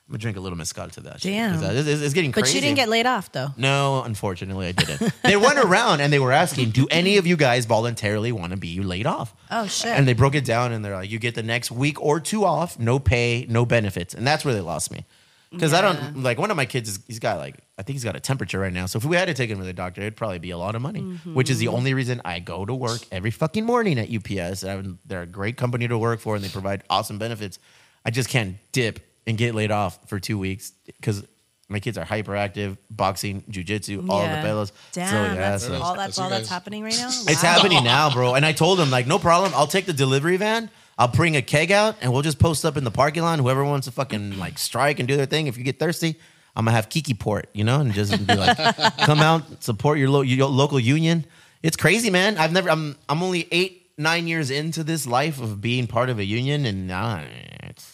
S3: I'm gonna drink a little mezcal to that. shit,
S6: Damn.
S3: 'cause that- It's, it's getting
S6: But
S3: crazy.
S6: she didn't get laid off though.
S3: No, unfortunately, I didn't. they went around and they were asking, "Do any of you guys voluntarily want to be laid off?"
S6: Oh, shit.
S3: And they broke it down and they're like, "You get the next week or two off, no pay, no benefits," and that's where they lost me. Because I don't like one of my kids. Is, he's got like I think he's got a temperature right now. So if we had to take him to the doctor, it'd probably be a lot of money, which
S6: Mm-hmm.
S3: is the only reason I go to work every fucking morning at UPS. And they're a great company to work for, and they provide awesome benefits. I just can't dip and get laid off for two weeks because my kids are hyperactive, boxing, jujitsu, all the
S6: Yeah.
S3: bellas.
S6: Damn,
S3: so yeah,
S6: that's
S3: so.
S6: all that's
S5: So
S6: all
S5: you
S6: that's
S5: guys-
S6: happening right now.
S3: it's
S6: Wow.
S3: happening now, bro. And I told him like, no problem. I'll take the delivery van. I'll bring a keg out, and we'll just post up in the parking lot. Whoever wants to fucking like strike and do their thing. If you get thirsty, I'm gonna have Kiki Port, you know, and just be like, come out, support your, lo- your local union. It's crazy, man. I've never. I'm. I'm only eight, nine years into this life of being part of a union, and uh, it's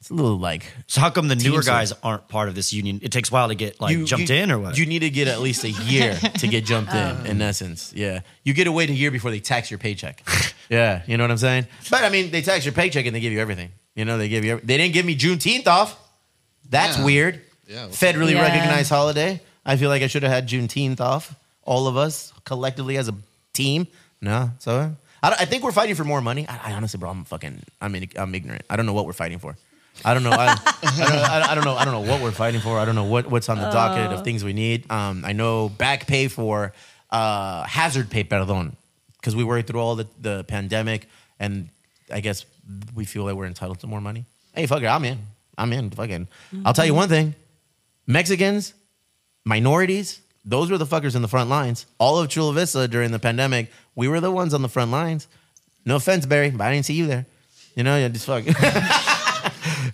S3: it's a little like
S4: So how come the newer
S3: Teams are-
S4: guys aren't part of this union? It takes a while to get like jumped in or what?
S3: You need to get at least a year to get jumped in, in essence. Yeah. You get to wait a year before they tax your paycheck. yeah. You know what I'm saying? But I mean, they tax your paycheck and they give you everything. You know, they give you, every- they didn't give me Juneteenth off. That's
S5: Yeah.
S3: weird.
S5: Yeah, what's
S3: Federally
S6: Yeah.
S3: recognized holiday. I feel like I should have had Juneteenth off, all of us collectively as a team. No. So I, don't- I think we're fighting for more money. I, I honestly, bro, I'm fucking, I'm, in, I'm ignorant. I don't know what we're fighting for. I don't know. I, I, don't, I, I don't know. I don't know what we're fighting for. I don't know what, what's on the docket of things we need. Um, I know back pay for uh, hazard pay, perdón, because we worked through all the, the pandemic, and I guess we feel like we're entitled to more money. Hey, fuck it, I'm in. I'm in. Fucking. I'll tell you one thing: Mexicans, minorities, those were the fuckers in the front lines. All of Chula Vista during the pandemic, we were the ones on the front lines. No offense, Barry, but I didn't see you there. You know, yeah, just fuck.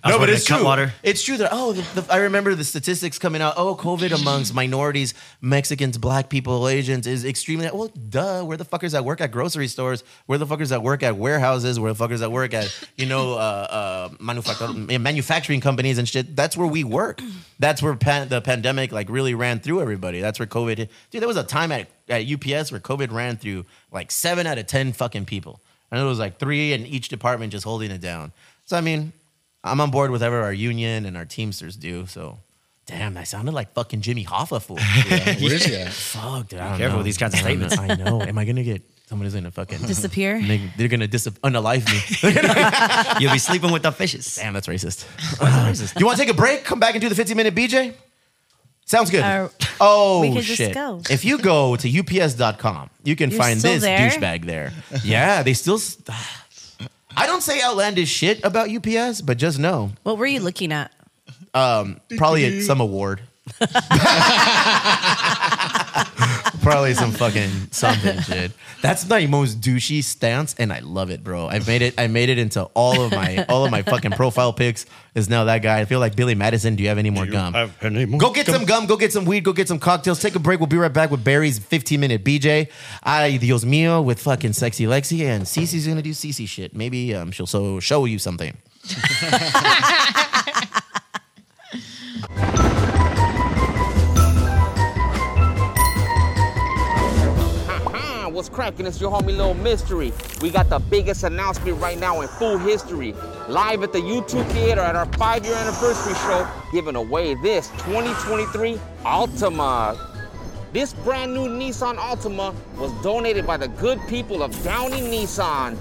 S3: No, but
S4: working
S3: it's
S4: at
S3: true.
S4: Cutwater.
S3: It's true that oh, the, the, I remember the statistics coming out. Oh, COVID amongst minorities, Mexicans, Black people, Asians is extremely well. Duh, we're the fuckers that work at grocery stores. We're the fuckers that work at warehouses. We're the fuckers that work at you know uh, uh, manufacturing manufacturing companies and shit. That's where we work. That's where pan, the pandemic like really ran through everybody. That's where COVID. hit. Dude, there was a time at at UPS where COVID ran through like seven out of ten fucking people, and it was like three in each department just holding it down. So I mean, I'm on board with whatever our union and our Teamsters do. So, damn, that sounded like fucking Jimmy Hoffa fool. Dude.
S5: Where is he at?
S3: Fuck, dude. I don't
S4: Careful
S3: know.
S4: with these kinds of
S3: I don't know. I know. Am I gonna get somebody's gonna fucking
S6: Disappear?
S3: Make, they're gonna dis- unalive me.
S4: You'll be sleeping with the fishes.
S3: damn, that's racist. you want to take a break? Come back and do the 15 minute BJ. Sounds good.
S6: Or
S3: oh
S6: Uh, we could just
S3: shit!
S6: go.
S3: If you go to ups.com, you can
S6: You're
S3: find
S6: still
S3: this
S6: there?
S3: douchebag there. Yeah, they still. s- I don't say outlandish shit about UPS, but just know
S6: What were you looking at?
S3: Um, probably at some award. probably some fucking something shit. That's my most douchey stance, and I love it, bro. I made it. I made it into all of my all of my fucking profile pics. Is now that guy. I feel like Billy Madison. Do you have any more gum? Go get some gum. Go get some weed. Go get some cocktails. Take a break. We'll be right back with Barry's 15 minute BJ. Ay, Dios mío, with fucking sexy Lexi and Cece's gonna do Cece shit. Maybe um, she'll so show you something.
S1: Huh, what's cracking? It's your homie Little Mystery. We got the biggest announcement right now in full history. Live at the YouTube Theater at our five year anniversary show, giving away this 2023 Altima. This brand new Nissan Altima was donated by the good people of Downey Nissan.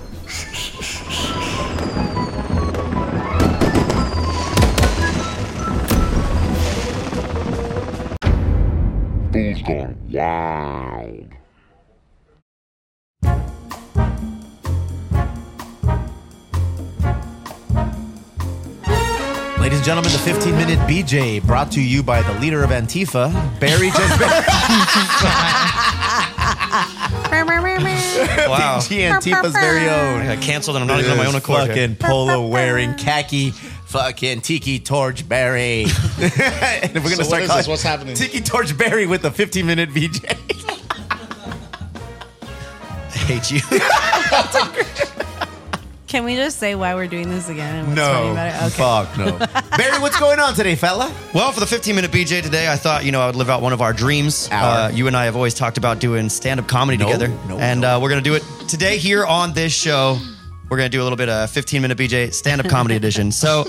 S3: Ladies and gentlemen, the 15 minute BJ brought to you by the leader of Antifa, Barry Jesper.
S4: Wow.
S3: She Antifa's very own.
S4: I canceled and I'm not even on my own accord. here.
S3: Fucking polo wearing khaki, fucking tiki torch Barry. and if we're gonna
S5: So what
S3: start
S5: is
S3: calling
S5: this? What's happening?
S3: Tiki torch Barry with a 15 minute BJ.
S4: I hate you.
S6: Can we just say why we're doing this again? And what's funny
S3: No,
S6: about it? Okay.
S3: fuck no. Barry, what's going on today, fella?
S4: Well, for the 15 minute BJ today, I thought, you know, I would live out one of our dreams. Uh,
S3: Hour.
S4: you and I have always talked about doing stand up comedy
S3: No,
S4: together.
S3: no,
S4: and
S3: no.
S4: Uh, we're going to do it today here on this show. We're going to do a little bit of 15 minute BJ stand up comedy edition. So,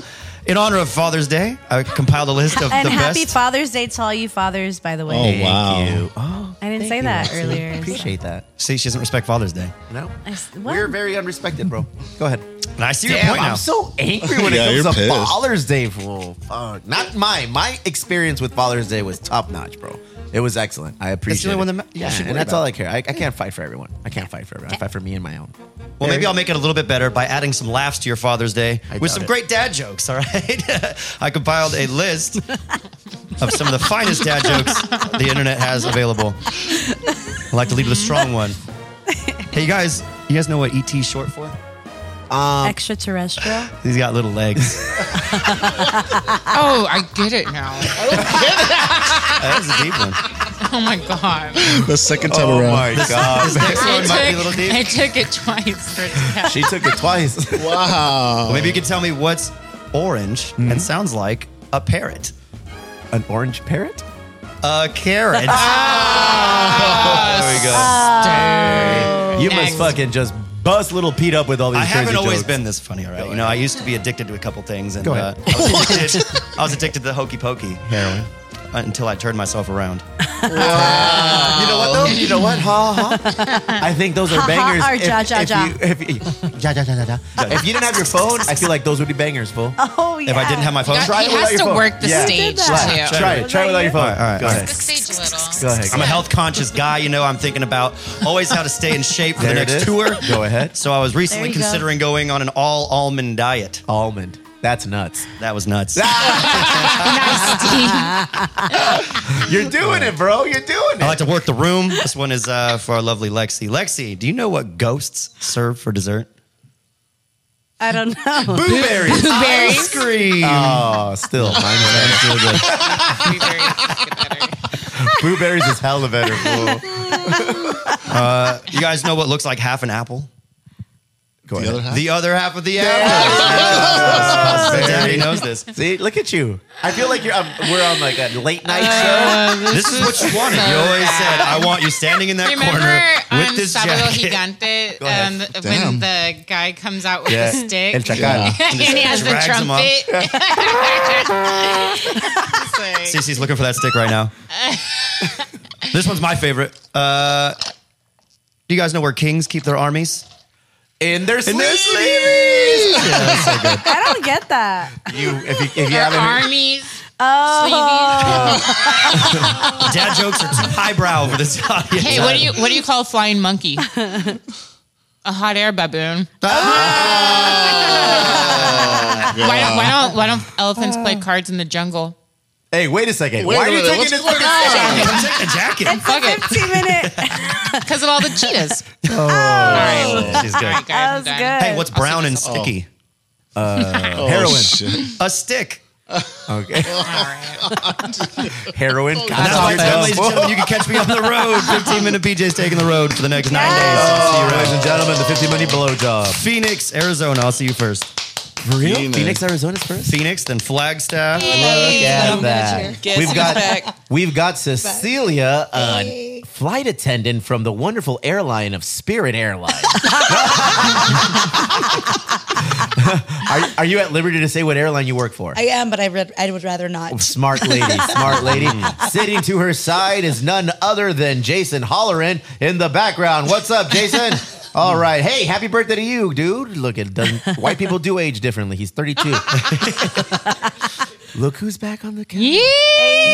S4: in honor of Father's Day, I compiled a list of
S6: And
S4: the
S6: happy
S4: best.
S6: Father's Day to all you fathers, by the way.
S9: Oh wow.
S6: I didn't say that earlier.
S3: Appreciate that.
S4: See, she doesn't respect Father's Day.
S3: No,
S6: I s- what?
S3: we're very unrespected, bro. Go ahead.
S4: And I see your
S3: Damn,
S4: point now.
S3: I'm so angry when
S5: Yeah,
S3: it
S5: you're
S3: comes to
S5: pissed.
S3: Father's Day, fool. Fuck. Not mine. My experience with Father's Day was top notch, bro. It was excellent. I appreciate
S4: only one
S3: it.
S4: that ma- you
S3: yeah,
S4: should
S3: and
S4: worry
S3: that's
S4: about.
S3: all I care. I, I can't fight for everyone. I can't fight for everyone. I fight for me and my own.
S4: Well, maybe I'll make it a little bit better by adding some laughs to your Father's Day
S3: I
S4: with
S3: doubt
S4: some
S3: it.
S4: great dad jokes, all right? I compiled a list of some of the finest dad jokes the internet has available. I like to leave with a strong one. Hey, you guys, you guys know what ET is short for?
S6: Um,
S3: Um,
S6: Extraterrestrial.
S4: He's got little legs.
S7: Oh, I get it now.
S4: That was a deep one.
S7: Oh my god.
S5: The second time
S3: Oh
S5: around.
S4: God. Next
S7: I
S4: one might be a little
S7: took, I
S4: deep.
S7: took it twice. For it to happen.
S3: She took it twice.
S5: Wow.
S4: Well, maybe you can tell me what's orange and sounds like a parrot.
S3: Mm-hmm. An orange parrot?
S4: A carrot. there we go.
S3: Ah! You
S7: Next.
S3: must fucking just bust little Pete up with all these
S4: I
S3: crazy
S4: haven't always
S3: jokes.
S4: been this funny, all right? You know, I used to be addicted to a couple things, and
S3: Go
S4: uh,
S3: ahead.
S4: I, was addicted, I was addicted to the hokey pokey heroin until I turned myself around.
S3: You know what
S4: Oh.
S3: though? You know what? Ha ha. I think those are
S6: Ha, ha,
S3: bangers.
S6: or ja, ja, ja.
S3: you- If, you- ja, ja, ja, ja, ja. If you didn't have your phone, I feel like those would be bangers, fool.
S6: Oh yeah.
S4: If I didn't have my phone,
S7: God,
S3: Try it
S7: he
S3: without
S7: has
S3: your
S7: to
S3: phone.
S7: work the
S3: Yeah.
S7: stage
S6: Did that.
S7: too.
S3: Try it. Try it without your phone.
S4: All right, all right,
S3: Go
S4: all right.
S7: The
S3: ahead.
S7: stage a little.
S3: Go ahead.
S4: I'm a health conscious guy. You know, I'm thinking about always how to stay in shape for the
S3: There it
S4: next
S3: is.
S4: tour.
S3: Go ahead.
S4: So I was recently
S6: you go.
S4: considering going on an all almond diet.
S3: Almond. That's nuts.
S4: That was nuts.
S3: You're doing it, bro. You're doing it.
S4: I like to work the room. This one is uh, for our lovely Lexi. Lexi, do you know what ghosts serve for dessert?
S6: I don't know.
S3: blueberries.
S4: Ice cream.
S3: Oh, still. Mine was still good. Blueberries is hella better, fool.
S4: Uh, You guys know what looks like half an apple?
S3: Go
S5: The other
S3: ahead.
S5: half?
S4: The other half of the apple.
S3: Very-
S4: Daddy knows this.
S3: See, look at you. I feel like you're. Um, we're on like a late night
S4: Uh, This is what you wanted. You always said, "I want you standing in that
S7: Remember
S4: corner
S7: on
S4: with this
S7: Sábado
S4: jacket."
S7: Gigante
S3: ahead.
S7: um,
S5: Damn.
S7: when the guy comes out with the
S3: show.
S7: stick
S3: El Chacal.
S7: and he has the
S4: Drags him up.
S7: trumpet? It's like-
S4: Cece's looking for that stick right now. this one's my favorite. Uh, do you guys know where kings keep their armies?
S3: In their sleeves.
S4: sleeves.
S6: I don't get that.
S3: You, if you, if you
S7: Or
S3: haven't,
S7: armies. Oh.
S4: Dad jokes are too highbrow for this audience.
S7: hey, what do you what do you call a flying monkey? a hot air baboon.
S3: Ah.
S7: Why don't why don't why don't elephants play cards in the jungle?
S3: Hey, wait a second.
S5: Wait a
S3: Why are you
S5: minute,
S3: taking
S5: what's going
S3: this fucking
S5: on?
S3: second?
S4: Take the jacket.
S7: Fuck it,
S6: Fifteen minute.
S7: because of all the cheetahs.
S3: Oh.
S4: Oh, She's
S7: All
S4: good.
S7: right, guys, I'm
S6: That was
S7: done.
S4: Hey, what's brown and sticky? Uh,
S5: Oh,
S3: Heroin.
S5: shit.
S4: A stick.
S3: Okay.
S7: All right.
S3: Heroin.
S4: That's
S3: That's
S4: my
S3: how it
S4: ladies and
S3: goes.
S4: gentlemen. You can catch me on the road. 15 minute PJ's taking the road for the next nine days.
S3: Oh, ladies and gentlemen, the 50 money blowjob.
S4: Phoenix, Arizona. I'll see you first.
S5: Phoenix.
S3: Phoenix, Arizona's first.
S4: Phoenix, then Flagstaff.
S3: Look at that.
S11: Get
S3: We've
S11: some
S3: got,
S11: back.
S3: we've got Cecilia, a flight attendant from the wonderful airline of Spirit Airlines. are, are you at liberty to say what airline you work for?
S11: I am, but I read. I would rather not.
S3: Oh, Smart lady, smart lady. Sitting to her side is none other than Jason Holleran in the background. What's up, Jason? All right. Hey, happy birthday to you, dude. Look, it doesn't, white people do age differently. He's 32. Look who's back on the couch.
S7: Yeah.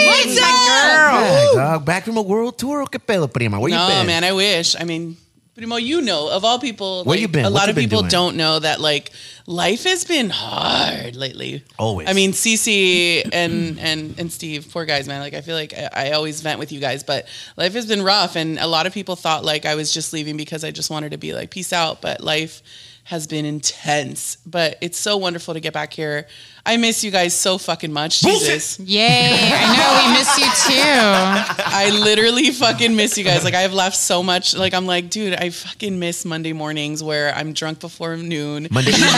S7: What's up,
S3: Back, dog. Back from a world tour. ¿Qué pedo, prima? Where you
S11: No,
S3: been?
S11: man, I wish. I mean, Primo, you know, of all people,
S3: Where
S11: like,
S3: you been?
S11: A
S3: What
S11: lot
S3: you
S11: of
S3: been
S11: people
S3: doing?
S11: don't know that like life has been hard lately.
S3: Always.
S11: I mean, Cece and and and Steve, poor guys, man. Like I feel like I, I always vent with you guys, but life has been rough, and a lot of people thought like I was just leaving because I just wanted to be like peace out, but life has been intense. But it's so wonderful to get back here. I miss you guys so fucking much. Jesus.
S7: Yay! I know we miss you
S11: I literally fucking miss you guys. Like I've laughed so much. Like I'm like, dude, I fucking miss Monday mornings where I'm drunk before noon.
S3: Monday evening.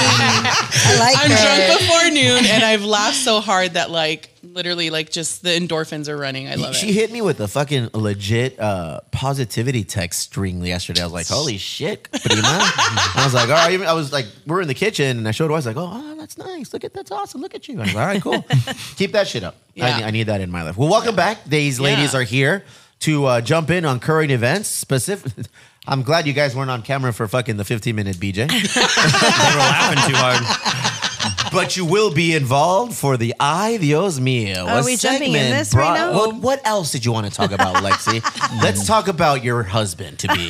S11: I
S7: like
S11: I'm
S7: her.
S11: drunk before noon, and I've laughed so hard that like literally like just the endorphins are running. I love
S3: she
S11: it.
S3: hit me with a fucking legit uh, positivity text string yesterday. I was like, "Holy shit, prima!" I was like, "All right." I was like, "We're in the kitchen," and I showed her. I was like, "Oh, oh, that's nice. Look at that's awesome. Look at you." I was like, "All right, cool. Keep that shit up. I,
S11: Yeah.
S3: need- I need that in my life." Well, welcome back. These ladies
S11: Yeah.
S3: are here to uh, jump in on current events. Specific. I'm glad you guys weren't on camera for fucking the 15 minute
S4: They
S3: BJ.
S4: were laughing too hard.
S3: But you will be involved for the I Dios Mio.
S6: Are
S3: a
S6: we jumping in
S3: segment
S6: this right now?
S3: What, what else did you want to talk about, Lexi? Let's talk about your husband to be.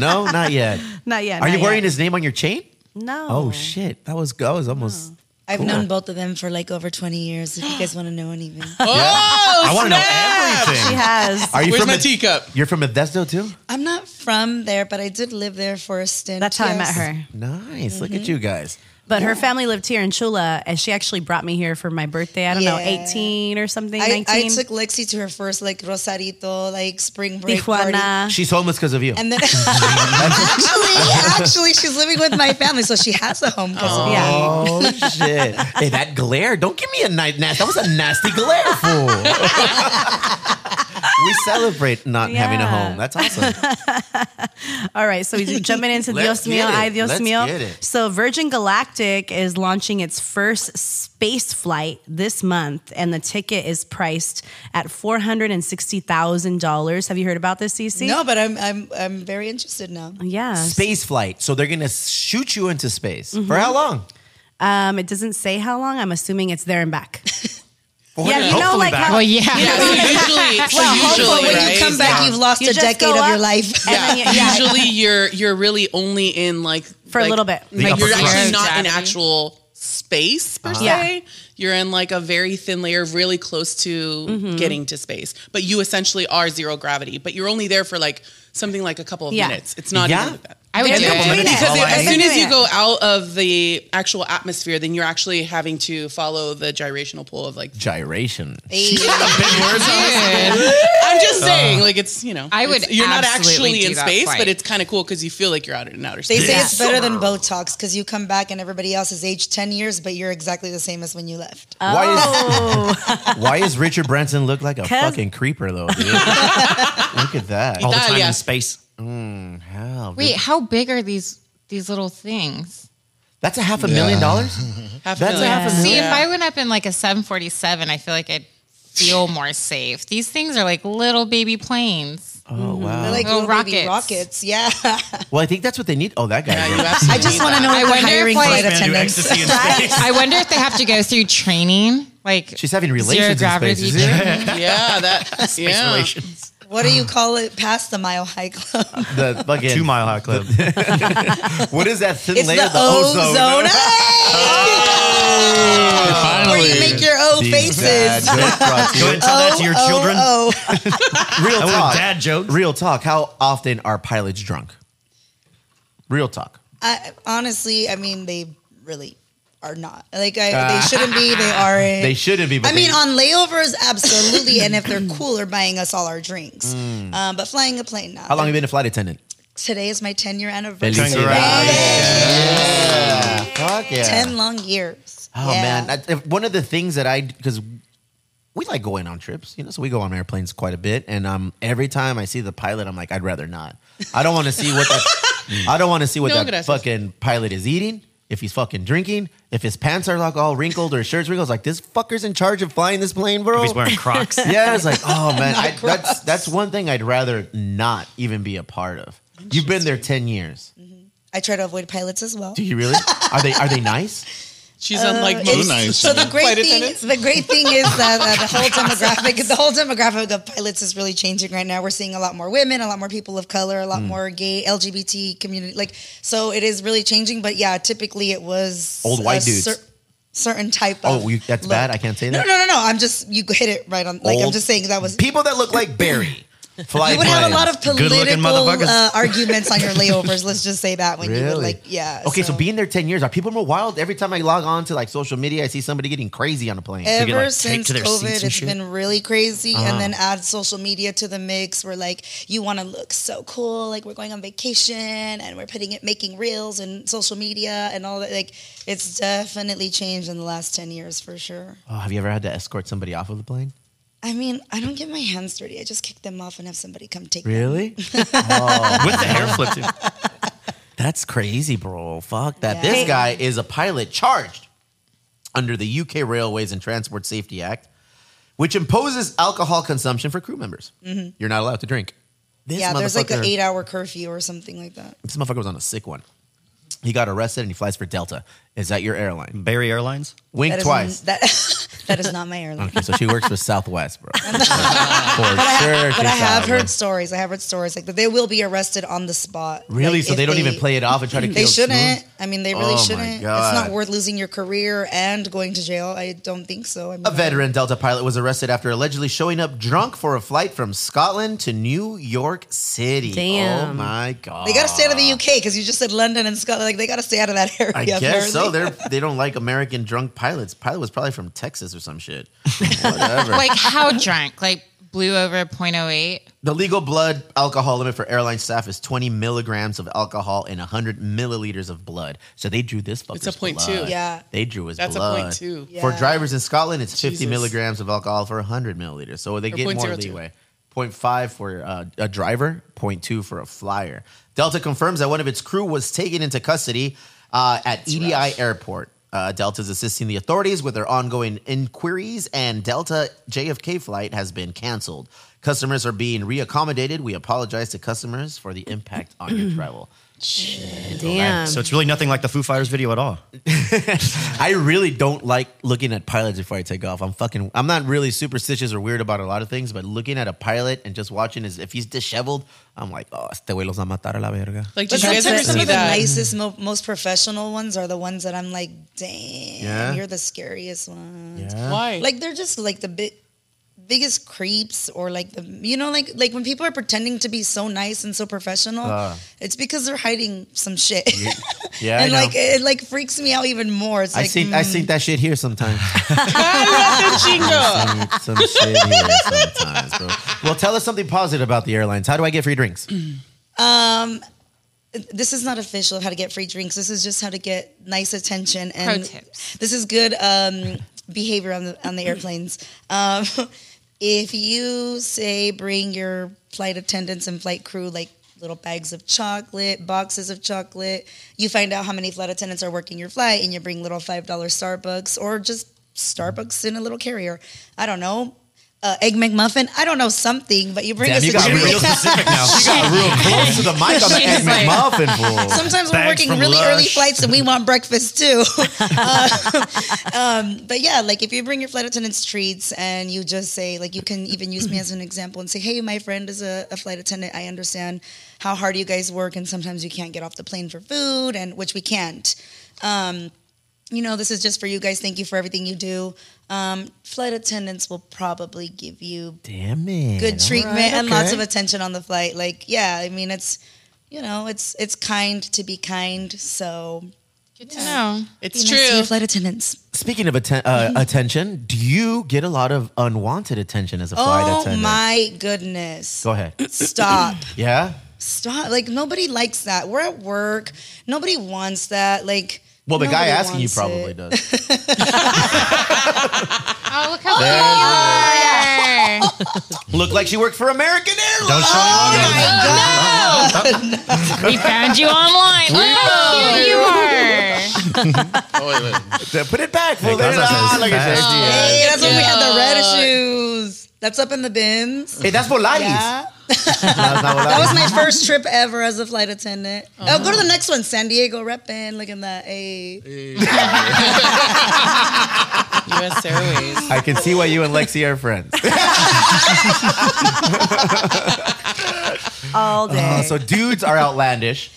S3: No, not yet.
S6: Not yet.
S3: Are you
S6: not
S3: wearing
S6: yet.
S3: his name on your chain?
S6: No.
S3: Oh shit, that was I was
S6: Oh.
S3: almost.
S11: I've
S3: known
S11: both of them for like over 20 years. If you guys want to know anything,
S4: Oh, I want to know everything.
S6: Oh, She has.
S3: Are you
S11: where's
S3: from
S11: my
S3: Med-
S11: teacup?
S3: You're from Modesto too.
S11: I'm not from there, but I did live there for a stint.
S6: That's how I met her.
S3: Nice. Look
S6: Mm-hmm.
S3: at you guys.
S6: But her family lived here in Chula, and she actually brought me here for my birthday. I don't know,
S11: Yeah.
S6: 18 or something,
S11: I,
S6: 19.
S11: I took Lexi to her first like Rosarito like spring break party.
S6: Tijuana.
S3: She's homeless because of you.
S11: And then actually, actually, she's living with my family, so she has a home. Oh.
S6: Yeah.
S3: Oh shit! Hey, that glare! Don't give me a night nasty. That was a nasty glare, fool. we celebrate not having a
S6: Yeah.
S3: home. That's awesome.
S6: All right, so we're jumping into
S3: Let's
S6: Dios mío,
S3: get it.
S6: ay Dios
S3: Let's
S6: mío.
S3: get it.
S6: So Virgin Galactic is launching its first space flight this month, and the ticket is priced at four hundred and sixty thousand dollars. Have you heard about this, CC?
S11: No, but I'm I'm I'm very interested now.
S6: Yeah.
S3: space flight. So they're gonna shoot you into space
S6: Mm-hmm.
S3: for how long?
S6: Um, it doesn't say how long. I'm assuming it's there and back. yeah, you know,
S4: Hopefully
S6: like
S4: back.
S6: how
S7: Well, yeah.
S11: usually,
S6: hopefully,
S11: when
S6: right?
S11: you come back, you've lost
S6: You
S11: a
S6: just
S11: decade
S6: go
S11: of
S6: up
S11: your life.
S6: and then you- yeah.
S11: usually you're you're really only in like
S6: for a
S11: like-
S6: little bit.
S4: The upper
S11: You're
S4: crust.
S11: actually not in
S7: Exactly.
S11: actual space per se.
S6: Uh-huh. Yeah.
S11: You're in like a very thin layer, really close to
S6: Mm-hmm.
S11: getting to space, but you essentially are zero gravity. But you're only there for like something like a couple of
S6: Yeah.
S11: minutes. It's not
S3: Yeah.
S11: even that bad.
S7: I would do
S6: they're doing
S7: it.
S6: it.
S11: Because
S6: They're
S11: as soon
S6: doing
S11: as you
S6: it.
S11: go out of the actual atmosphere, then you're actually having to follow the gyrational pull of like.
S3: Gyration.
S7: Dude.
S11: I'm
S4: Uh.
S11: just saying, like it's you know,
S7: I would
S11: it's- you're not
S7: absolutely
S11: actually
S7: do
S11: in
S7: that
S11: space,
S7: flight.
S11: but it's kind of cool because you feel like you're out in outer space.
S2: They say
S7: Yeah.
S2: it's better than Botox because you come back and everybody else is aged 10 years, but you're exactly the same as when you left.
S3: Why is why is Richard Branson look like a
S6: 'Cause-
S3: fucking creeper though? Dude? look at that. Mm,
S4: All the time
S11: Italia.
S4: in space.
S3: Wow, dude.
S7: Wait, how big are these these little things?
S3: that's a half a million dollars.
S11: Half
S3: That's a
S11: million.
S3: half a
S7: See,
S3: million.
S7: if I went up in like a 747, I feel like I'd feel more safe. These things are like little baby planes.
S3: Oh wow.
S2: Like
S7: Little
S2: little baby
S7: rockets.
S2: rockets. Yeah.
S3: Well, I think that's what they need. Oh, that guy.
S11: Yeah, you
S3: wrote-
S11: absolutely
S2: I just
S11: need
S2: want to
S11: that.
S2: know
S7: I
S2: if we're
S7: wonder if,
S2: hiring
S7: like-
S2: flight
S4: Man, do
S2: attendants.
S4: ecstasy in space.
S7: I wonder if they have to go through training, Like
S3: She's having
S7: zero
S3: relations in
S7: gravity.
S3: space, isn't it?
S11: yeah, that yeah.
S12: What do you call it? Past the mile high club.
S3: The fucking
S4: Two Mile High Club.
S3: What is that thin
S12: It's
S3: layer?
S12: the, ozone. Hey! Ah! Where you make your O faces.
S4: Go ahead and tell that to your children.
S12: Oh,
S3: Real
S4: That was
S3: talk.
S4: dad jokes.
S3: Real talk. How often are pilots drunk? Real talk.
S12: I, honestly, I mean, they really are not. Like, I, they shouldn't be. They aren't.
S3: Uh, They shouldn't be. But
S12: I mean,
S3: they-
S12: on layovers, absolutely. and if they're cool, they're buying us all our drinks. Um, but flying a plane, now.
S3: Hmm. how long have you been a flight attendant?
S12: Today is my 10 year anniversary.
S3: Fuck yeah.
S12: 10 long years.
S3: Oh
S12: Yeah.
S3: man, I, if- one of the things that I because we like going on trips, you know, so we go on airplanes quite a bit, and um, every time I see the pilot, I'm like, I'd rather not. I don't want to see what that. I don't want to see what
S11: No
S3: that
S11: gracias.
S3: fucking pilot is eating. If he's fucking drinking, if his pants are like all wrinkled or his shirt's wrinkled, it's like this fucker's in charge of flying this plane, bro.
S4: He's wearing Crocs.
S3: yeah, it's like, oh man, I, that's that's one thing I'd rather not even be a part of. You've been there ten years.
S12: I try to avoid pilots as well.
S3: Do you really? Are they are they nice?
S11: She's on like
S12: Uh, It's-
S11: most
S5: nice,
S12: So the
S11: yeah.
S12: great
S11: Flight
S12: thing,
S11: attendants.
S12: the great thing is that uh, the whole demographic, the whole demographic of pilots is really changing right now. We're seeing a lot more women, a lot more people of color, a
S3: Hmm.
S12: lot more gay LGBT community. Like, so it is really changing. But yeah, typically it was
S3: Old white
S12: a
S3: dudes.
S12: certain type. of
S3: Oh, you, that's
S12: look.
S3: bad. I can't say
S12: No,
S3: that.
S12: no, no, no. I'm just you hit it right on. Like I'm
S3: Old
S12: just saying that was.
S3: people that look like Barry. Fly
S12: you would have a lot of
S4: Good-looking
S12: political
S4: motherfuckers.
S12: uh, arguments on your layovers. Let's just say that when you would
S3: Really?
S12: like, yeah.
S3: Okay, so, being there ten years, are people more wild? Every time I log on to like social media, I see somebody getting crazy on a plane.
S12: ever
S4: Oh, get, like, taped
S12: since
S4: to their seats
S12: COVID,
S4: and
S12: it's
S4: shit? Uh-huh.
S12: been really crazy. And then add social media to the mix. We're like, you want to look so cool, like we're going on vacation, and we're putting it, making reels and social media and all that. Like, it's definitely changed in the last ten years for sure.
S3: oh, have you ever had to escort somebody off of the plane?
S12: I mean, I don't get my hands dirty. I just kick them off and have somebody come take them.
S3: Really? Oh.
S4: Oh. With the hair flip too.
S3: That's crazy, bro. Fuck that.
S12: Yeah.
S3: This
S12: Hey-
S3: guy is a pilot charged under the UK Railways and Transport Safety Act, which imposes alcohol consumption for crew members.
S12: Mm-hmm.
S3: You're not allowed to drink. This
S12: yeah, there's like an
S3: motherfucker-
S12: eight-hour curfew or something like that.
S3: This motherfucker was on a sick one. He got arrested and he flies for Delta. Is that your airline?
S4: Barry Airlines.
S3: Wink
S12: That is
S3: twice.
S12: that. that is not my airline.
S3: Okay, so she works for Southwest, bro. For sure.
S12: But I have heard stories. I have heard stories like that. They will be arrested on the spot.
S3: Really?
S12: Like,
S3: so
S12: if
S3: they don't even play it off and try to kill
S12: They
S3: it smooth?
S12: shouldn't. I mean, they really
S3: Oh my
S12: shouldn't. It's
S3: God.
S12: not worth losing your career and going to jail. I don't think so. I mean,
S3: A veteran Delta pilot was arrested after allegedly showing up drunk for a flight from Scotland to New York City. Oh
S6: Damn.
S3: my God.
S12: They got to stay out of the UK because you just said London and Scotland. Like they got to stay out of that area.
S3: I guess so.
S12: apparently.
S3: They're they don't like American drunk pilots. Pilot was probably from Texas or some shit.
S7: like how drunk? Like blew over 0.08.
S3: The legal blood alcohol limit for airline staff is 20 milligrams of alcohol in 100 milliliters of blood. So they drew this fucker's
S11: a point
S3: blood.
S11: two.
S12: Yeah.
S3: They drew his
S11: That's a
S3: blood.
S11: point two.
S3: For
S12: Yeah.
S3: drivers in Scotland, it's 50
S11: Jesus.
S3: milligrams of alcohol for 100 milliliters. So they
S11: Or
S3: get
S11: point
S3: more
S11: zero two.
S3: leeway. 0.5 for uh, a driver, 0.2 for a flyer. Delta confirms that one of its crew was taken into custody uh, at EDI Airport. Uh, Delta is assisting the authorities with their ongoing inquiries, and Delta JFK flight has been canceled. Customers are being reaccommodated. We apologize to customers for the impact on your travel.
S6: Damn.
S4: So it's really nothing like the Foo Fighters video at all.
S3: I really don't like looking at pilots before I take off. I'm fucking. I'm not really superstitious or weird about a lot of things, but looking at a pilot and just watching is if he's disheveled, I'm like, oh, este güey los va a matar a la verga.
S11: Like,
S12: But
S11: did you guys ever
S12: sometimes some
S11: see
S12: of the
S11: that?
S12: nicest, mo- most professional ones are the ones that I'm like, damn,
S3: Yeah.
S12: you're the scariest one.
S11: Why?
S12: Like they're just like the big biggest creeps or like the you know like like when people are pretending to be so nice and so professional it's because they're hiding some shit
S3: Uh. Yeah, I
S12: and
S3: know.
S12: like it like freaks me out even more it's
S3: I
S12: like mm.
S3: see. I see that shit here sometimes.
S11: Ah, Chingo.
S3: Some shit here sometimes, bro. Well, tell us something positive about the airlines. How do I get free drinks?
S12: Um, this is not official of how to get free drinks this is just how to get nice attention
S7: Pro
S12: and
S7: tips.
S12: this is good um behavior on the on the airplanes um if you say bring your flight attendants and flight crew like little bags of chocolate, boxes of chocolate, you find out how many flight attendants are working your flight and you bring little $5 Starbucks or just Starbucks in a little carrier. I don't know. uh, egg McMuffin. I don't know something, but you bring
S3: Damn,
S12: us
S3: you
S12: a
S3: got
S12: treat.
S3: real specific now. She got real close to the mic on the
S12: She's
S3: Egg
S12: like-
S3: McMuffin. fool.
S12: Sometimes we're
S3: Bags
S12: working
S3: from
S12: really early
S3: Lush.
S12: flights and we want breakfast too. Uh, um, but yeah, like if you bring your flight attendants treats and you just say, like, you can even use me as an example and say, hey, my friend is a, a flight attendant. I understand how hard you guys work and sometimes you can't get off the plane for food, and which we can't. Um, you know, this is just for you guys. Thank you for everything you do. Um, flight attendants will probably give you
S3: Damn it.
S12: good
S3: All
S12: treatment
S3: right,
S12: and lots
S3: okay.
S12: of attention on the flight. Like, yeah, I mean, it's you know, it's it's kind to be kind. So good
S7: to know.
S11: It's
S12: Nice to
S11: true.
S12: your flight attendants.
S3: Speaking of atten-
S12: Mm-hmm.
S3: uh, attention, do you get a lot of unwanted attention as a flight
S12: Oh
S3: attendant?
S12: my goodness!
S3: Go ahead.
S12: Stop.
S3: yeah.
S12: Stop. Like nobody likes that. We're at work. Nobody wants that. Like.
S3: Well, the guy
S12: nobody
S3: asking you
S12: wants
S3: probably
S12: it.
S3: does.
S7: Oh, look how
S12: There
S7: cute you are.
S3: Look like she worked for American Airlines.
S2: Don't show
S7: Oh my God. we found you online. Look how cute Oh, you are.
S3: Put it back. fool.
S2: Hey,
S3: There
S2: that's not
S3: it is.
S2: saying
S3: Look
S2: it's
S3: at
S2: bad.
S3: that.
S12: Hey, that's when we had the red
S11: Yeah.
S12: shoes. That's up in the bins.
S3: Hey, that's for life.
S12: Yeah.
S3: That's not what I-
S12: That was my first trip ever as a flight attendant. Oh, go to the next one, San Diego reppin'. Look at that. Hey.
S11: U.S. Airways.
S3: I can see why you and Lexi are friends.
S12: All day.
S3: Uh, so dudes are outlandish.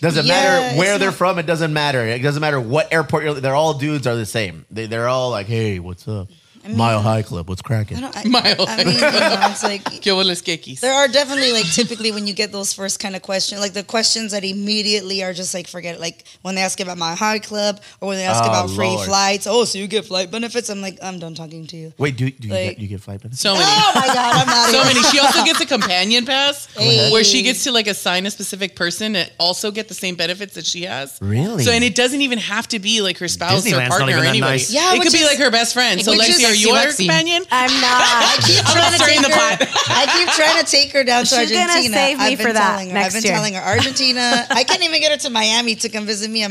S3: Doesn't
S12: Yeah,
S3: matter where
S12: it's
S3: they're
S12: not-
S3: from. It doesn't matter. It doesn't matter what airport you're. They're all dudes are the same. They, they're all like, hey, what's up? Mile High Club, what's
S12: I
S3: cracking?
S12: don't, I,
S11: Mile.
S12: I mean, you know, it's like
S11: Que hubo les quequis?
S12: there are definitely like typically when you get those first kind of questions, like the questions that immediately are just like forget it. Like when they ask about my high club or when they ask
S3: Oh,
S12: about free
S3: Lord.
S12: flights. Oh, so you get flight benefits? I'm like, I'm done talking to you.
S3: Wait, do, do you,
S12: Like-
S3: get, you get flight benefits?
S11: So many.
S12: Oh my god, I'm not.
S11: So many. She also gets a companion pass
S12: Hey.
S11: where she gets to like assign a specific person that also get the same benefits that she has.
S3: Really?
S11: So and it doesn't even have to be like her spouse
S4: Disneyland's
S11: or
S4: not
S11: partner or
S4: even that
S11: anybody.
S4: nice.
S12: Yeah,
S11: it
S12: which
S11: could be
S12: is-
S11: like her best friend. So
S12: Which
S11: Lexi,
S12: is-
S11: are you
S7: Lexi,
S11: her
S7: Lexi.
S11: companion?
S6: I'm
S12: I
S6: not.
S12: keep trying to
S11: stirring
S12: take
S11: the
S12: her.
S11: pot.
S12: I keep trying to take her down to
S6: She's gonna
S12: Argentina.
S6: save me
S12: I've been
S6: for that
S12: telling her.
S6: next
S12: I've been
S6: year.
S12: telling her Argentina. I can't even get her to Miami to come visit me in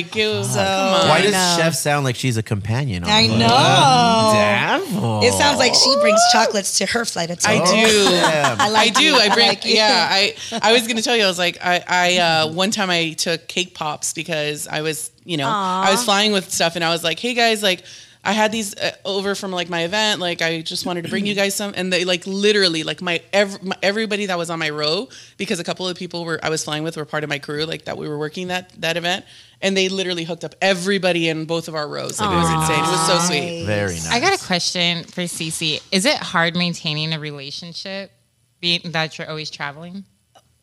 S11: I do.
S12: so
S3: Why does
S6: know.
S3: Chef sound like she's a companion? on
S12: I
S3: the-
S12: know.
S3: Damn.
S12: It sounds like she brings chocolates to her flight
S11: I
S12: attendant.
S11: do.
S3: Oh, Damn.
S11: I
S12: like
S11: do.
S12: you.
S11: I bring.
S12: like you.
S11: yeah, I. I was gonna tell you. I was like, I. I uh, one time I took cake pops because I was, you know, I was flying with stuff, and I was like, hey guys, like. I had these uh, over from like my event. Like I just wanted to bring you guys some, and they like literally like my, ev- my everybody that was on my row because a couple of people were I was flying with were part of my crew like that we were working that that event, and they literally hooked up everybody in both of our rows. Like it was insane. It was so sweet.
S3: Very nice.
S7: I got a question for Cece. Is it hard maintaining a relationship being that you're always traveling?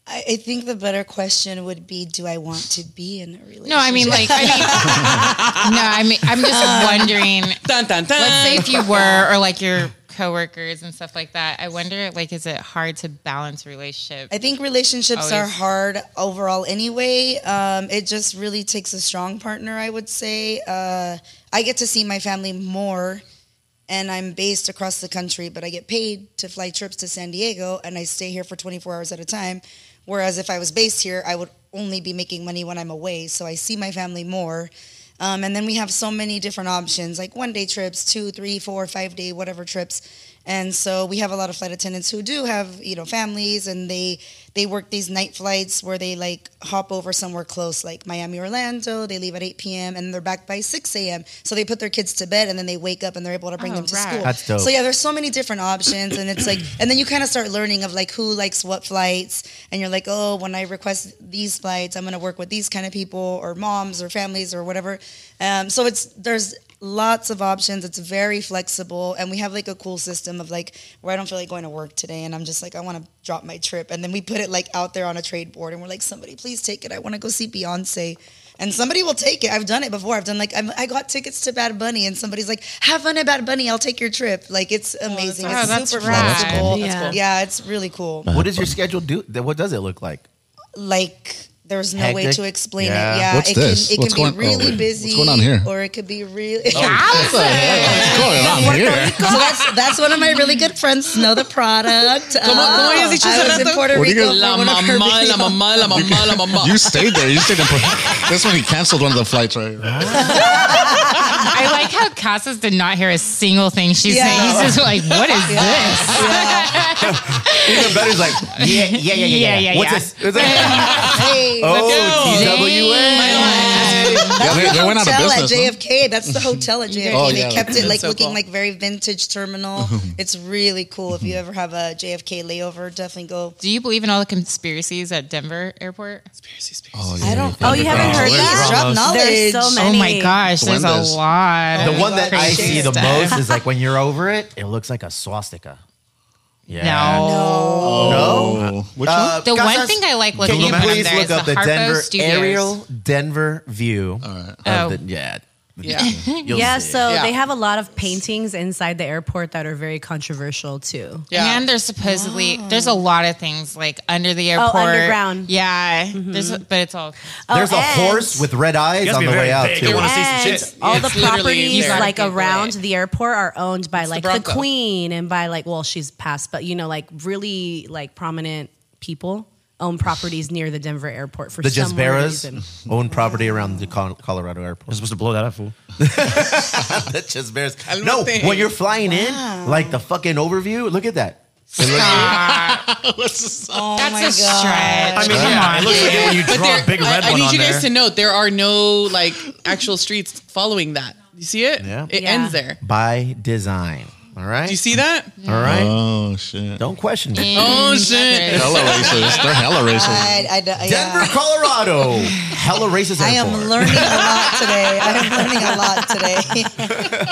S12: I, I think the better question would be, do I want to be in a relationship?
S7: No, I mean like I mean No, I mean I'm just wondering
S11: Dun, dun, dun.
S7: let's say if you were or like your coworkers and stuff like that. I wonder like is it hard to balance relationship?
S12: I think relationships are
S7: Always.
S12: hard overall anyway. Um, it just really takes a strong partner, I would say. Uh, I get to see my family more, and I'm based across the country, but I get paid to fly trips to San Diego, and I stay here for 24 hours at a time. Whereas if I was based here, I would only be making money when I'm away. So I see my family more. Um, and then we have so many different options, like one day trips, two, three, four, five day, whatever trips. And so we have a lot of flight attendants who do have, you know, families and they they work these night flights where they like hop over somewhere close, like Miami, Orlando. They leave at 8 p.m. and they're back by 6 a.m. So they put their kids to bed and then they wake up and they're able to bring
S7: Oh,
S12: them to
S7: right.
S12: school.
S3: That's dope.
S12: So yeah, there's so many different options, and it's like, and then you kind of start learning of like who likes what flights, and you're like, oh, when I request these flights, I'm gonna work with these kind of people or moms or families or whatever. Um, so it's there's lots of options. It's very flexible, and we have like a cool system of like where I don't feel like going to work today, and I'm just like I want to drop my trip, and then we put it like out there on a trade board, and we're like, somebody please take it. I want to go see Beyonce. And somebody will take it. I've done it before. I've done like I'm, I got tickets to Bad Bunny, and somebody's like, "Have fun at Bad Bunny. I'll take your trip." Like it's amazing.
S7: awesome. Oh,
S12: it's
S7: that's
S12: super
S7: rad.
S12: flexible.
S11: That's
S12: Yeah.
S11: cool.
S12: it's really cool.
S3: What does your schedule do? What does it look like?
S12: Like there's no way
S3: Hectic?
S12: to explain
S3: Yeah.
S12: it. Yeah,
S5: What's
S12: it
S5: this?
S12: can it
S5: What's
S12: can
S5: going-
S12: be
S5: oh,
S12: really
S5: wait. What's
S12: busy.
S5: going on here? Oh,
S12: Or it could be really.
S5: What's going on here?
S12: so that's that's one of my really good friends. Know the product. Uh,
S11: cómo habías dicho hace
S12: I was in
S11: rato?
S12: Puerto
S5: What do you
S12: Rico
S5: guys-
S12: for
S11: La
S12: one of her
S11: mamá, la
S12: videos.
S11: mamá, la mamá, la mamá.
S5: You stayed there. You stayed in. That's when he canceled one of the flights, right?
S7: I like how Casas did not hear a single thing she's
S12: Yeah.
S7: saying. He's just like, what is this?
S3: Even better is like, yeah, yeah, yeah, yeah, yeah.
S7: Yeah, yeah,
S3: What's
S7: yeah.
S3: this? It's like,
S12: Hey,
S3: oh, TWA.
S12: that's
S5: they-
S12: the
S5: they
S12: hotel
S5: went out of business,
S12: at
S5: huh?
S12: JFK. That's the hotel at JFK.
S11: Oh,
S12: they
S11: yeah.
S12: kept it
S11: That's
S12: like
S11: so
S12: looking
S11: cool.
S12: like very vintage terminal.
S5: Mhm.
S12: it's really cool. If you ever have a JFK layover, definitely go.
S7: Do you believe in all the conspiracies at Denver airport?
S5: Oh,
S12: I don't.
S6: Oh, you haven't heard that?
S12: Drop knowledge.
S6: There's so many.
S7: Oh my gosh, there's a
S5: Windows.
S7: lot.
S3: The
S7: of
S3: one that I
S7: crazy
S3: see the
S7: stuff.
S3: most is like when you're over it, it looks like a swastika. Yeah.
S7: No.
S5: Oh, which
S3: Uh,
S5: one?
S7: The
S3: Casas,
S7: one thing I like looking
S3: Can you
S7: at when I'm
S3: please
S7: there is
S3: look
S7: the,
S3: up the
S7: Harpo
S3: Denver
S7: Studios.
S3: aerial Denver view? Of
S7: Oh.
S3: the, yeah.
S11: Yeah.
S3: You'll
S6: Yeah,
S3: see.
S6: so
S11: Yeah.
S6: they have a lot of paintings inside the airport that are very controversial too.
S11: Yeah.
S7: And there's supposedly there's a lot of things like under the airport,
S6: Oh. underground. Mm-hmm.
S7: Yeah, there's but it's all
S3: there's
S6: Oh,
S3: a
S6: and-
S3: horse with red eyes
S4: gotta
S3: on
S4: be
S3: the
S4: very
S3: way out
S4: big.
S3: too.
S4: wanna see some
S6: and
S4: shit.
S6: all
S11: It's
S6: the
S11: literally
S6: properties
S11: there.
S6: like
S11: People,
S6: around
S11: right.
S6: the airport are owned by like the,
S11: Bronco.
S6: queen and by like well she's passed but you know like really like prominent people own properties near the Denver airport for
S3: The
S6: some weird reason.
S3: Jesperas own property around the Col- Colorado airport.
S4: You're supposed to blow that up, fool.
S3: the Jesperas.
S11: Calmate.
S3: No, when you're flying in, like the fucking overview, look at that. Oh
S7: that's a
S4: I
S7: stretch.
S4: mean, come on. It looks like when you draw a big
S11: I,
S4: red
S11: I
S4: one
S11: need
S4: on
S11: you guys to
S4: there.
S11: note there are no like actual streets following that. You see it?
S3: Yeah.
S11: It
S6: Yeah.
S11: ends there.
S3: By design. All right.
S11: Do you see that?
S3: All right.
S5: Oh shit!
S3: Don't question me.
S11: Oh shit!
S5: Hella racist. They're hella racist.
S12: I, I, yeah.
S3: Denver, Colorado. Hella racist
S12: I am
S3: airport.
S12: learning a lot today. I am learning a lot today.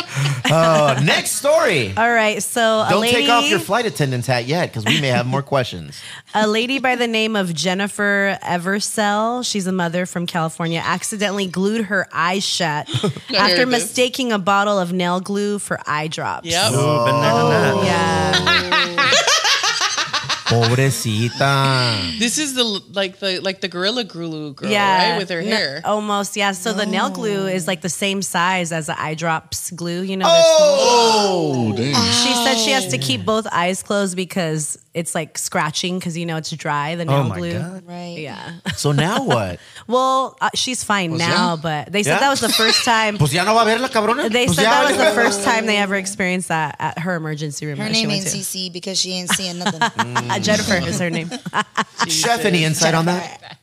S3: Uh, next story.
S6: All right, so a
S3: Don't
S6: lady
S3: take off your flight attendant's hat yet because we may have more questions.
S6: A lady by the name of Jennifer Eversell, she's a mother from California, accidentally glued her eyes shut
S11: heard
S6: after
S11: this.
S6: mistaking a bottle of nail glue for eye drops. Oh,
S11: Yep.
S4: Ooh, banana.
S6: Yeah.
S3: Pobrecita.
S11: This is the like the like the gorilla glue girl,
S6: Yeah.
S11: right? With her
S6: No,
S11: hair.
S6: almost, yeah. So the nail glue is like the same size as the eye drops glue, you know.
S11: Oh.
S5: Oh damn!
S6: they're small. She said she has to keep both eyes closed because it's like scratching because you know it's dry, the nail
S4: Oh my
S6: glue.
S4: god.
S12: right.
S6: Yeah.
S3: So now what?
S6: Well, uh, she's fine now, but they said
S3: Yeah.
S6: that was the first time.
S3: Pues ya no va a haber la cabrona.
S6: They
S3: Pues
S6: said
S3: ya-
S6: that was the first time they ever experienced that at her emergency room.
S12: Her
S6: that
S12: name
S6: she
S12: ain't
S6: went to.
S12: CC because she ain't seeing nothing.
S11: Mm.
S6: Uh, Jennifer is her name.
S3: Chef, any insight on that?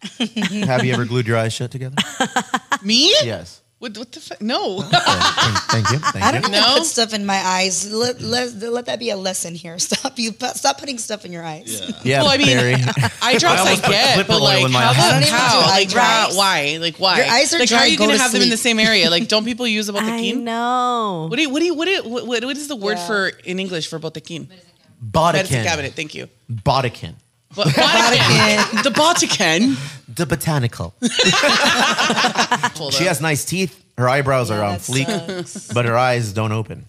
S3: have you ever glued your eyes shut together?
S11: Me?
S3: Yes.
S11: What, what the fuck? No.
S3: Thank you. Oh, Thank
S12: I don't
S3: you.
S12: have to
S11: No?
S12: put stuff in my eyes. Let, let, let that be a lesson here. Stop you. pu- Stop putting stuff in your eyes.
S3: Yeah,
S11: well, I mean,
S3: Barry.
S11: eye drops I,
S4: almost put
S11: get,
S4: clipper
S11: but
S4: oil
S11: like
S4: in my
S11: how?
S4: eyes.
S12: I don't
S11: The,
S12: even do
S11: how?
S12: eye
S11: Like why?
S12: drops.
S11: Why? Like why?
S12: Your eyes are
S11: like
S12: dry,
S11: how are you
S12: go
S11: gonna
S12: to
S11: have them in the same
S12: sleep.
S11: area? Like don't people use a
S6: I
S11: botequin?
S6: know.
S11: What do you, what do you, what, do you, what, what, what is the word
S12: Yeah.
S11: for in English for botequin? Medicine
S3: Botican.
S11: cabinet. Thank you.
S3: Botican.
S11: Bo- botequin. the botequin.
S3: The botanical.
S11: Hold
S3: She
S11: up.
S3: has nice teeth. Her eyebrows are on
S12: that
S3: fleek, but her eyes don't open.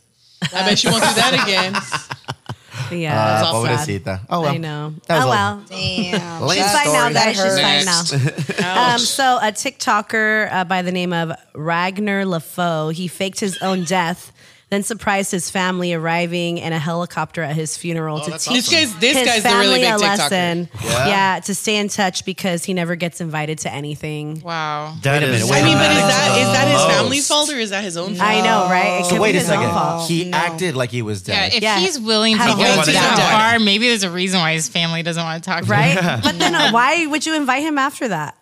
S11: I bet she won't do that again.
S6: Yeah.
S3: Uh,
S6: that's sad.
S3: pobrecita. Oh well.
S6: I know.
S3: That was
S6: Oh
S3: all.
S6: well.
S12: Damn.
S3: Lame
S6: She's
S12: Just-
S6: fine now,
S3: story.
S6: guys. She's
S12: That
S6: fine now. Um, so, a TikToker uh, by the name of Ragnar LaFoe, he faked his own death, then surprised his family arriving in a helicopter at his
S4: Oh,
S6: funeral to teach
S11: This guy's this
S6: his
S11: guy's the
S6: family
S11: really
S6: a
S11: big TikToker.
S6: lesson. Yeah. to stay in touch because he never gets invited to anything.
S7: Wow.
S4: That
S3: Wait a
S4: is-
S3: minute, wait
S11: I
S3: a
S11: mean, but is
S3: Wow.
S11: that is that his
S4: Most.
S11: family's fault or is that his own fault?
S6: I know, right? It
S3: So
S6: could
S3: wait
S6: be
S3: a
S6: his own
S3: second.
S6: fault.
S3: He acted like he was
S7: Yeah,
S3: dead.
S7: if
S6: Yeah.
S7: he's willing to
S6: Have
S7: go
S6: a good
S7: that
S6: time.
S7: far, maybe there's a reason why his family doesn't want to talk to him.
S6: Right? But then uh, why would you invite him after that?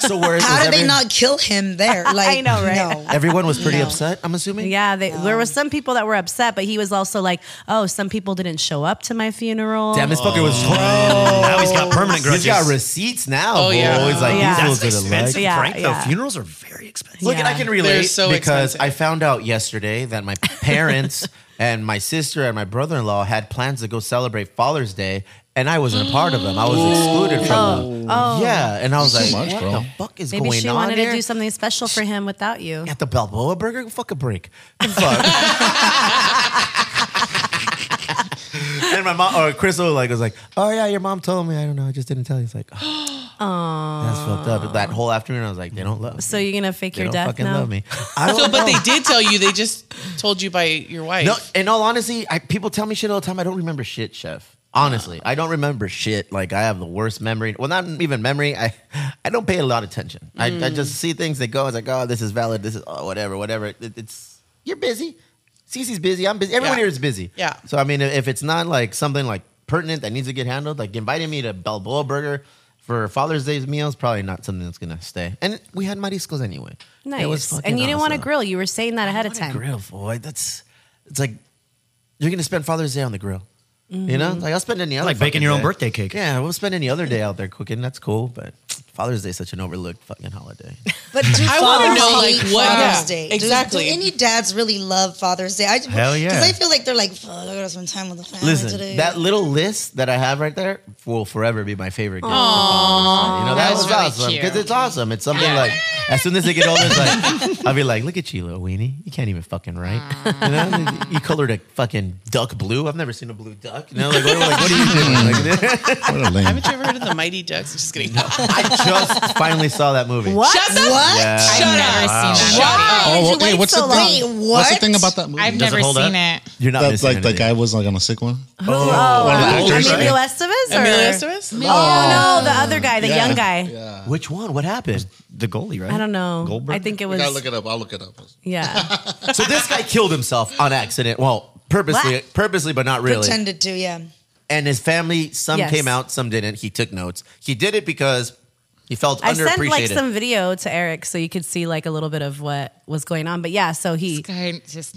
S3: so whereas
S12: How
S3: was
S12: did they
S3: every-
S12: not kill him there? Like
S6: I know, right?
S12: No.
S3: Everyone was pretty
S12: No.
S3: upset. I'm assuming.
S6: Yeah, they, there were some people that were upset, but he was also like, "Oh, some people didn't show up to my funeral."
S3: Damn, this fucker was.
S6: Oh.
S4: Now he's got permanent grudges.
S3: He's got receipts now. Oh
S11: yeah.
S3: yeah. He's
S6: Yeah.
S3: like these
S4: That's
S3: fools are the legs.
S4: expensive,
S6: Yeah,
S4: Frank.
S6: yeah.
S4: Though funerals are very expensive.
S3: Look, and I
S6: Yeah.
S3: can relate
S11: so
S3: because
S11: expensive.
S3: I found out yesterday that my parents and my sister and my brother-in-law had plans to go celebrate Father's Day, and I wasn't a part of them. I was excluded from them.
S6: Oh.
S3: Yeah, and I was like,
S5: much,
S3: what
S5: bro.
S3: the fuck is
S6: Maybe
S3: going
S6: she
S3: on
S6: wanted
S3: here?
S6: to do something special for him without you.
S3: At the Balboa Burger, fuck a break. Fuck. and my mom or Crystal like was like, oh yeah, your mom told me. I don't know, I just didn't tell you. It's like, oh, that's fucked up. That whole afternoon, I was like, they don't love.
S6: So
S3: me.
S6: you're gonna fake
S3: they
S6: your
S3: don't
S6: death
S3: fucking
S6: now?
S3: love me. I
S11: So,
S3: don't
S11: but
S3: know.
S11: they did tell you. They just told you by your wife.
S3: No, in all honesty, I, people tell me shit all the time. I don't remember shit, chef. Honestly,
S6: Ah.
S3: I don't remember shit. Like I have the worst memory. Well, not even memory. I, I don't
S6: Mm.
S3: pay a lot of attention. I, I just see things that go. I was like, oh, this is valid. This is oh, whatever, whatever. It, it's you're busy. Cece's busy. I'm busy. Everyone
S11: Yeah.
S3: here is busy.
S11: Yeah.
S3: So I mean, if it's not like something like pertinent that needs to get handled, like inviting me to Balboa Burger for Father's Day's meal is probably not something that's gonna stay. And we had mariscos anyway.
S6: Nice.
S3: It was fucking
S6: and you didn't want to
S3: awesome.
S6: grill. You were saying that ahead of time.
S3: Grill, boy. That's it's like you're gonna spend Father's Day on the grill. You know,
S12: Mm-hmm.
S6: Mhm.
S3: like I'll spend any other
S4: Like baking your own
S3: fucking
S4: birthday cake.
S3: Yeah, we'll spend any other day out there cooking. That's cool, but Father's Day is such an overlooked fucking holiday.
S12: But do
S11: I wanna
S12: fathers
S11: know,
S12: hate
S11: like, what-
S12: Father's
S11: yeah,
S12: Day? Do-
S11: exactly.
S12: Do, any dads really love Father's Day? I,
S3: Hell yeah.
S12: Because I feel like they're like, "Fuck, I gotta spend time with the family today.
S3: Listen, that little list that I have right there will forever be my favorite gift. for Father's Day. You know, that
S12: That's
S3: was
S12: really
S3: awesome
S12: cute.
S3: because it's awesome. It's something like as soon as they get older, it's like I'll be like, look at you, little weenie. You can't even fucking write.
S11: Ah.
S3: You know, you colored a fucking duck blue. I've never seen a blue duck. You know, like what, like, what are you
S5: Mm.
S3: doing? Like,
S11: Haven't you ever heard of the Mighty Ducks? Just kidding.
S3: I just finally saw that movie.
S11: What? Shut the- What?
S3: Yeah.
S11: Shut I've up. never seen
S3: Wow.
S11: that
S5: Oh,
S11: movie.
S5: well, hey, what's the thing? What's the thing about that movie?
S7: I've never seen it.
S3: You're not
S5: That's like the guy was like on a sick one.
S6: Who? Oh, uh, Emilio Estevez? Or?
S11: Emilio Estevez?
S6: Oh, no, the other guy, the
S5: Yeah.
S6: young guy.
S3: Which one? What happened?
S4: The goalie, right?
S6: I don't know.
S3: Goldberg?
S6: I think it
S5: We
S6: was.
S5: gotta look it up. I'll look it up.
S6: yeah.
S3: So this guy killed himself on accident. Well, purposely,
S6: What?
S3: purposely, but not really.
S12: Pretended to, yeah.
S3: and his family some
S6: Yes.
S3: came out some didn't he took notes he did it because he felt
S6: I
S3: underappreciated
S6: sent like some video to Eric so you could see like a little bit of what was going on. But yeah, so he
S7: just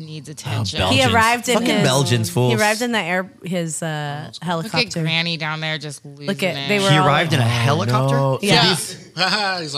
S11: Oh,
S7: needs attention.
S6: he arrived in
S3: Fucking
S6: his
S3: Belgians, fools.
S6: He arrived in the air his uh, helicopter.
S7: Look at Granny down there just losing
S6: Look at-
S7: it.
S6: they were He all- arrived in a
S3: helicopter?
S6: Yeah.
S5: He's all, "Ha, ha,
S6: These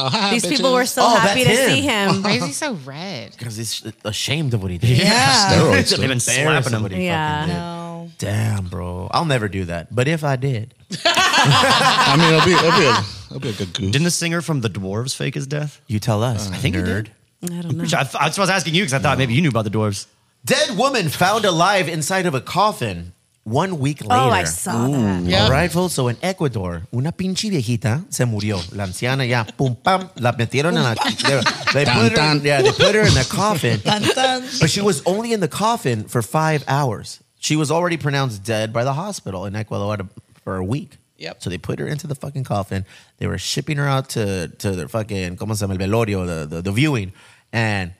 S5: bitches."
S6: people were so
S3: Oh,
S6: happy to
S3: that's him.
S6: see him.
S7: Why is he so red?
S3: because he's ashamed of what he did
S12: Yeah.
S5: Steroids,
S3: They've been
S5: dude.
S3: slapping him
S6: Yeah.
S3: no. damn bro I'll never do that but if I did
S5: I mean, it'll be it'll be a, it'll be a good goof.
S4: Didn't the singer from the Dwarves fake his death?
S3: you tell us
S4: I think he
S3: nerd
S4: did.
S6: I don't know.
S4: I, I was asking you because I thought maybe you knew about the Dwarves.
S3: dead woman found alive inside of a coffin one week later
S6: Oh, I saw that.
S3: All right, folks. So in Ecuador, una pinche viejita se murió. La anciana ya, pum, pam, la metieron en la. They, they
S5: Tan,
S3: put her,
S5: tan.
S3: yeah, they put her in the coffin.
S12: Dun, dun.
S3: But she was only in the coffin for five hours. She was already pronounced dead by the hospital in Ecuador for a week.
S11: Yep.
S3: So they put her into the fucking coffin. They were shipping her out to to their fucking como se llama el velorio, the, the the viewing, and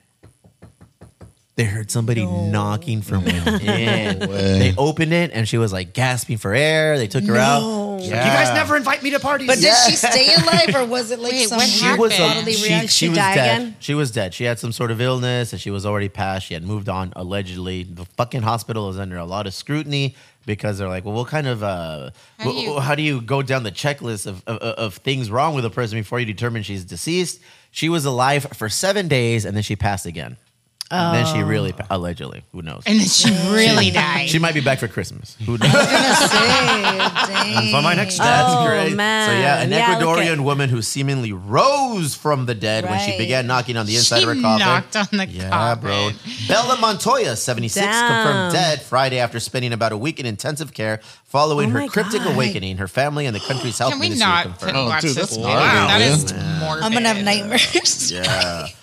S3: they heard somebody knocking from within. They opened it and she was like gasping for air. They took her out. Yeah.
S4: You guys never invite me to parties.
S12: But did she stay alive or was it like
S7: Wait,
S12: some
S7: what
S3: She was a-
S7: happened?
S12: bodily
S3: she,
S12: reaction?
S3: she was
S6: die
S3: dead.
S6: again?
S3: She was dead. She had some sort of illness and she was already passed. She had moved on allegedly. The fucking hospital is under a lot of scrutiny because they're like, well, what kind of uh, wh- wh- how,
S7: do
S3: do you,
S7: you-
S3: go down the checklist of, of of things wrong with a person before you determine she's deceased? She was alive for seven days and then she passed again. And then she really pa- allegedly, who knows?
S7: And then she really died.
S3: She might be back for Christmas. Who knows?
S12: Dang.
S4: For my next death.
S3: That's
S6: Oh,
S3: great.
S6: man.
S3: So yeah, an
S6: Yeah, look
S3: Ecuadorian
S6: at-
S3: woman who seemingly rose from the dead when she
S12: Right.
S3: began knocking on the inside
S7: She
S3: of her coffin.
S7: knocked on the
S3: yeah,
S7: coffin.
S3: bro. Bella Montoya, 76,
S6: Damn.
S3: confirmed dead Friday after spending about a week in intensive care following
S6: Oh
S3: her
S6: my
S3: cryptic
S6: God.
S3: awakening. Her family and the country's health
S7: Can we
S3: ministry
S7: not put,
S3: confirmed.
S5: Oh,
S7: watch
S5: dude,
S7: this?
S5: that's
S7: Wow,
S5: gnarly,
S7: that is
S5: dude.
S7: morbid.
S12: I'm gonna have nightmares.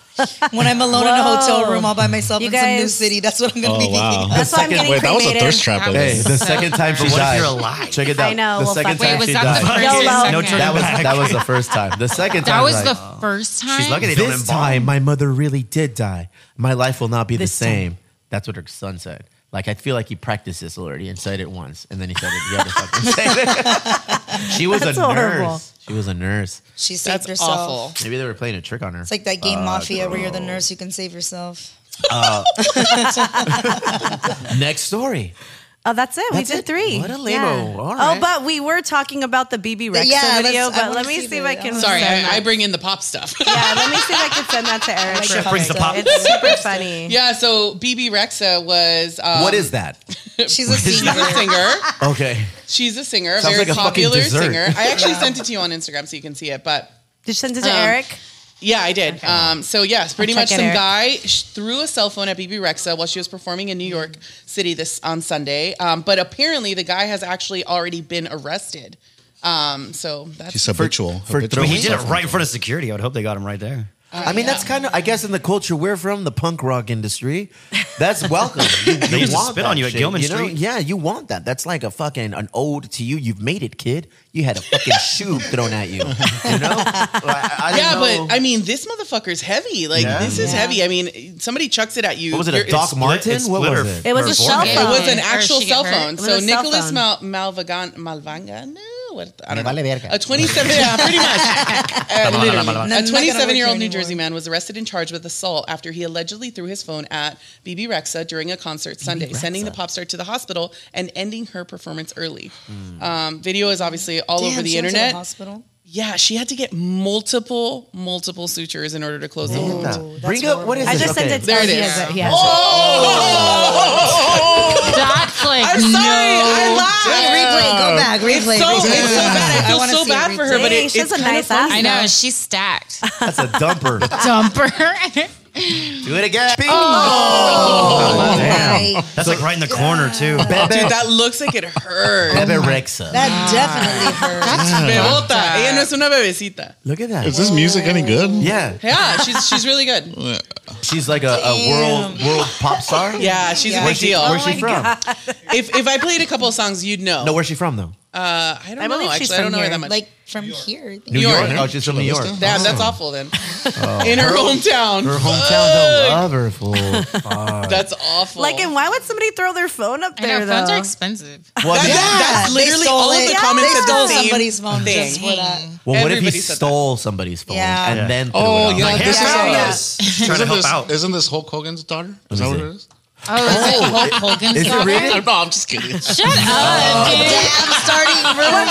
S3: Yeah.
S12: when I'm alone in a hotel
S6: Whoa.
S12: room all by myself
S6: You
S12: in some new
S6: guys-
S12: city, that's what I'm gonna be
S5: Oh wow!
S6: That's why I'm getting
S5: Wait, that was a
S6: cremated.
S5: thirst trap. of
S3: Hey,
S5: this.
S3: the second time she
S4: But what if
S3: died.
S4: you're alive?
S3: Check it out.
S6: I know,
S3: The
S6: well,
S3: second
S6: fuck it.
S3: time
S7: Wait, was
S3: she
S7: that the
S3: died.
S7: first
S6: YOLO.
S7: or second?
S6: No
S4: turning
S3: That was
S4: back.
S3: that was the first time. The second time
S7: That was
S3: like,
S7: the first time.
S4: She's lucky they don't
S3: this
S4: embalm.
S3: time my mother really did die. My life will not be
S6: This
S3: the same. That's what her son said. Like I feel like he practiced this already and said it once, and then he said it the other fucking day. she was
S6: That's
S3: a
S6: horrible.
S3: nurse. She was a nurse.
S12: She saved
S11: That's
S12: herself.
S11: awful.
S3: Maybe they were playing a trick on her.
S12: It's like that game
S4: Uh,
S5: Uh,
S12: Mafia where you're the nurse who can save yourself.
S3: Uh, Next story.
S6: Oh, that's it.
S3: That's
S6: we did
S3: it.
S6: three.
S3: What a lame-o.
S6: Yeah.
S3: All right.
S6: Oh, but we were talking about the BB Rexa
S12: Yeah, let's- I
S6: video. But
S12: wanna
S6: let me
S12: see
S6: see, uh,
S12: the
S6: if I can.
S11: Sorry,
S6: send
S11: I, I
S6: that.
S11: bring in the pop stuff.
S6: yeah, let me see if I can send that to Eric.
S4: Chef brings the pop.
S6: It's super funny.
S11: yeah, so BB Rexa was. Um,
S3: what is that?
S12: She's a
S11: She's a
S12: singer.
S11: singer.
S3: Okay.
S11: She's a singer, a
S3: Sounds
S11: very
S3: like a fucking
S11: popular
S3: dessert.
S11: singer. I actually sent it to you on Instagram so you can see it, but
S6: Did you send it to
S11: Um,
S6: Eric?
S11: Yeah, I did. Um, so yes, pretty
S6: check
S11: much
S6: it
S11: some
S6: out.
S11: guy sh- threw a cell phone at BB Rexa while she was performing in New
S6: Mm-hmm.
S11: York City this on Sunday. Um, but apparently, the guy has actually already been arrested. Um, so that's
S5: He's habitual.
S3: for
S5: habitual
S4: But he did it
S5: stuff.
S4: right in front of security. I would hope they got him right there.
S3: I mean, that's kind of, I guess, in the culture we're from, the punk rock industry, that's welcome. You,
S4: They used to spit
S3: that
S4: on you at
S3: shit,
S4: Gilman
S3: know?
S4: Street.
S3: Yeah, you want that. That's like a fucking an ode to you. You've made it, kid. You had a fucking shoe thrown at you. You know? Like, I didn't
S11: yeah,
S3: know-
S11: but I mean, this motherfucker's heavy. Like
S3: Yeah.
S11: this is
S3: Yeah.
S11: heavy. I mean, somebody chucks it at you.
S3: What was it, a
S11: You're-
S3: Doc
S11: it's-
S3: Martin? what
S4: split
S3: was
S4: her-
S3: it?
S6: It was a cell
S11: It
S6: phone.
S11: was an
S7: Or
S11: actual
S7: she
S11: cell
S7: get hurt.
S11: phone.
S6: It
S11: So
S6: was a cell
S11: Nicholas
S6: phone.
S11: Mal- Malvagan Malvanga. No, what, I don't
S3: Me
S11: know.
S3: vale verga.
S11: A 27 yeah, pretty much. Uh, literally.
S12: No,
S11: A
S12: I'm not gonna
S11: 27 year old
S12: work
S11: New
S12: here
S11: Jersey man was arrested and charged with assault after he allegedly threw his phone at BB Rexa during a concert Sunday, sending the pop star to the hospital and ending her performance early.
S3: Hmm.
S11: Um, video is obviously all
S12: Damn,
S11: over the
S12: she went to
S11: internet.
S12: hospital.
S11: yeah, she had to get multiple, multiple sutures in order to close the wound.
S3: That- Bring up, what is
S6: I
S3: this?
S6: just sent
S3: Okay.
S6: it to
S11: There it
S6: he
S11: is. Oh!
S6: has He has
S7: Dot's like,
S11: I'm sorry.
S7: no.
S12: Replay, go back, replay.
S11: So,
S12: replay.
S11: it's so bad. I feel
S12: wanna
S11: so
S12: see a
S11: bad for her,
S12: replay.
S11: but
S6: Hey,
S11: it,
S6: she has
S11: it's
S6: a
S11: kind of
S6: nice
S11: funny.
S6: ass.
S7: I know she's stacked.
S3: That's a dumper.
S7: Dumper.
S3: Do it again.
S11: Oh!
S12: Right.
S4: That's like right in the corner too.
S11: Dude,
S3: Bebe,
S11: that looks like it hurts.
S3: Bebe Rexa.
S12: That definitely hurts.
S11: Bebota. Ella no es una bebecita.
S3: Look at
S5: Is
S3: that.
S5: this music any good?
S3: Yeah,
S11: Yeah, she's she's really good.
S3: she's like a, a world world pop star.
S11: Yeah, she's a
S3: Where's
S11: big
S3: she,
S11: deal.
S3: where's she from?
S11: If if I played a couple of songs, you'd know.
S3: No, where's she from though?
S11: uh, I don't
S6: I
S11: know.
S6: believe she's
S11: Actually, I don't
S6: from
S11: know her
S6: here.
S11: that much.
S12: Like from here. I think.
S3: New
S11: York.
S3: Oh, she's from New York. Oh.
S11: Damn, that's awful then. In her hometown.
S3: Her hometown don't love her. Fool. Fuck.
S11: That's awful.
S6: Like, and why would somebody throw their phone up
S7: I know,
S6: there,
S7: phones
S6: though?
S7: are expensive.
S3: Well, I mean-
S11: that's
S12: they
S11: literally
S12: stole
S11: all of
S12: it.
S11: the
S12: Yeah,
S11: comments
S12: they
S11: that
S12: stole
S11: the same
S12: somebody's phone
S11: thing.
S12: just for that.
S3: well, what if he
S11: Everybody said that.
S3: stole somebody's phone
S12: Yeah.
S3: and
S12: Yeah.
S3: then
S5: Oh,
S3: threw it on?
S5: yeah.
S3: Like,
S5: this is,
S12: yeah,
S5: uh,
S12: yeah.
S4: Trying to
S5: Isn't
S4: help
S5: this,
S4: out.
S5: isn't this Hulk Hogan's daughter? Is that
S3: is
S5: what
S3: it?
S5: it is?
S7: Oh, is it Hulk Hogan's
S3: Is it
S7: daughter?
S3: really?
S5: No, I'm just kidding.
S7: Shut up,
S3: Oh.
S7: dude.
S12: I'm starting rumors.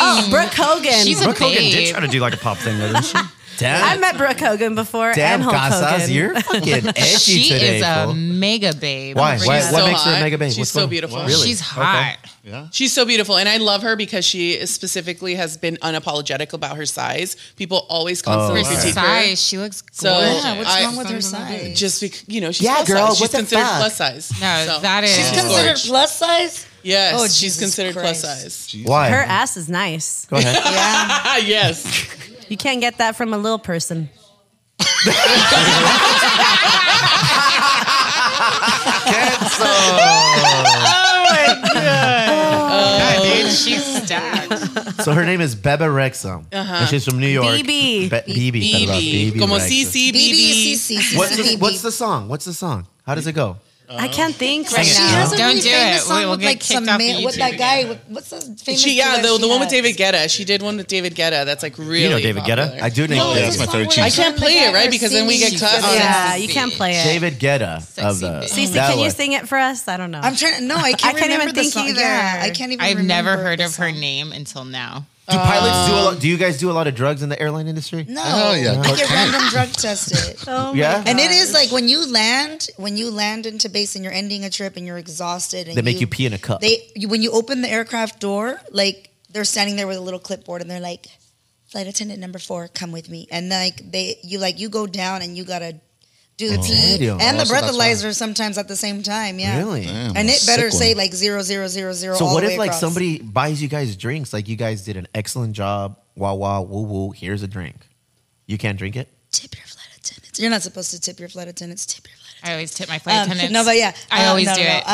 S6: Oh, Brooke Hogan.
S7: She's
S4: Brooke
S7: a babe.
S4: Hogan did try to do like a pop thing, though, didn't she?
S6: I
S3: damn,
S6: met Brooke Hogan before
S3: damn,
S6: and Hulk
S3: Casas,
S6: Hogan.
S3: you're fucking edgy
S7: she
S3: today.
S7: is a
S12: um,
S3: fool.
S7: mega babe.
S3: Why?
S7: She's
S3: Why?
S7: so-
S3: what
S11: so
S3: makes her a
S11: hot.
S3: mega babe?
S11: She's
S3: What's
S11: so
S3: going-
S11: beautiful.
S3: Wow. Really?
S7: She's hot.
S5: Yeah.
S11: She's so beautiful, and I love her because she is specifically has been unapologetic about her size. People always constantly
S3: wow.
S7: Her
S11: critique her.
S7: size, she looks gorgeous.
S11: So
S12: Yeah, what's
S11: I-
S12: wrong with her size?
S11: Just because you know she's
S3: Yeah,
S11: plus
S3: girl,
S11: size.
S3: what
S11: She's
S3: the
S11: considered
S3: fuck?
S11: plus size.
S7: No,
S11: So-
S7: that is-
S11: she's
S7: She's
S11: considered.
S12: considered plus size.
S11: Yes,
S12: Oh,
S11: she's
S12: Jesus
S11: considered
S12: Christ.
S11: plus size.
S3: Why?
S6: Her ass is nice.
S3: Go ahead.
S12: Yeah.
S11: Ah, yes.
S6: You can't get that from a little person.
S7: Oh. Yeah, dude, she's stacked.
S3: So her name is Bebe Rexha, and she's from New York.
S6: BB.
S3: Be- BB. perdón,
S11: BB, como
S3: Rexha.
S11: CC, BB.
S12: BBCC.
S3: What's the, what's the song? What's the song? How does it go?
S6: I can't think right
S12: She
S6: now.
S12: has a
S7: Don't
S12: really
S7: do
S12: famous
S7: it.
S12: song
S7: We will
S12: with
S7: get
S12: like some
S7: kicked off
S12: man.
S7: of
S12: What that
S7: YouTube.
S12: duy? with- What's the famous?
S11: She, yeah,
S12: duet
S11: the,
S12: she
S11: the one with
S12: had?
S11: David Guetta. She did one with David Guetta. That's like really.
S4: David Guetta?
S11: popular.
S3: I do know
S5: Oh, yeah, that's my favorite
S11: I
S5: cheese.
S11: can't play it right because then we get cut. on
S6: Yeah,
S11: it.
S6: you can't play it.
S3: David Guetta of
S7: Sexy
S3: the.
S7: bitch.
S6: Cece,
S3: that
S6: can you
S3: one.
S6: sing it for us? I don't know.
S12: I'm trying. No, I can't,
S6: I can't
S12: remember
S6: even
S12: the
S6: think
S12: song.
S6: either.
S12: Yeah, I can't even.
S7: I've never
S12: remember
S7: heard
S12: the
S7: of her
S12: song.
S7: name until now.
S3: Do pilots do a lot? Do you guys do a lot of drugs in the airline industry?
S12: No,
S5: Oh, yeah.
S12: I get random drug tested.
S6: oh
S3: Yeah.
S12: And it is like when you land, when you land into base and you're ending a trip and you're exhausted. And
S3: They make you pee in a cup.
S12: They you, when you open the aircraft door, like they're standing there with a little clipboard and they're like, "Flight attendant number four, come with me." And like they, you like you go down and you gotta do the pee
S3: Serio?
S12: and the
S5: Oh, so that's
S12: breathalyzer sometimes at the same time. Yeah,
S3: Really?
S5: Damn,
S12: And it
S5: sick
S12: better
S5: one.
S12: say like zero zero zero zero.
S3: So
S12: all
S3: what
S12: the
S3: if
S12: way
S3: like
S12: across.
S3: somebody buys you guys drinks? Like you guys did an excellent job. Wah wah woo woo. Here's a drink. You can't drink it.
S12: tip your flight attendants? You're not supposed to tip your flight attendants. Tip your flight.
S7: I always tip my flight
S12: attendants.
S7: attendants.
S12: no, but yeah,
S7: I
S12: Um,
S7: always
S12: no,
S7: do
S12: no, no.
S7: it.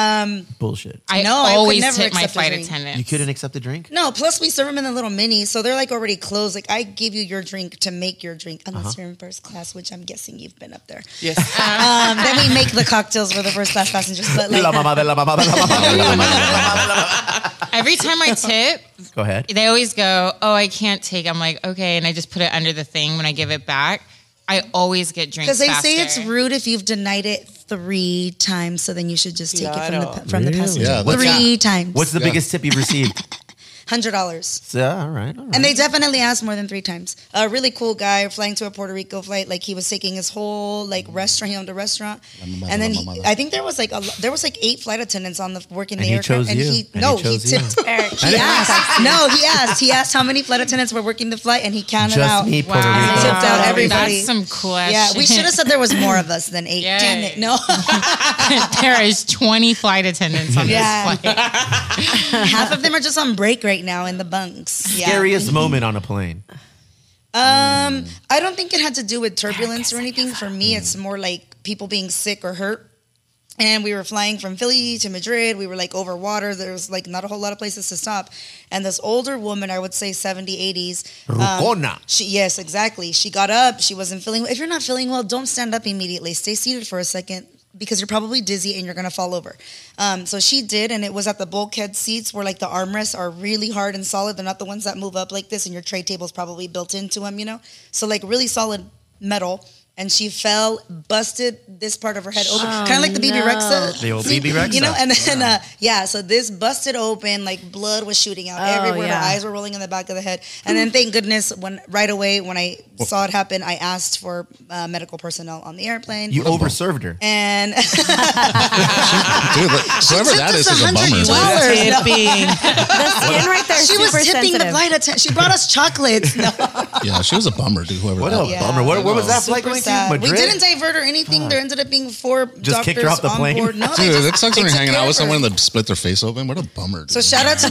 S12: Um,
S3: Bullshit.
S7: I
S12: no, I would
S7: always
S12: never
S7: tip my
S12: accept a
S7: flight
S12: drink.
S7: attendants.
S3: You couldn't accept the drink.
S12: No, plus we serve them in the little mini, so they're like already closed. Like I give you your drink to make your drink, unless you're in first class, which I'm guessing you've been up there.
S11: Yes.
S12: Um, then we make the cocktails for the first class passengers. But like,
S3: La mama de la mama de la mama de la mama de la mama de la-
S7: Every time I tip,
S3: Go ahead.
S7: they always go, "Oh, I can't take." I'm like, "Okay," and I just put it under the thing when I give it back. I always get drinks
S12: because they
S7: faster.
S12: say it's rude if you've denied it three times, so then you should just take it from the
S11: Claro.
S12: from the passenger
S5: Yeah, that's-
S12: three times.
S3: What's the
S5: Yeah.
S3: biggest tip you've received?
S12: hundred dollars?
S3: So, all right. All right.
S12: And they definitely asked more than three times. A really cool guy flying to a Puerto Rico flight, like he was taking his whole like restaurant, he owned a restaurant, and then he, I think there was like a, lo- there was like eight flight attendants on the working the
S3: And he
S12: aircraft,
S3: chose
S12: and
S3: you.
S12: he
S3: And
S12: no
S3: he chose you.
S12: tipped Eric. He asked, no, he asked, he asked how many flight attendants were working the flight, and he counted out.
S3: Just me, Puerto
S7: Wow.
S3: Rico.
S12: Tipped out everybody.
S7: That's some question.
S12: Yeah, we should have said there was more of us than eight.
S7: Yay.
S12: Damn it, no,
S7: there is 20 flight attendants on
S12: Yeah.
S7: this flight.
S12: half of them are just on break right now in the bunks. Yeah.
S3: Scariest moment on a plane.
S12: Um, I don't think it had to do with turbulence or anything. For me, it's more like people being sick or hurt. And we were flying from Philly to Madrid. We were like over water. There was like not a whole lot of places to stop. And this older woman, I would say 70, 80s. um,
S3: Rucona.
S12: she, yes, exactly. She got up. She wasn't feeling If you're not feeling well, don't stand up immediately. Stay seated for a second because you're probably dizzy and you're going to fall over. Um, so she did, and it was at the bulkhead seats where like the armrests are really hard and solid. They're not the ones that move up like this, and your tray table's probably built into them, you know? So like really solid metal. And she fell, busted this part of her head open,
S7: Oh,
S12: kind of like the BB
S7: no.
S12: Rexa.
S4: The old BB Rexa.
S12: You know, and then, uh, yeah, so this busted open, like blood was shooting out
S6: Oh,
S12: everywhere.
S6: yeah.
S12: Her eyes were rolling in the back of the head. And then, thank goodness, when right away, when I saw it happen, I asked for uh, medical personnel on the airplane.
S3: You overserved her.
S12: and
S5: Dude, look, whoever that is is a bummer.
S12: dollars. No.
S6: The skin right there.
S12: She was
S6: super
S12: tipping the
S6: sensitive.
S12: flight attendant. She brought us chocolates. No,
S5: Yeah, she was a bummer, dude. Whoever
S3: What
S5: that
S3: a
S5: was.
S12: Yeah.
S3: bummer. Where, where was that
S12: super
S3: flight going to?
S12: sad.
S3: Madrid?
S12: We didn't divert or anything. There ended up being four
S3: Just kicked
S12: doctors
S3: her off the
S12: on
S3: plane?
S12: board. No, they
S5: Dude,
S12: just-
S5: that sucks
S12: they
S5: when you're
S12: took
S5: hanging
S12: care
S5: out with
S12: of her.
S5: someone that split their face open. What a bummer, dude.
S12: So shout out to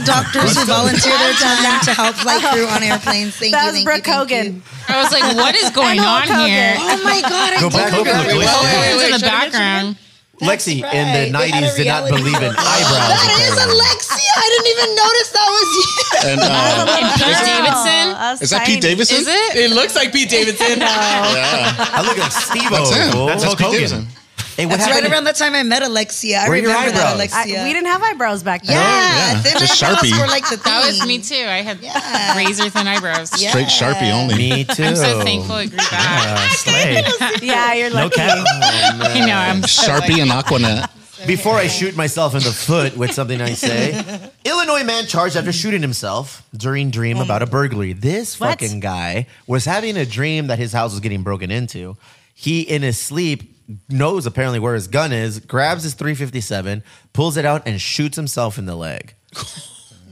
S12: doctors who volunteer their time to help flight crew on airplanes. Thank
S6: Oh. That was
S12: you, thank
S6: Brooke
S12: you, thank
S6: Hogan.
S12: you.
S7: I was like, what is going
S6: And Hulk
S7: on here?
S6: Hogan.
S12: Oh my god! I
S3: Go back over the place.
S7: Oh,
S3: Wait,
S7: it was
S11: wait,
S7: in the
S11: show me the
S7: background.
S3: Lexi in the
S12: right. They had a
S3: 90s did not
S12: reality
S3: believe in
S12: show.
S3: eyebrows.
S12: That is
S3: apparently.
S12: Alexia. I didn't even notice that was you.
S5: And, uh,
S7: And Pete Davidson.
S6: I was
S5: is that Pete
S6: tiny.
S5: Davidson?
S7: Is it?
S11: It looks like Pete Davidson.
S5: Yeah.
S3: I look like Steve
S5: That's him.
S3: O.
S5: That's Pete Davidson.
S3: Hey, what
S12: It's
S3: happened?
S12: right around the time I met Alexia. I
S3: Where are your
S12: remember that
S3: eyebrows?
S12: Alexia.
S6: I- we didn't have eyebrows back
S12: Yeah,
S6: then.
S5: Oh, yeah.
S12: thin
S5: Just
S12: eyebrows
S5: Sharpie.
S12: were like the thing.
S7: That was me too. I had
S12: Yeah.
S7: razor thin eyebrows.
S12: Yeah.
S5: Straight Sharpie only.
S3: Me too.
S7: I'm so thankful it grew back.
S4: Slay.
S6: Yeah, you're
S4: No
S6: lucky.
S4: cap.
S7: You know, I'm
S5: Sharpie and Aquanet.
S3: Before I shoot myself in the foot with something I say, Illinois man charged after shooting himself during dream about a burglary. This
S6: What?
S3: fucking guy was having a dream that his house was getting broken into. He in his sleep knows apparently where his gun is, grabs his 357, pulls it out and shoots himself in the leg.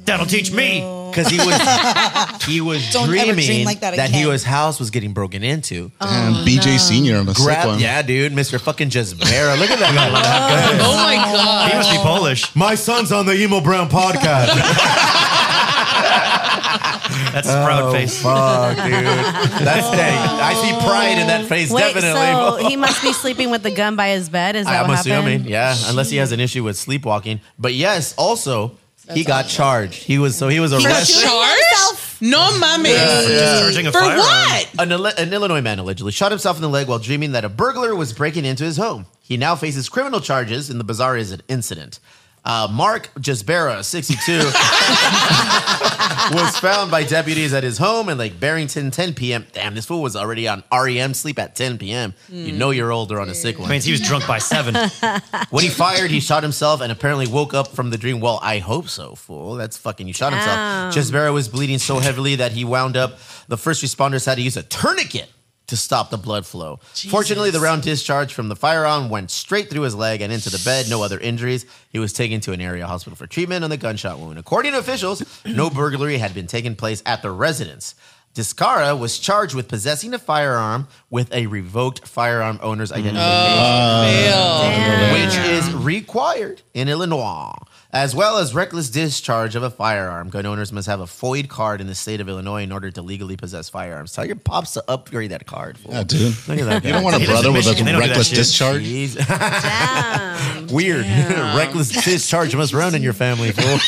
S4: That'll teach me.
S3: Cuz he was he was
S12: Don't ever
S3: dreaming
S12: dream like that
S3: that he
S12: again.
S3: was house was getting broken into.
S5: Damn, BJ Senior on the sick
S3: Grab,
S5: one.
S3: yeah, dude, Mr. fucking Jezbera. Look at that guy.
S11: Oh my god.
S4: He must be Polish.
S3: My son's on the Emo Brown podcast.
S4: That's his proud face.
S3: Oh, Fuck, dude. That's that. I see pride in that face,
S6: Wait,
S3: definitely.
S6: so he must be sleeping with the gun by his bed. Is that
S3: I'm
S6: what
S3: assuming,
S6: happened?
S3: yeah, unless he has an issue with sleepwalking. But yes, also he got charged. He was so he was
S11: He got
S3: arrested.
S11: charged? No mames.
S4: Discharging a
S11: For
S4: firearm.
S11: what?
S3: An, Ill- an Illinois man allegedly shot himself in the leg while dreaming that a burglar was breaking into his home. He now faces criminal charges in the bizarre is- incident. Uh, Mark Jasbera, 62, was found by deputies at his home in Lake Barrington, 10 p.m. Damn, this fool was already on REM sleep at 10 p.m. You
S11: Hmm.
S3: know you're older on a sick one.
S4: Means he was drunk by seven.
S3: When he fired, he shot himself and apparently woke up from the dream. Well, I hope so, fool. That's fucking, you shot
S6: Damn.
S3: himself. Jesbera was bleeding so heavily that he wound up, the first responders had to use a tourniquet to stop the blood flow. Fortunately, the round discharged from the firearm went straight through his leg and into the bed. No other injuries. He was taken to an area hospital for treatment on the gunshot wound. According to officials, no burglary had been taken place at the residence. Discara was charged with possessing a firearm with a revoked firearm owner's identification
S11: Fail.
S3: which is required in Illinois, as well as reckless discharge of a firearm. Gun owners must have a FOID card in the state of Illinois in order to legally possess firearms. Tell your pops to upgrade that card. Fool.
S5: Yeah, dude.
S3: Look at that
S5: You don't
S3: guy.
S5: want a
S4: He lives in
S5: brother with a
S4: Michigan. They don't do that
S5: reckless
S4: shit.
S5: discharge.
S3: Jeez.
S6: Damn.
S3: Weird. reckless discharge must run in your family, fool.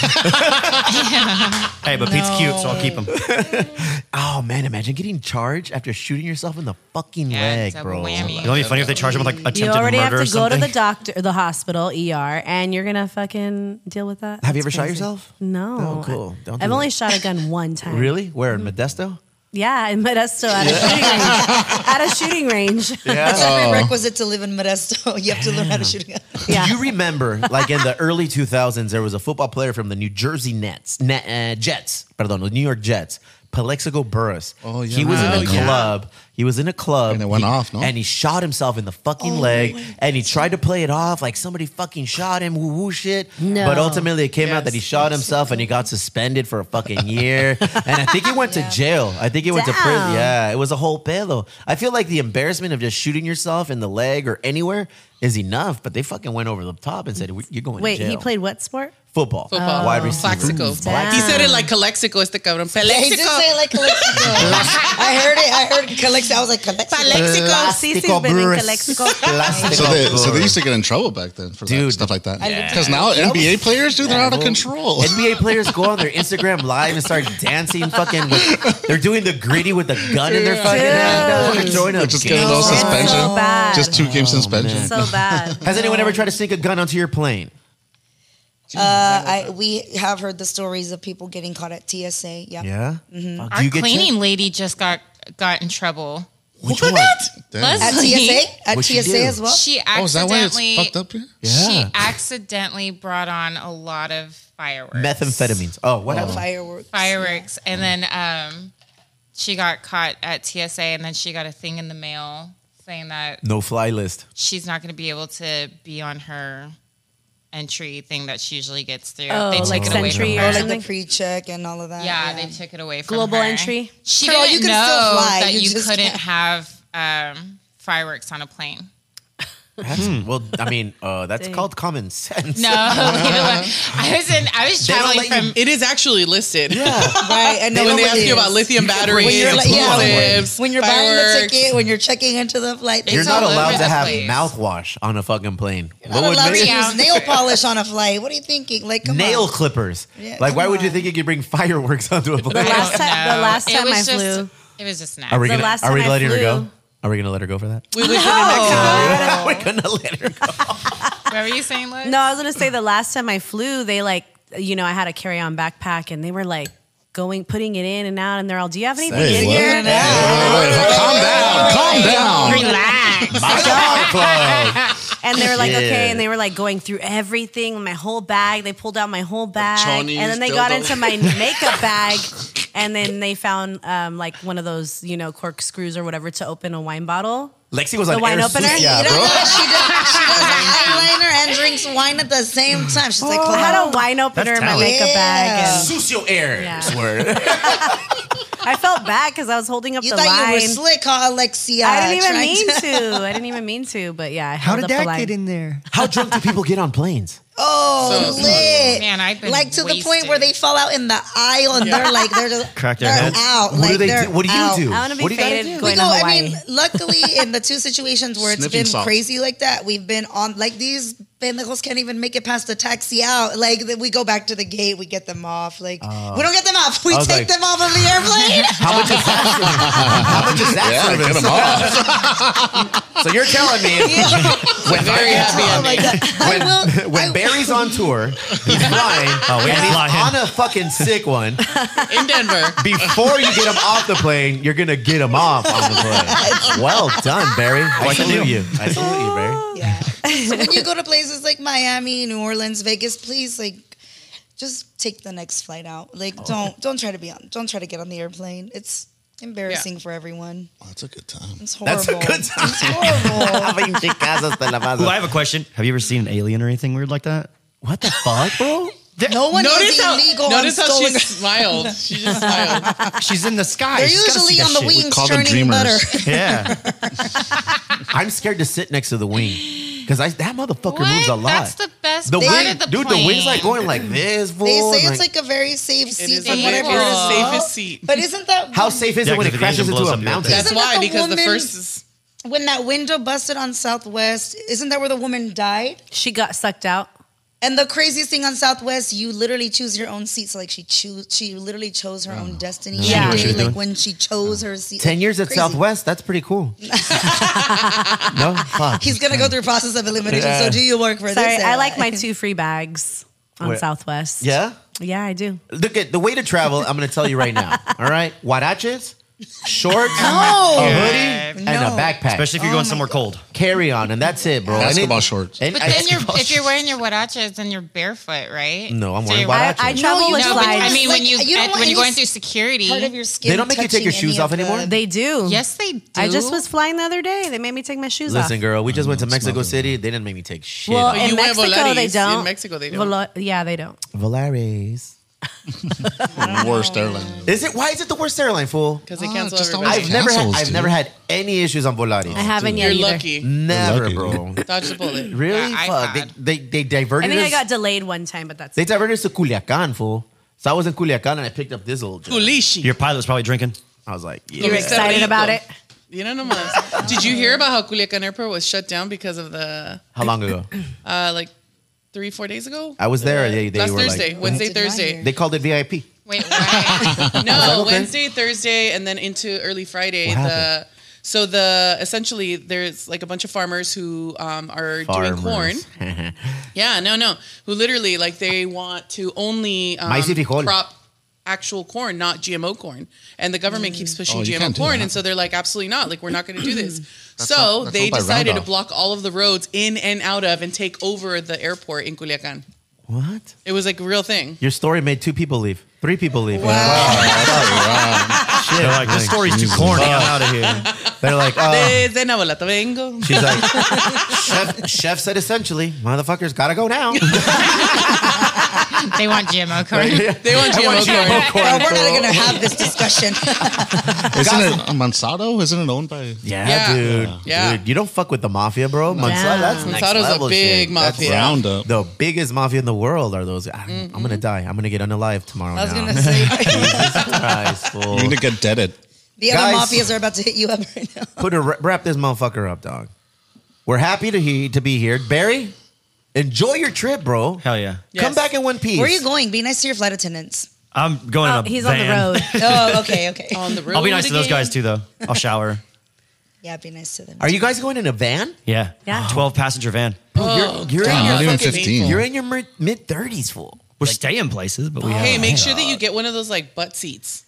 S4: Hey, but Pete's cute, so I'll keep him.
S3: oh, man. Imagine getting charged after shooting yourself in the fucking
S7: Yeah,
S3: leg,
S7: double
S3: bro.
S7: whammy.
S4: You know, it'd be funny if they charge him with like attempted
S6: You already have
S4: murder
S6: to
S4: or
S6: go to
S4: something.
S6: the doctor, the hospital, ER, and you're gonna fucking deal with that.
S3: Have you
S6: That's
S3: ever shot
S6: crazy.
S3: yourself?
S6: No.
S3: Oh, cool. Don't do
S6: I've
S3: that.
S6: only shot a gun one time. Mm-hmm.
S3: Really? Where? In Modesto?
S6: Yeah, in Modesto at a shooting range. At a shooting range.
S12: That's
S5: Oh.
S12: a prerequisite to live in Modesto. You have to learn how to shoot a gun.
S6: Yeah.
S3: Do you remember, like in the early 2000s, there was a football player from the New Jersey Nets, Ne- uh, Jets, pardon, the New York Jets, Palexico Burris.
S5: Oh, yeah.
S3: He was in
S5: Oh,
S3: a
S5: yeah.
S3: club. He was in a club.
S5: And it went
S3: He-
S5: off, no?
S3: And he shot himself in the fucking
S6: Oh,
S3: leg. And he tried to play it off like somebody fucking shot him, woo woo shit.
S6: No.
S3: But ultimately, it came out that he shot himself and he got suspended for a fucking year. and I think he went to jail. I think he went to prison.
S6: Damn.
S3: Yeah, Uh, it was a whole pedo. I feel like the embarrassment of just shooting yourself in the leg or anywhere is enough, but they fucking went over the top and said, "We- "You're going
S6: Wait,
S3: to jail."
S6: he played Oh, what sport?
S3: Football.
S11: Football.
S3: Wide receiver.
S11: Plaxico. He said it like Calexico este cabrón.
S12: Yeah, he did
S11: Calexico.
S12: say it like Calexico. I heard it. I heard Calexico. I was like Calexico.
S6: Cisi's been in Calexico.
S5: So they, so they used to get in trouble back then for that, stuff like that.
S12: looked
S5: Because now NBA players, dude, they're out of control.
S3: NBA players go on their Instagram live and start dancing. Fucking, with, they're doing the gritty with a gun in their fucking hand. They're throwing up
S5: Just getting a
S3: games.
S5: little
S6: It's
S5: suspension.
S6: so bad.
S5: Just two game
S3: Oh,
S5: suspension.
S6: so bad.
S3: Has anyone ever tried to sneak a gun onto your plane?
S12: Uh, I, we have heard the stories of people getting caught at TSA. Yeah.
S3: Yeah.
S12: Mm-hmm.
S3: Fuck,
S7: Our
S3: do you get
S7: cleaning
S3: checked?
S7: lady just got got in trouble.
S3: Which one?
S5: Damn.
S12: At
S7: Leslie,
S12: TSA? At
S3: What'd you
S12: TSA
S3: do?
S12: as well?
S7: she
S5: Oh, is that why it's
S7: accidentally
S5: fucked up here?
S7: she
S3: Yeah.
S7: accidentally brought on a lot of fireworks.
S3: Methamphetamines. Oh, what happened?
S12: Fireworks.
S7: fireworks and then um she got caught at TSA and then she got a thing in the mail saying that
S3: No fly list.
S7: she's not going to be able to be on her entry thing that she usually gets through. they took
S6: Oh, like
S7: it away
S6: Sentry
S7: from her.
S6: or
S12: Oh, Like
S6: something?
S12: the pre-check and all of that.
S7: yeah, they took it away from
S6: Global
S7: her.
S6: entry?
S7: She
S12: Girl,
S7: didn't
S12: you can
S7: know
S12: still fly,
S7: that
S12: you
S7: you,
S12: just
S7: couldn't
S12: can't.
S7: have um, fireworks on a plane.
S5: Hmm.
S3: That's- Well, I mean, uh, that's called common sense.
S7: No, you know what? I was in. I was
S3: They don't
S7: traveling
S3: let
S7: from.
S11: It is actually listed.
S12: right. And
S11: When
S12: no
S11: they
S12: one
S11: ask you
S12: believes.
S11: about lithium batteries,
S12: when you're, like, yeah,
S11: explosives,
S12: when you're buying
S11: fireworks,
S12: the ticket, when you're checking into the flight,
S3: You're
S12: it's
S3: not
S7: all
S3: allowed
S7: over
S3: to
S7: the
S3: have
S7: place.
S3: mouthwash on a fucking plane.
S12: not allowed to
S7: make-
S12: use nail polish on a flight. What are you thinking? Like, come
S3: Nail
S12: on.
S3: clippers.
S12: Yeah,
S3: like, why
S12: come
S3: would you
S12: on.
S3: think you could bring fireworks onto a
S6: The
S3: plane?
S6: last time, the last
S7: It
S6: time
S7: was
S6: I
S7: just-
S6: flew.
S7: It was just snap.
S3: Are we
S6: the
S3: gonna?
S6: last
S3: are we
S6: time I
S3: gonna letting her go?
S6: flew-
S3: Are we gonna let her go for that?
S11: we
S6: Oh,
S11: was in
S3: We're gonna let her go.
S7: what were you saying, Liz?
S6: No, I was gonna say the last time I flew, they like, you know, I had a carry-on backpack, and they were like going, putting it in and out, and they're all, "Do you have anything
S5: Hey,
S6: in
S5: what?
S6: here?"
S5: Hey, wait, wait, wait. Calm down. Calm down.
S7: Relax.
S3: My dog club.
S6: And they were like,
S3: Yeah.
S6: okay. And they were like going through everything, my whole bag. They pulled out my whole bag.
S8: chonies,
S6: and then they got
S8: dildo.
S6: into my makeup bag. And then they found um, like one of those, you know, corkscrews or whatever to open a wine bottle.
S3: Lexi was
S6: The
S3: on
S6: wine
S3: air-
S6: opener?
S3: Yeah,
S12: You
S3: bro.
S12: don't know she does. She does eyeliner and drinks wine at the same time. She's like,
S6: Oh, I had a
S12: hold on.
S6: wine opener in my
S3: talent.
S6: makeup bag.
S3: Sucio air.
S6: Yeah.
S3: Word.
S6: And I felt bad because I was holding up
S12: You
S6: the
S12: thought you were
S6: line.
S12: slick, huh, Alexia?
S6: I didn't even
S12: Trying
S6: mean
S12: to-
S6: to. I didn't even mean to. But yeah, I
S4: How
S6: held
S4: did
S6: up the
S4: that
S6: line.
S4: get in there?
S3: How drunk do people get on planes?
S12: Oh, lit.
S7: Man, I've been
S12: like to the point
S7: wasted.
S12: where they fall out in the aisle and they're like, they're just
S4: Crack their
S12: they're
S4: heads?
S12: out.
S3: What
S12: like,
S3: do they
S12: they're
S3: do? What do you
S12: out.
S3: do?
S6: I wanna be
S3: What do you gotta
S6: faded
S3: do?
S6: going
S12: we go.
S6: to
S12: I
S6: Hawaii.
S12: mean, luckily, in the two situations where it's
S5: Sniffing
S12: been
S5: salt.
S12: crazy like that, we've been on like these pendejos can't even make it past the taxi out. Like th- we go back to the gate, we get them off. Like we don't get them off, we
S3: Oh. I was
S12: take
S3: like-
S12: them off of the airplane.
S3: How much is that? How much is that
S5: Yeah,
S3: service?
S5: get them off.
S3: So you're telling me when
S11: very happy
S12: oh my
S11: ending.
S12: god! I will.
S3: when
S12: I-
S3: Barry's on tour, he's flying,
S4: we
S3: and he's
S4: flying.
S3: on a fucking sick one.
S11: in Denver.
S3: Before you get him off the plane, you're gonna get him off on the plane. Well done, Barry. I salute you. I salute you, Barry.
S12: Yeah. so when you go to places like Miami, New Orleans, Vegas, please like just take the next flight out. Like don't don't try to be on don't try to get on the airplane. It's embarrassing for everyone.
S5: That's a good time.
S12: It's horrible.
S3: That's a good time.
S12: It's horrible.
S3: Pinche casa hasta la
S4: Ooh, I
S3: base.
S4: have a question. Have you ever seen an alien or anything weird like that?
S3: What the fuck, bro?
S12: no one is
S11: Notice how,
S12: illegal on
S11: notice how she
S12: stolen-
S11: smiled. She just smiled.
S4: She's in the sky.
S12: They're
S4: She's gotta see
S12: usually
S4: that
S12: on the
S4: shit.
S12: wings
S5: call them
S12: churning butter.
S5: dreamers.
S4: Yeah.
S3: I'm scared to sit next to the wing because I that motherfucker
S7: What?
S3: moves a lot.
S7: That's the best part
S3: wing,
S7: of the
S3: dude. The
S7: plane.
S3: wing's like going like this. Fool,
S12: They say
S3: and,
S12: it's like a very safe
S11: It
S12: seat
S11: is
S12: from
S11: the
S12: what I've
S7: beautiful.
S12: heard as well.
S11: safest seat.
S12: But isn't that
S3: how safe is
S4: Yeah,
S3: it when
S4: 'cause
S3: it
S4: if the engine
S3: crashes into
S4: blows
S3: a
S4: up, you're
S3: mountain?
S11: That's
S12: Isn't
S11: why,
S12: that the
S11: because the
S12: woman-
S11: first is
S12: when that window busted on Southwest? Isn't that where the woman died?
S6: She got sucked out.
S12: And the craziest thing on Southwest, you literally choose your own seat. So like she choose, she literally chose her own destiny.
S6: She knew
S12: Yeah,
S6: what she
S12: like
S6: was
S3: doing.
S12: when she chose her seat.
S3: Ten years at
S12: Crazy.
S3: Southwest. That's pretty cool. no, fuck.
S12: He's gonna go through process of elimination.
S3: Yeah.
S12: So do you work for
S6: Sorry,
S12: this?
S6: I like my two free bags on
S3: Wait.
S6: Southwest.
S3: Yeah.
S6: Yeah, I do.
S3: Look at the way to travel. I'm going to tell you right now. All right, huaraches, shorts, a
S12: No,
S3: hoodie, and a
S12: No. Oh
S3: backpack.
S4: Especially if you're going somewhere cold.
S3: carry on, and that's it, bro. And
S5: Basketball
S3: it-
S5: shorts.
S3: and
S7: But
S3: I-
S7: then you're if you're wearing your huaraches, then you're barefoot, right?
S3: No, I'm
S7: So
S3: wearing
S7: you're-
S3: huaraches.
S6: I, I travel
S12: you
S6: with
S12: don't.
S7: No, but I
S6: slides.
S7: mean
S12: Like,
S7: when you,
S12: you don't
S7: at-
S12: want
S7: when you're going
S12: any
S7: through security.
S12: part of your skin.
S3: They don't make you take your
S12: touching
S3: shoes
S12: any
S3: off
S12: of the-
S3: anymore?
S6: They do.
S7: yes, they do.
S6: I just was flying the other day. They made me take my shoes off.
S3: Listen, girl, we just went to Mexico City. They didn't make me take shit.
S6: Well,
S3: off.
S6: in
S11: You wear
S6: Mexico
S11: Volaris.
S6: they
S11: In
S6: don't.
S11: Mexico, they don't.
S6: Volo- yeah, they don't.
S3: Valaris.
S5: Worst airline.
S3: Is it? Why is it the worst airline, fool? Because
S11: they Ah, cancel just everybody. always
S3: I've never had.
S11: cancels,
S3: I've
S11: dude.
S3: never had any issues on Volaris.
S6: I haven't yet
S11: You're
S6: either.
S11: lucky.
S3: Never,
S11: Lucky.
S3: bro.
S11: Dodge the bullet.
S3: Really?
S6: Yeah, I
S3: Fuck. They, they they
S6: I
S3: diverted
S6: think I
S3: us.
S6: got delayed one time, but that's
S3: they diverted us to Culiacan, fool. So I was in Culiacan and I picked up this old.
S11: Culichi.
S3: Your pilot was probably drinking. I was like, yeah.
S6: you were excited about it.
S11: You know, nomás. Did you hear about how Culiacan Airport was shut down because of the
S3: How long ago?
S11: uh, like three, four days ago?
S3: I was there. They, they
S11: Last
S3: were
S11: Thursday,
S3: like,
S11: Wednesday, Thursday.
S3: They called it VIP.
S11: Wait,
S3: that
S11: no,
S3: okay?
S11: Wednesday, Thursday, and then into early Friday.
S3: What
S11: The
S3: happened?
S11: so the essentially there's like a bunch of farmers who um, are doing corn.
S3: corn.
S11: Yeah, no, no. Who literally like they want to only um,
S3: Mais y frijol.
S11: crop actual corn, not GMO corn, and the government keeps pushing
S3: Oh, you
S11: GMO
S3: can't do
S11: corn,
S3: that.
S11: and so they're like, absolutely not. Like we're not going to do this.
S3: That's
S11: so
S3: not- that's
S11: they
S3: not by
S11: decided to
S3: Roundup.
S11: block all of the roads in and out of and take over the airport in Culiacan.
S3: What?
S11: It was like a real thing.
S3: Your story made two people leave. Three people leave. Wow. Shit.
S4: They're like, this story's too corny. I'm out of
S3: here. They're like, uh,
S11: Desde Navalata vengo.
S3: she's like, chef, chef said essentially, motherfuckers gotta go now.
S7: they want GMO corn.
S11: They want
S12: I want GMO
S3: corn.
S12: No, we're not gonna have this discussion.
S5: Isn't it Monsanto? Isn't it owned by?
S3: Yeah,
S12: Yeah.
S3: Dude,
S12: Yeah.
S3: dude, you don't fuck with the mafia, bro. Monsanto, that's next
S11: Monsanto's a
S3: level
S11: big
S3: shit. That's
S11: mafia.
S5: Roundup.
S3: The biggest mafia in the world are those. I, I'm gonna die. I'm gonna get unalive tomorrow.
S12: I was
S3: now.
S12: gonna say
S3: Jesus Christ, fool.
S5: You're gonna get deaded.
S12: the other
S3: Guys.
S12: mafias are about to hit you up right now.
S3: Put a wrap this motherfucker up, dog. We're happy to he to be here, Barry. Enjoy your trip, bro. Hell
S4: yeah.
S3: Come back in one piece.
S12: Where are you going? Be nice to your flight attendants.
S4: I'm going
S6: Oh,
S4: on a van.
S12: oh, okay, okay. On the
S4: I'll be nice to those guys too, though. I'll shower.
S12: Yeah, be nice to them.
S3: Are you guys going in a van?
S4: Yeah.
S12: Yeah.
S4: 12 passenger van.
S12: Oh,
S3: You're
S4: Damn,
S3: in your
S4: not even
S3: fucking-
S4: 15.
S3: You're in your mid thirties, fool.
S4: We're staying places, but we have.
S11: Hey, make sure that you get one of those like butt seats.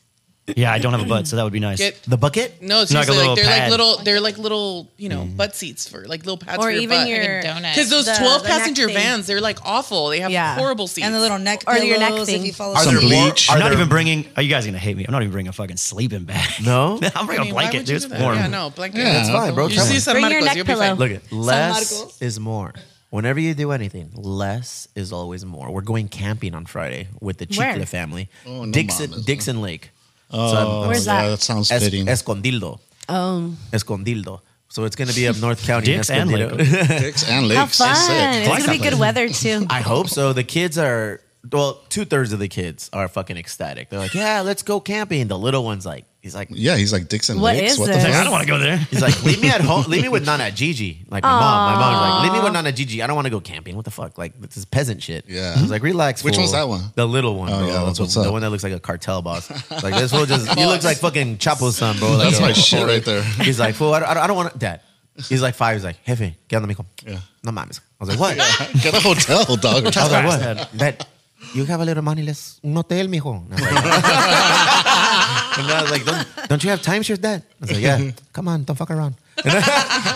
S4: Yeah, I don't have a butt, so that would be nice.
S11: Get-
S3: the bucket?
S11: No, it's
S4: Like a
S11: usually, like,
S4: little
S11: they're
S4: pad.
S11: like little, they're like little, you know, butt seats for like little pads
S7: Or
S11: for your
S7: even
S11: butt.
S7: your Like a donut.
S11: Because those
S7: The-
S11: twelve
S7: the neck
S11: passenger
S7: thing.
S11: vans, they're like awful. They have horrible seats
S12: And the little neck
S11: Or
S12: pillows
S11: your neck
S12: if
S11: thing.
S12: you fall
S4: Are
S12: asleep.
S4: there more- I'm not even bringing. Are you guys gonna hate me? I'm not even bringing a fucking sleeping bag.
S3: No,
S4: I'm bringing a blanket, dude. It's warm.
S11: Yeah, no, blanket.
S3: Yeah, that's fine, bro.
S11: You
S3: Come
S11: see
S3: on.
S11: San Bring your Marcos, neck you'll be fine. pillow.
S3: Look at
S11: San Marcos.
S3: less is more. Whenever you do anything, less is always more. We're going camping on Friday with the
S12: Where?
S3: Chicle family,
S12: Oh, no
S3: Dixon
S12: mames.
S3: Dixon Lake.
S5: Oh, Where's yeah, that? that sounds fitting.
S3: Escondildo,
S6: Oh,
S3: Escondildo. So it's gonna be up North County. in
S4: Dicks and
S3: Escondido.
S4: Lake.
S5: Dicks and
S6: how fun! It's gonna be good weather too.
S3: I hope so. The kids are well. Two thirds of the kids are fucking ecstatic. They're like, "Yeah, let's go camping." The little one's like, "He's like,
S5: yeah, he's like Dixon
S6: What Lakes? is What the this? fuck? I don't wanna
S3: to go there." He's like, "Leave me at home. Leave me with Nana Gigi." Like my mom. My mom's like, "Leave me with Nana Gigi. I don't want to go camping. What the fuck? Like this is peasant shit." Yeah. I was like, "Relax."
S5: Which
S3: fool."
S5: one's that one?
S3: The little one.
S5: Oh,
S3: bro.
S5: yeah, that's
S3: the,
S5: what's up.
S3: The one that looks like a cartel boss. Like this fool just he looks like fucking Chapo's son, bro. Like,
S5: That's
S3: a-
S5: my shit right there.
S3: He's like, "Fool, I don't, I don't- I don't want to." Dad. He's like five. He's like, "Jefe, get on the mico." Yeah. No mames. I was like, "What?"
S5: Get a hotel, dog.
S3: I was like, what? That, you have a little money, let's un hotel, mijo. And I was like, and I was like, don't, don't you have timeshares, dad? I was like, yeah. Come on, don't fuck around.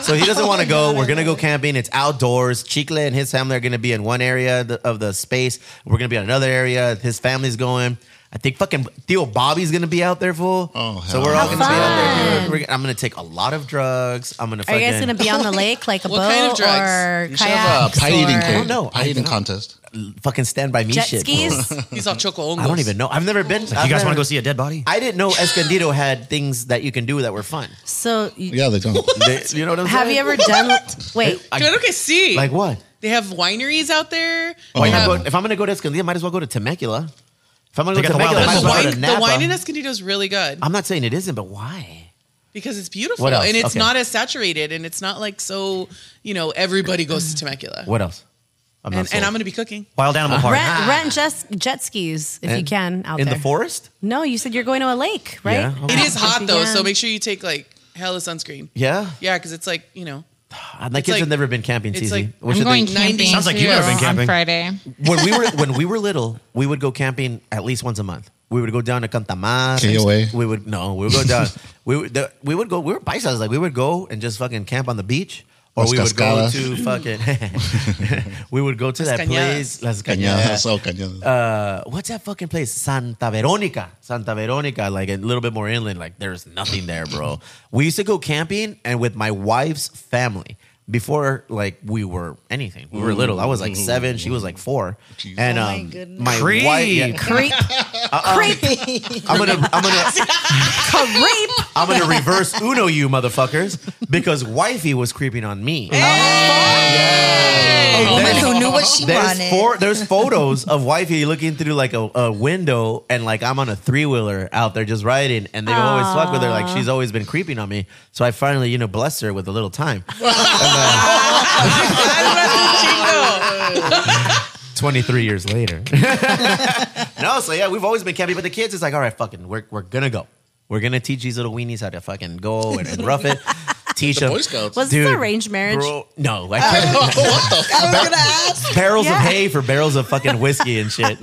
S3: so he doesn't want to go. We're going to go camping. It's outdoors. Chicle and his family are going to be in one area of the, of the space. We're going to be in another area. His family's going. I think fucking Theo Bobby's going to be out there, fool. Oh, So we're
S6: How
S3: all going to be out there.
S6: fun.
S3: We're- I'm going to take a lot of drugs. I'm going to
S6: Are
S3: fucking.
S6: you guys gonna be on the lake like a
S11: What
S6: boat
S11: kind of drugs?
S6: or
S5: You should have
S6: kayak?
S5: a pie eating
S3: I don't
S5: cake.
S3: know.
S5: Pie eating contest.
S3: Fucking stand by me
S6: Jet
S3: shit. fool.
S6: skis?
S11: He's all choco
S3: I don't even know. I've never been.
S4: Like, you guys want to go see a dead body?
S3: I didn't know Escondido had things that you can do that were fun.
S6: So you-
S5: they don't.
S3: They- you know what I'm
S6: have
S3: saying?
S6: you ever done? Wait,
S3: I-
S11: Claro que sí.
S3: Like what?
S11: They have wineries out there.
S3: Why not go- if I'm gonna go to Escondido, I might as well go to Temecula. If I'm gonna
S4: Uh-huh. They
S3: go to
S4: got the
S3: Temecula, I
S4: wild
S3: might as
S11: The
S3: well
S11: wine,
S3: go to
S11: the wine in
S3: Napa.
S11: Escondido is really good
S3: I'm not saying it isn't, but why?
S11: because it's beautiful
S3: What else?
S11: and it's
S3: Okay.
S11: not as saturated and it's not like so, you know, everybody goes to Temecula.
S3: What else? I'm
S11: and,
S3: not
S11: and
S3: sold.
S11: I'm going to be cooking.
S4: Wild animal park.
S6: rent, rent just jet skis if you
S3: And-
S6: can out
S3: in
S6: there.
S3: the forest.
S6: No, you said you're going to a lake, right?
S3: Yeah, okay.
S11: It is hot though,
S6: Yeah.
S11: so make sure you take like hella sunscreen.
S3: Yeah,
S11: Yeah, because it's like, you know,
S3: my kids
S11: like-
S3: have never been camping.
S11: it's
S3: CZ.
S11: like-
S3: What should
S7: I'm
S3: they-
S7: going camping.
S4: Sounds like you've never been
S7: too
S4: camping.
S7: on Friday.
S3: when we were when we were little, we would go camping at least once a month. We would go down to Cantamar.
S5: KOA.
S3: We would no, we would go down. we would the, we would go. We were paisas. Like we would go and just fucking camp on the beach, or
S5: Las
S3: we would go
S5: Cascadas.
S3: to fucking. we would go to
S11: Las
S3: that
S11: Cañadas.
S3: place. Las
S5: Cañadas,
S3: Cañadas.
S5: oh, cañadas.
S3: Uh, what's that fucking place? Santa Veronica. Santa Veronica, like a little bit more inland. Like there's nothing there, bro. we used to go camping and with my wife's family. before like we were anything. We were little. I was like seven. She was like four. And
S12: Oh my
S3: um,
S12: goodness.
S3: my wife. yeah. Uh-uh.
S6: Creep. Creep.
S3: I'm gonna I'm gonna
S6: Creep.
S3: I'm gonna reverse Uno you motherfuckers because wifey was creeping on me.
S12: A woman who knew what she
S3: Oh, There's
S12: wanted.
S3: four, there's photos of wifey looking through like a, a window and like I'm on a three wheeler out there just riding and they've always fucked with her like she's always been creeping on me. So I finally you know blessed her with a little time. Twenty three years later. no, so yeah, we've always been campy, but the kids is like all right, fucking, we're we're gonna go. We're gonna teach these little weenies how to fucking go and, and rough it. Teach them.
S5: Boy Scouts.
S6: Was
S3: Dude,
S6: this arranged marriage?
S3: Bro, no, I can't.
S12: Oh. I was gonna ask.
S3: barrels
S6: Yeah.
S3: of hay for barrels of fucking whiskey and shit.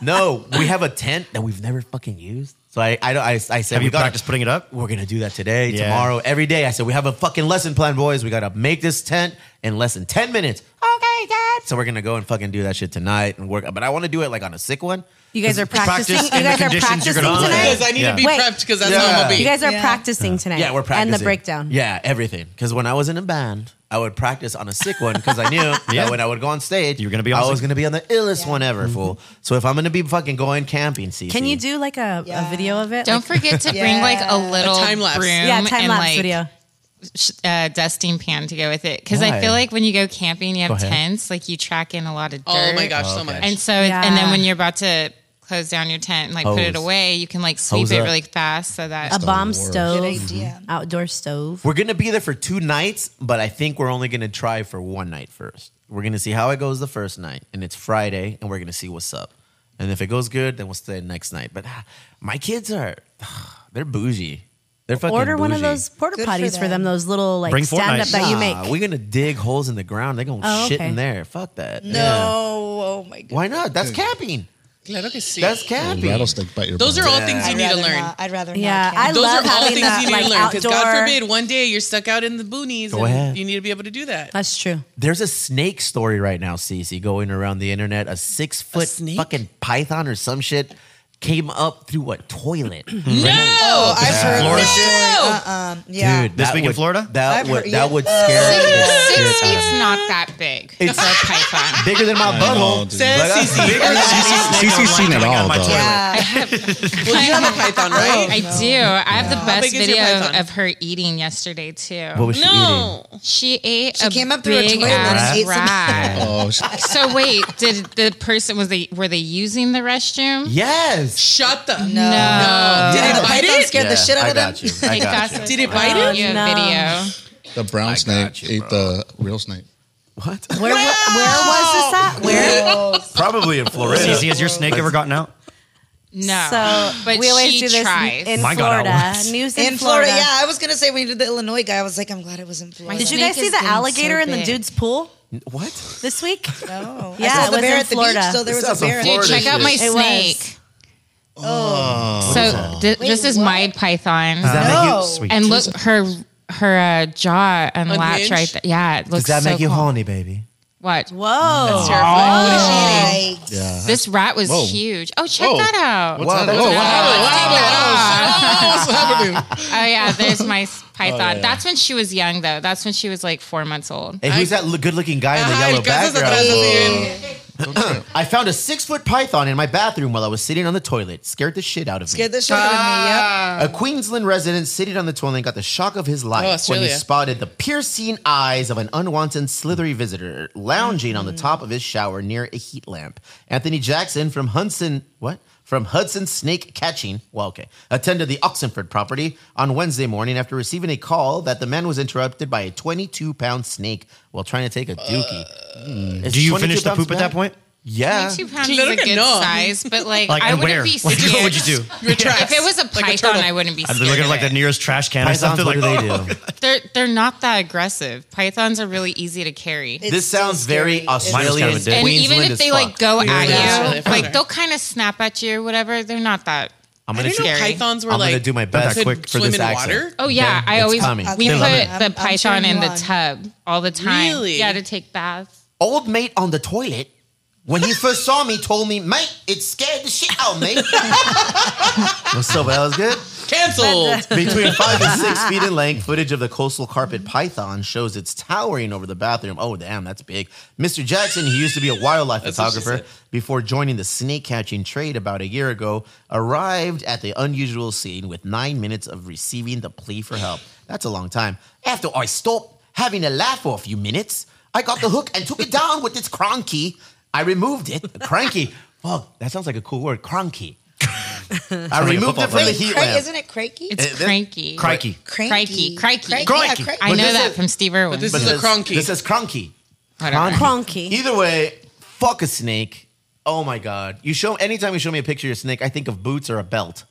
S3: no, we have a tent that we've never fucking used. So I, I, don't- I, I said,
S4: Have
S3: we
S4: you
S3: gotta-
S4: practiced putting it up?
S3: We're gonna do that today,
S4: Yeah.
S3: tomorrow, every day. I said we have a fucking lesson plan, boys. We gotta make this tent in less than ten minutes. Okay, dad. So we're gonna go and fucking do that shit tonight and work. But I want to do it like on a sick one.
S6: You guys are
S4: Practice
S6: practicing.
S4: in
S6: you
S4: the
S6: guys are
S4: conditions
S6: practicing
S4: you're gonna play.
S11: Because
S6: tonight.
S11: I need to be
S6: Wait.
S11: prepped because that's
S3: Yeah.
S11: how I'm gonna
S6: You
S11: be.
S6: guys are
S12: Yeah.
S6: practicing tonight.
S3: Yeah, we're practicing.
S6: And the breakdown.
S3: Yeah, everything. Because when I was in a band, I would practice on a sick one because I knew that when I would go on stage,
S4: You were gonna be
S3: I
S4: on Mm-hmm.
S3: was
S4: sick.
S3: going to be on the illest one ever, fool. So if I'm going to be fucking going camping, see,
S6: Can you do like a, a
S12: Yeah.
S6: video of it?
S7: Don't
S6: Like-
S7: forget to bring like
S12: Yeah.
S7: a little
S11: time lapse.
S7: broom
S6: yeah, time
S7: and
S6: lapse
S7: like
S6: video.
S7: sh- uh, dusting pan to go with it because
S3: Why?
S7: I feel like when you go camping, you have
S3: ahead.
S7: tents, like you track in a lot of dirt.
S11: Oh my gosh, so much.
S7: And so, and
S6: Yeah.
S7: then when you're about to close down your tent and like put it
S3: Hose.
S7: away, you can like sweep
S3: Hose
S7: it
S3: up.
S7: really fast so that
S6: A bomb
S12: Good
S6: stove.
S12: idea.
S6: Outdoor stove.
S3: We're gonna be there for two nights, but I think we're only gonna try for one night first. We're gonna see how it goes the first night, and it's Friday, and we're gonna see what's up. And if it goes good, then we'll stay next night. But ah, my kids are, they're bougie. They're fucking
S6: Order one of
S3: bougie.
S6: those porta
S12: Good for
S6: potties for,
S12: them.
S6: them. Those little like
S4: Bring
S6: stand up
S4: Fortnite.
S6: that you make.
S3: Nah, We're gonna dig holes in the ground. They're gonna
S6: Oh,
S3: shit
S6: okay.
S3: in there. Fuck that.
S12: No, oh my god.
S3: Why not? That's camping.
S11: Claro que sí.
S3: That's
S5: A
S3: camping.
S5: rattlesnake bite your
S11: Those
S5: bum.
S11: are all things you
S12: I'd
S11: need to
S12: rather
S11: learn.
S12: not. Uh, I'd rather
S6: Yeah,
S12: not.
S6: I
S12: Campbell.
S11: Those are
S6: love
S11: all
S6: having
S11: things
S6: that,
S11: you need
S6: like,
S11: to learn. Because God
S6: outdoor-
S11: forbid, one day you're stuck out in the boonies
S3: Go
S11: and
S3: ahead.
S11: you need to be able to do that.
S6: That's true.
S3: There's a snake story right now, Cece, going around the internet. A six foot
S11: snake?
S3: fucking python or some shit came up through a toilet.
S11: No!
S12: Oh, I've heard
S4: Florida
S12: this
S4: shit?
S12: story. Uh, um, yeah.
S3: Dude,
S4: This
S3: that
S4: week in
S3: would-
S4: Florida?
S3: That
S12: I've
S3: would
S12: heard-
S3: that
S12: yeah.
S3: would scare the
S7: six
S3: shit out of
S7: feet's
S3: me.
S7: not that big
S3: It's-
S7: for a python.
S3: Bigger than my
S5: know,
S3: butthole.
S5: dude.
S11: Says
S3: Like, that's
S11: CC.
S3: bigger than-
S5: Cece's seen it all, though.
S12: Yeah.
S11: Well, you have a python, right?
S7: I do. I have the best
S11: big is your
S7: video
S11: python?
S7: of her eating yesterday too.
S3: What was she eating?
S11: no.
S7: She ate.
S12: She
S7: a
S12: came up through a
S7: big
S12: toilet and
S7: ass
S12: ate some-
S7: rat.
S5: Oh, sh-
S7: so wait, did the person was they were they using the restroom?
S3: Yes.
S11: Shut the.
S12: No.
S11: Did
S12: And
S11: it
S12: the
S11: bite
S12: python
S11: it?
S12: scared the shit out
S3: I
S12: of them.
S3: got you. I
S7: It
S3: got you.
S7: got-
S11: Did it bite
S7: Oh,
S11: it?
S7: you have
S6: No.
S7: video.
S5: the brown snake
S3: you,
S5: ate the real snake.
S3: What?
S6: Where, where was this at? Where?
S3: Probably in Florida.
S4: Cece, has your snake ever gotten out?
S7: No.
S6: So
S7: But
S6: we always
S7: she
S6: do this
S7: tries.
S6: in
S4: Mine got out
S6: Florida.
S4: once.
S6: Uh, News in,
S12: In Florida, yeah. I was gonna say when you did the Illinois guy, I was like, I'm glad it was in Florida.
S6: Did you
S7: Snake
S6: guys see
S7: is
S6: the
S7: getting so
S6: alligator in the
S7: big.
S6: dude's pool
S3: What?
S6: this week?
S12: No.
S6: Yeah,
S12: I
S6: it
S12: saw the
S6: was
S12: bear
S6: in
S12: at the
S6: Florida.
S12: beach, so there
S3: This
S12: was
S3: sounds
S12: a bear. at the
S7: Dude,
S3: Florida
S7: check out my
S6: It was.
S7: snake. Oh. So thi- this is
S12: what?
S7: my python.
S3: that make you-
S12: No.
S4: Sweet.
S7: and look her her uh, jaw unlatch
S11: Unhinged?
S7: right there. Yeah, it looks
S3: Does that
S7: so
S3: make you
S7: cool.
S3: horny, baby?
S7: What?
S6: Whoa.
S11: Terrifying. What is she eating?
S12: Like,
S7: This rat was
S5: Whoa.
S7: huge. Oh, check
S5: Whoa.
S7: that out.
S5: What's happening?
S3: that's-
S5: Oh, wow. What's happening?
S7: Oh yeah, there's my s-
S3: Oh,
S7: python. That's when she was young though. That's when she was like four months old.
S3: Hey, who's that l- good-looking guy
S7: Uh-huh.
S3: in the
S11: Ajá, el
S3: yellow
S11: caso es
S3: background?
S11: atrás de él.
S3: I found a six-foot python in my bathroom while I was sitting on the toilet. Scared the shit out of me.
S12: scared the shit
S3: Ah.
S12: out
S3: A Queensland resident sitting on the toilet and got the shock of his
S11: Oh,
S3: life when he
S11: Australia.
S3: spotted the piercing eyes of an unwanted, slithery visitor lounging on the
S11: Mm.
S3: top of his shower near a heat lamp. Anthony Jackson from Hudson, what? From Hudson Snake Catching, well, okay, attended the Oxenford property on Wednesday morning after receiving a call that the man was interrupted by a 22 pound snake while trying to take a dookie.
S11: Uh,
S3: Mm. Is
S4: Do you
S3: 22
S4: finish the
S3: pounds
S4: poop at that
S3: bad?
S4: point?
S3: Yeah.
S7: Two pounds is
S11: Claro
S7: a
S11: que
S7: good
S11: no.
S7: size, but like,
S4: Like,
S7: I
S4: and
S7: wouldn't
S4: where?
S7: be
S4: What
S7: scared.
S4: would you do?
S7: If it was a python, I wouldn't be
S4: I'd
S7: scared.
S4: be looking at like
S7: of
S4: the
S7: it.
S4: nearest trash can or
S3: Pythons,
S4: something.
S3: what
S4: Like,
S3: do
S4: oh.
S3: they do?
S7: They're they're not that aggressive. Pythons are really easy to carry.
S12: It's
S3: this
S12: so
S3: sounds very
S12: scary. It's-
S3: Australian.
S4: Mine was kind of a dick.
S7: and
S3: Queensland
S7: even if
S3: as
S7: they
S3: fuck.
S7: like go at
S11: Yeah.
S7: you,
S11: Really
S7: like
S11: funny.
S7: they'll kind of snap at you or whatever. They're not that.
S3: I'm
S11: I
S3: gonna
S11: didn't know
S7: scary.
S11: pythons were
S3: I'm
S11: like.
S3: gonna do my best
S11: could
S3: quick for
S11: swim
S3: this
S11: in
S3: accent.
S11: water.
S7: Oh yeah,
S3: Okay?
S7: I
S3: It's
S7: always
S3: coming.
S7: we
S12: They
S7: put
S12: love it. I'm-
S7: the
S12: I'm
S7: python
S12: cheering
S7: in
S12: you
S7: the
S12: on.
S7: tub all the time.
S11: Really?
S7: Yeah, to take baths.
S3: old mate on the toilet when he first saw me told me, mate, it scared the shit out of me. What's up? That was good.
S11: Canceled.
S3: Between five and six feet in length, footage of the coastal carpet python shows it's towering over the bathroom. Oh, damn, that's big. Mr. Jackson, who used to be a wildlife
S11: what she
S3: photographer before joining the snake catching trade about a year ago, arrived at the unusual scene with nine minutes of receiving the plea for help. That's a long time. After I stopped having a laugh off you minutes, I got the hook and took it down with its cranky. I removed it. Cranky. Fuck, that sounds like a cool word. Cranky. I
S4: like a
S3: removed
S4: football
S3: it from the
S4: player.
S3: heat
S12: Cra-
S3: lamp.
S12: isn't it cranky?
S7: It's
S3: Eh, that-
S7: cranky.
S4: Crikey.
S7: Crikey. Crikey.
S12: Crikey.
S3: Crikey.
S12: Yeah, cranky.
S7: I know
S3: this
S7: that
S3: is-
S7: from Steve Irwin.
S11: But this is a
S3: says- This
S11: cronky.
S3: is cronky.
S7: Whatever.
S6: Cronky.
S3: Either way, fuck a snake. Oh my god! You show anytime you show me a picture of a snake, I think of boots or a belt.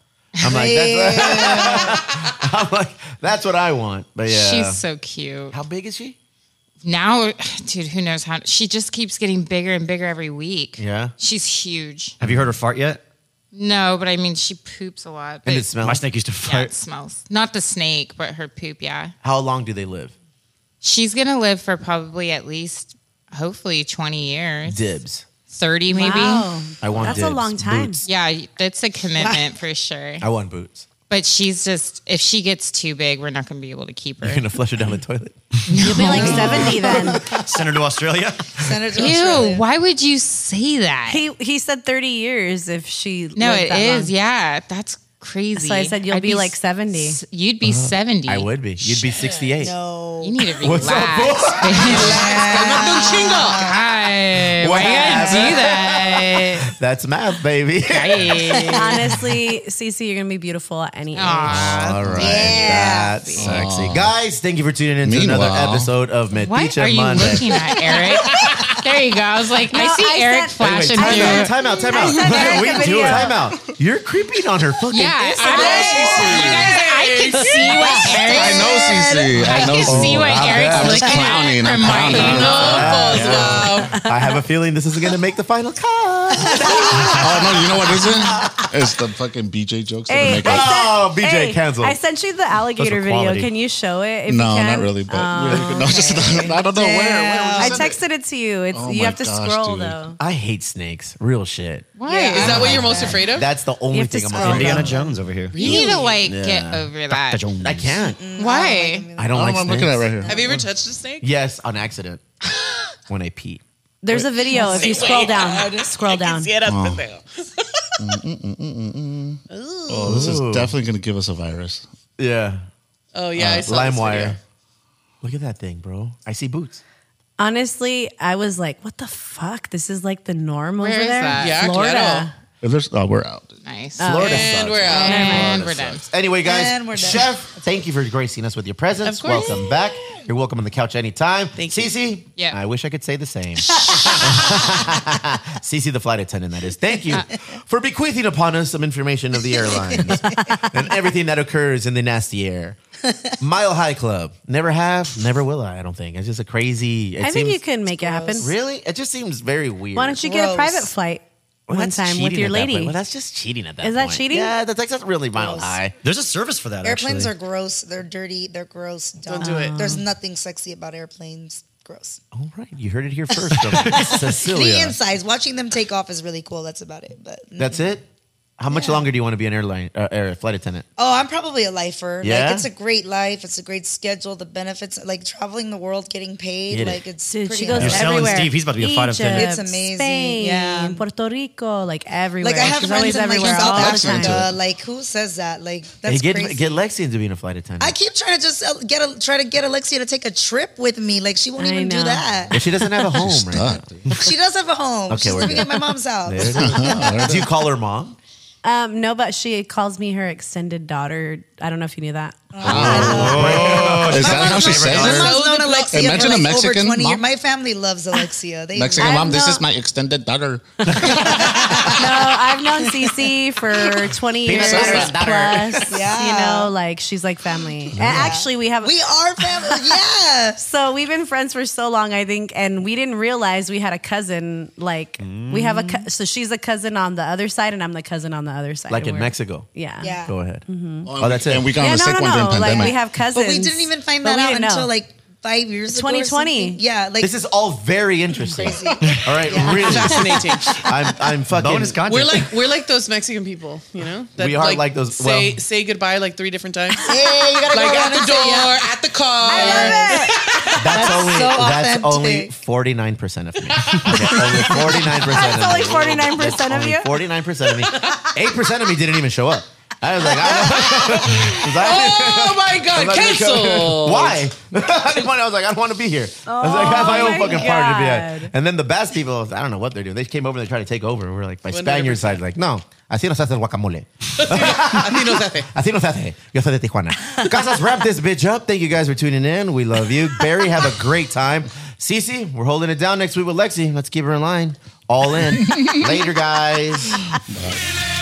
S3: I'm like, that's, I'm like, that's what I want. But yeah,
S7: She's so cute.
S3: how big is she?
S7: Now, dude, who knows how? She just keeps getting bigger and bigger every week.
S3: Yeah.
S7: She's huge.
S4: Have you heard her fart yet?
S7: No, but I mean, she poops a lot. But
S3: And it smells.
S4: My snake used to
S7: yeah,
S4: fart.
S7: it smells. Not the snake, but her poop, yeah.
S3: How long do they live?
S7: She's going to live for probably at least, hopefully, 20 years.
S3: Dibs.
S7: 30 maybe.
S6: Wow.
S3: I want.
S6: That's a
S3: dibs.
S6: long time.
S3: Boots.
S7: Yeah, that's a commitment for sure.
S3: I want boots.
S7: But she's just, if she gets too big, we're not going to be able to keep her.
S3: You're gonna flush her down the toilet.
S6: You'll be like 70 then.
S4: Send her to Australia.
S12: Senator
S7: Ew, why would you say that?
S6: He he said 30 years if she
S7: no,
S6: lived
S7: it
S6: that
S7: is.
S6: long.
S7: Yeah, that's crazy.
S6: So I said you'll be like
S7: s-
S6: 70.
S7: s- You'd be 70.
S3: Uh-huh. I would be. You'd be 68.
S7: You need to relax.
S3: What's up,
S11: Chinga.
S7: Hi. Why you
S3: Whatever.
S7: gotta do that?
S3: That's math, baby.
S7: Hey.
S6: Honestly, Cece, you're gonna be beautiful at any age.
S7: Aw.
S3: All right,
S12: Yeah.
S3: that's sexy, guys. Thank you for tuning in to another
S8: Meanwhile-
S3: episode of
S7: What are
S3: Meticha
S7: you
S3: Monday.
S7: looking at, Eric? there you go. I was like, I
S6: No,
S7: see
S6: I
S7: Eric
S6: said-
S3: Wait, wait,
S7: flashing
S3: time out,
S7: through.
S3: time out, time out.
S6: said
S3: What are
S6: Erica
S3: we
S6: video.
S3: doing? Time out. You're creeping on her fucking
S7: Yeah, I,
S3: Instagram.
S7: I, you guys, I can see what Eric.
S5: I know CC.
S7: I
S5: I know.
S7: can see what
S5: CC.
S7: Eric's
S3: Oh,
S5: I'm just
S7: looking
S5: clowning.
S7: at
S5: I'm
S7: from my
S5: clowning.
S7: angle.
S11: Wow.
S3: I have a feeling this isn't going to make the final cut.
S5: Oh no, you know what is it? It's the fucking BJ jokes that
S6: Hey,
S5: are
S6: I
S5: making.
S6: sent-
S3: Oh, BJ, cancel.
S6: I sent you the alligator video.
S4: quality.
S6: Can you show it? If you
S5: No,
S6: can?
S5: not really. But
S6: Um,
S5: yeah, you could- no, just I
S3: Oh,
S5: don't know where. where was
S6: I
S5: it?
S6: texted it to you. It's
S5: Oh
S6: you
S5: my
S6: have to
S5: gosh,
S6: scroll
S5: dude.
S6: though.
S3: I hate snakes. Real shit.
S7: Why?
S11: Is that what you're most afraid of?
S3: That's the only
S6: have to
S3: thing I'm
S6: scroll
S3: afraid
S4: Indiana
S3: of.
S4: Jones over here.
S7: You need to like get
S3: Yeah.
S7: over that.
S4: Jones.
S3: I can't.
S7: Why?
S3: I don't
S5: Oh,
S3: like
S5: I'm
S3: snakes.
S5: looking at it right here.
S11: Have you ever touched a snake?
S3: Yes, on accident. when I pee.
S6: There's a video if you scroll down. Scroll down.
S11: Get up and down.
S5: Oh, this is
S3: Ooh.
S5: definitely going to give us a virus.
S3: Yeah.
S11: Oh yeah, I saw this video.
S3: Uh, LimeWire. Look at that thing, bro. I see boots.
S6: Honestly, I was like, what the fuck? This is like the norm
S7: Where
S6: over
S7: is
S6: there.
S7: that?
S11: Yeah,
S6: Florida.
S5: If there's, oh, we're out.
S7: Nice.
S3: Uh, Florida
S11: And
S3: sucks.
S11: we're out.
S7: and we're done.
S3: Anyway, guys,
S12: And we're done.
S3: Chef, thank you for gracing us with your presence.
S11: Of course.
S3: Welcome back. You're welcome on the couch anytime. Thank
S11: you.
S3: Cece,
S7: Yeah.
S3: I wish I could say the same. Cece, the flight attendant, that is. Thank you for bequeathing upon us some information of the airlines and everything that occurs in the nasty air. Mile High Club. Never have, never will I, I don't think. It's just a crazy. It
S6: I think
S3: seems-
S6: you can make it happen.
S3: Really? It just seems very weird.
S6: Why don't you get a
S12: Gross.
S6: private flight
S3: Well,
S6: one
S3: that's
S6: time with
S3: cheating
S6: your
S3: at that
S6: lady?
S3: point. Well, that's just cheating at that
S6: Is that
S3: point.
S6: cheating?
S3: Yeah, that's, that's really mile
S12: Gross.
S3: high.
S4: There's a service for that.
S12: Airplanes
S4: actually.
S12: are gross. They're dirty. They're gross. Don't,
S11: do it.
S12: There's nothing sexy about airplanes. Gross.
S3: All right, you heard it here first from Cecilia.
S12: The insides. Watching them take off is really cool. That's about it. But
S3: That's it. How much longer do you want to be an airline uh, air flight attendant?
S12: oh, I'm probably a lifer.
S3: Yeah?
S12: Like it's a great life. It's a great schedule. The benefits, like traveling the world, getting paid.
S3: Get it.
S12: like it's
S6: Dude,
S12: pretty
S6: she goes
S4: You're selling
S6: everywhere.
S4: Steve. He's about to be a flight attendant.
S6: Egypt,
S12: It's amazing.
S6: Spain,
S12: Yeah.
S6: Puerto Rico, like everywhere.
S12: Like I have
S6: She's
S12: friends
S6: always
S12: in like
S6: everywhere
S12: South
S6: all the time.
S12: Africa. Like who says that? Like that's
S3: Hey, get
S12: crazy.
S3: get Lexi into being a flight attendant.
S12: I keep trying to just uh, get a, try to get Alexia to take a trip with me. Like she won't
S6: I
S12: even
S6: know.
S12: do that.
S3: But she doesn't have a home right now.
S12: She does have a
S6: Oh,
S12: home.
S3: Okay,
S12: She's
S3: we're
S12: living
S3: good.
S12: at my mom's house.
S3: There it is. do you call her mom?
S6: Um, no, but she calls me her extended daughter. I don't know if you knew that.
S12: Oh.
S3: Oh.
S5: Is that how Oh. she says
S12: My
S5: it?
S12: mom's known Alexia
S5: Imagine
S12: for
S5: a
S12: like
S5: Mexican
S12: over 20
S5: mom.
S12: years. My family loves Alexia. They
S5: Mexican
S6: I'm
S5: mom, this
S6: not-
S5: is my extended daughter.
S6: No, I've known Cece for 20 years
S5: says that.
S6: plus.
S12: Yeah.
S6: You know, like she's like family. And actually, we have
S12: We are family. Yeah.
S6: so we've been friends for so long, I think, and we didn't realize we had a cousin. Like we have a co- so she's a cousin on the other side, and I'm the cousin on the other side.
S3: Like
S6: and
S3: in
S6: we're-
S3: Mexico.
S6: Yeah. Mm-hmm.
S12: Yeah.
S3: Go ahead.
S5: Oh,
S3: that's it.
S5: And we got
S6: Yeah,
S5: on
S6: no,
S5: the sick
S6: no,
S5: one during
S6: no. Like
S5: pandemic.
S6: we have cousins,
S12: But we didn't even find
S6: but
S12: that
S6: we
S12: out
S6: didn't
S12: until
S6: know.
S12: like five years ago. or
S6: 2020.
S12: something. Yeah, like
S3: this is all very interesting.
S12: Crazy.
S3: All right, really
S11: Fascinating.
S3: I'm, I'm fucking.
S4: Bonus content.
S11: We're like we're like those Mexican people, you know.
S3: We are like those-
S11: Say
S3: well-
S11: say goodbye like three different times.
S12: hey, you gotta
S11: like
S12: go
S11: at
S12: around
S11: the
S12: and
S11: door,
S12: say, yeah.
S11: at the car.
S3: That's, only
S12: so
S3: that's only
S12: authentic.
S3: forty nine percent of me. Okay, only forty nine percent.
S6: That's only 49% of you?
S3: Forty nine percent of me. Eight percent of me didn't even show up. I was like, I, 'Cause I-
S11: Oh my
S3: I'm
S11: god,
S3: not gonna come.
S11: cancel.
S3: Why? I didn't want. I was like, I don't want to be here. I was like, I have my
S6: Oh
S3: own
S6: my
S3: fucking party to be
S6: God.
S3: at. And then the best people, I don't know what they're doing. They came over and they tried to take over. We're like, my Spaniard side, like, no, así nos hacen guacamole.
S11: Así nos hace.
S3: Así nos hace. Yo soy de Tijuana. Guys, let's wrap this bitch up. Thank you guys for tuning in. We love you. Barry, have a great time. Cece, we're holding it down next week with Lexi. Let's keep her in line. All in. Later, guys.
S2: Feeling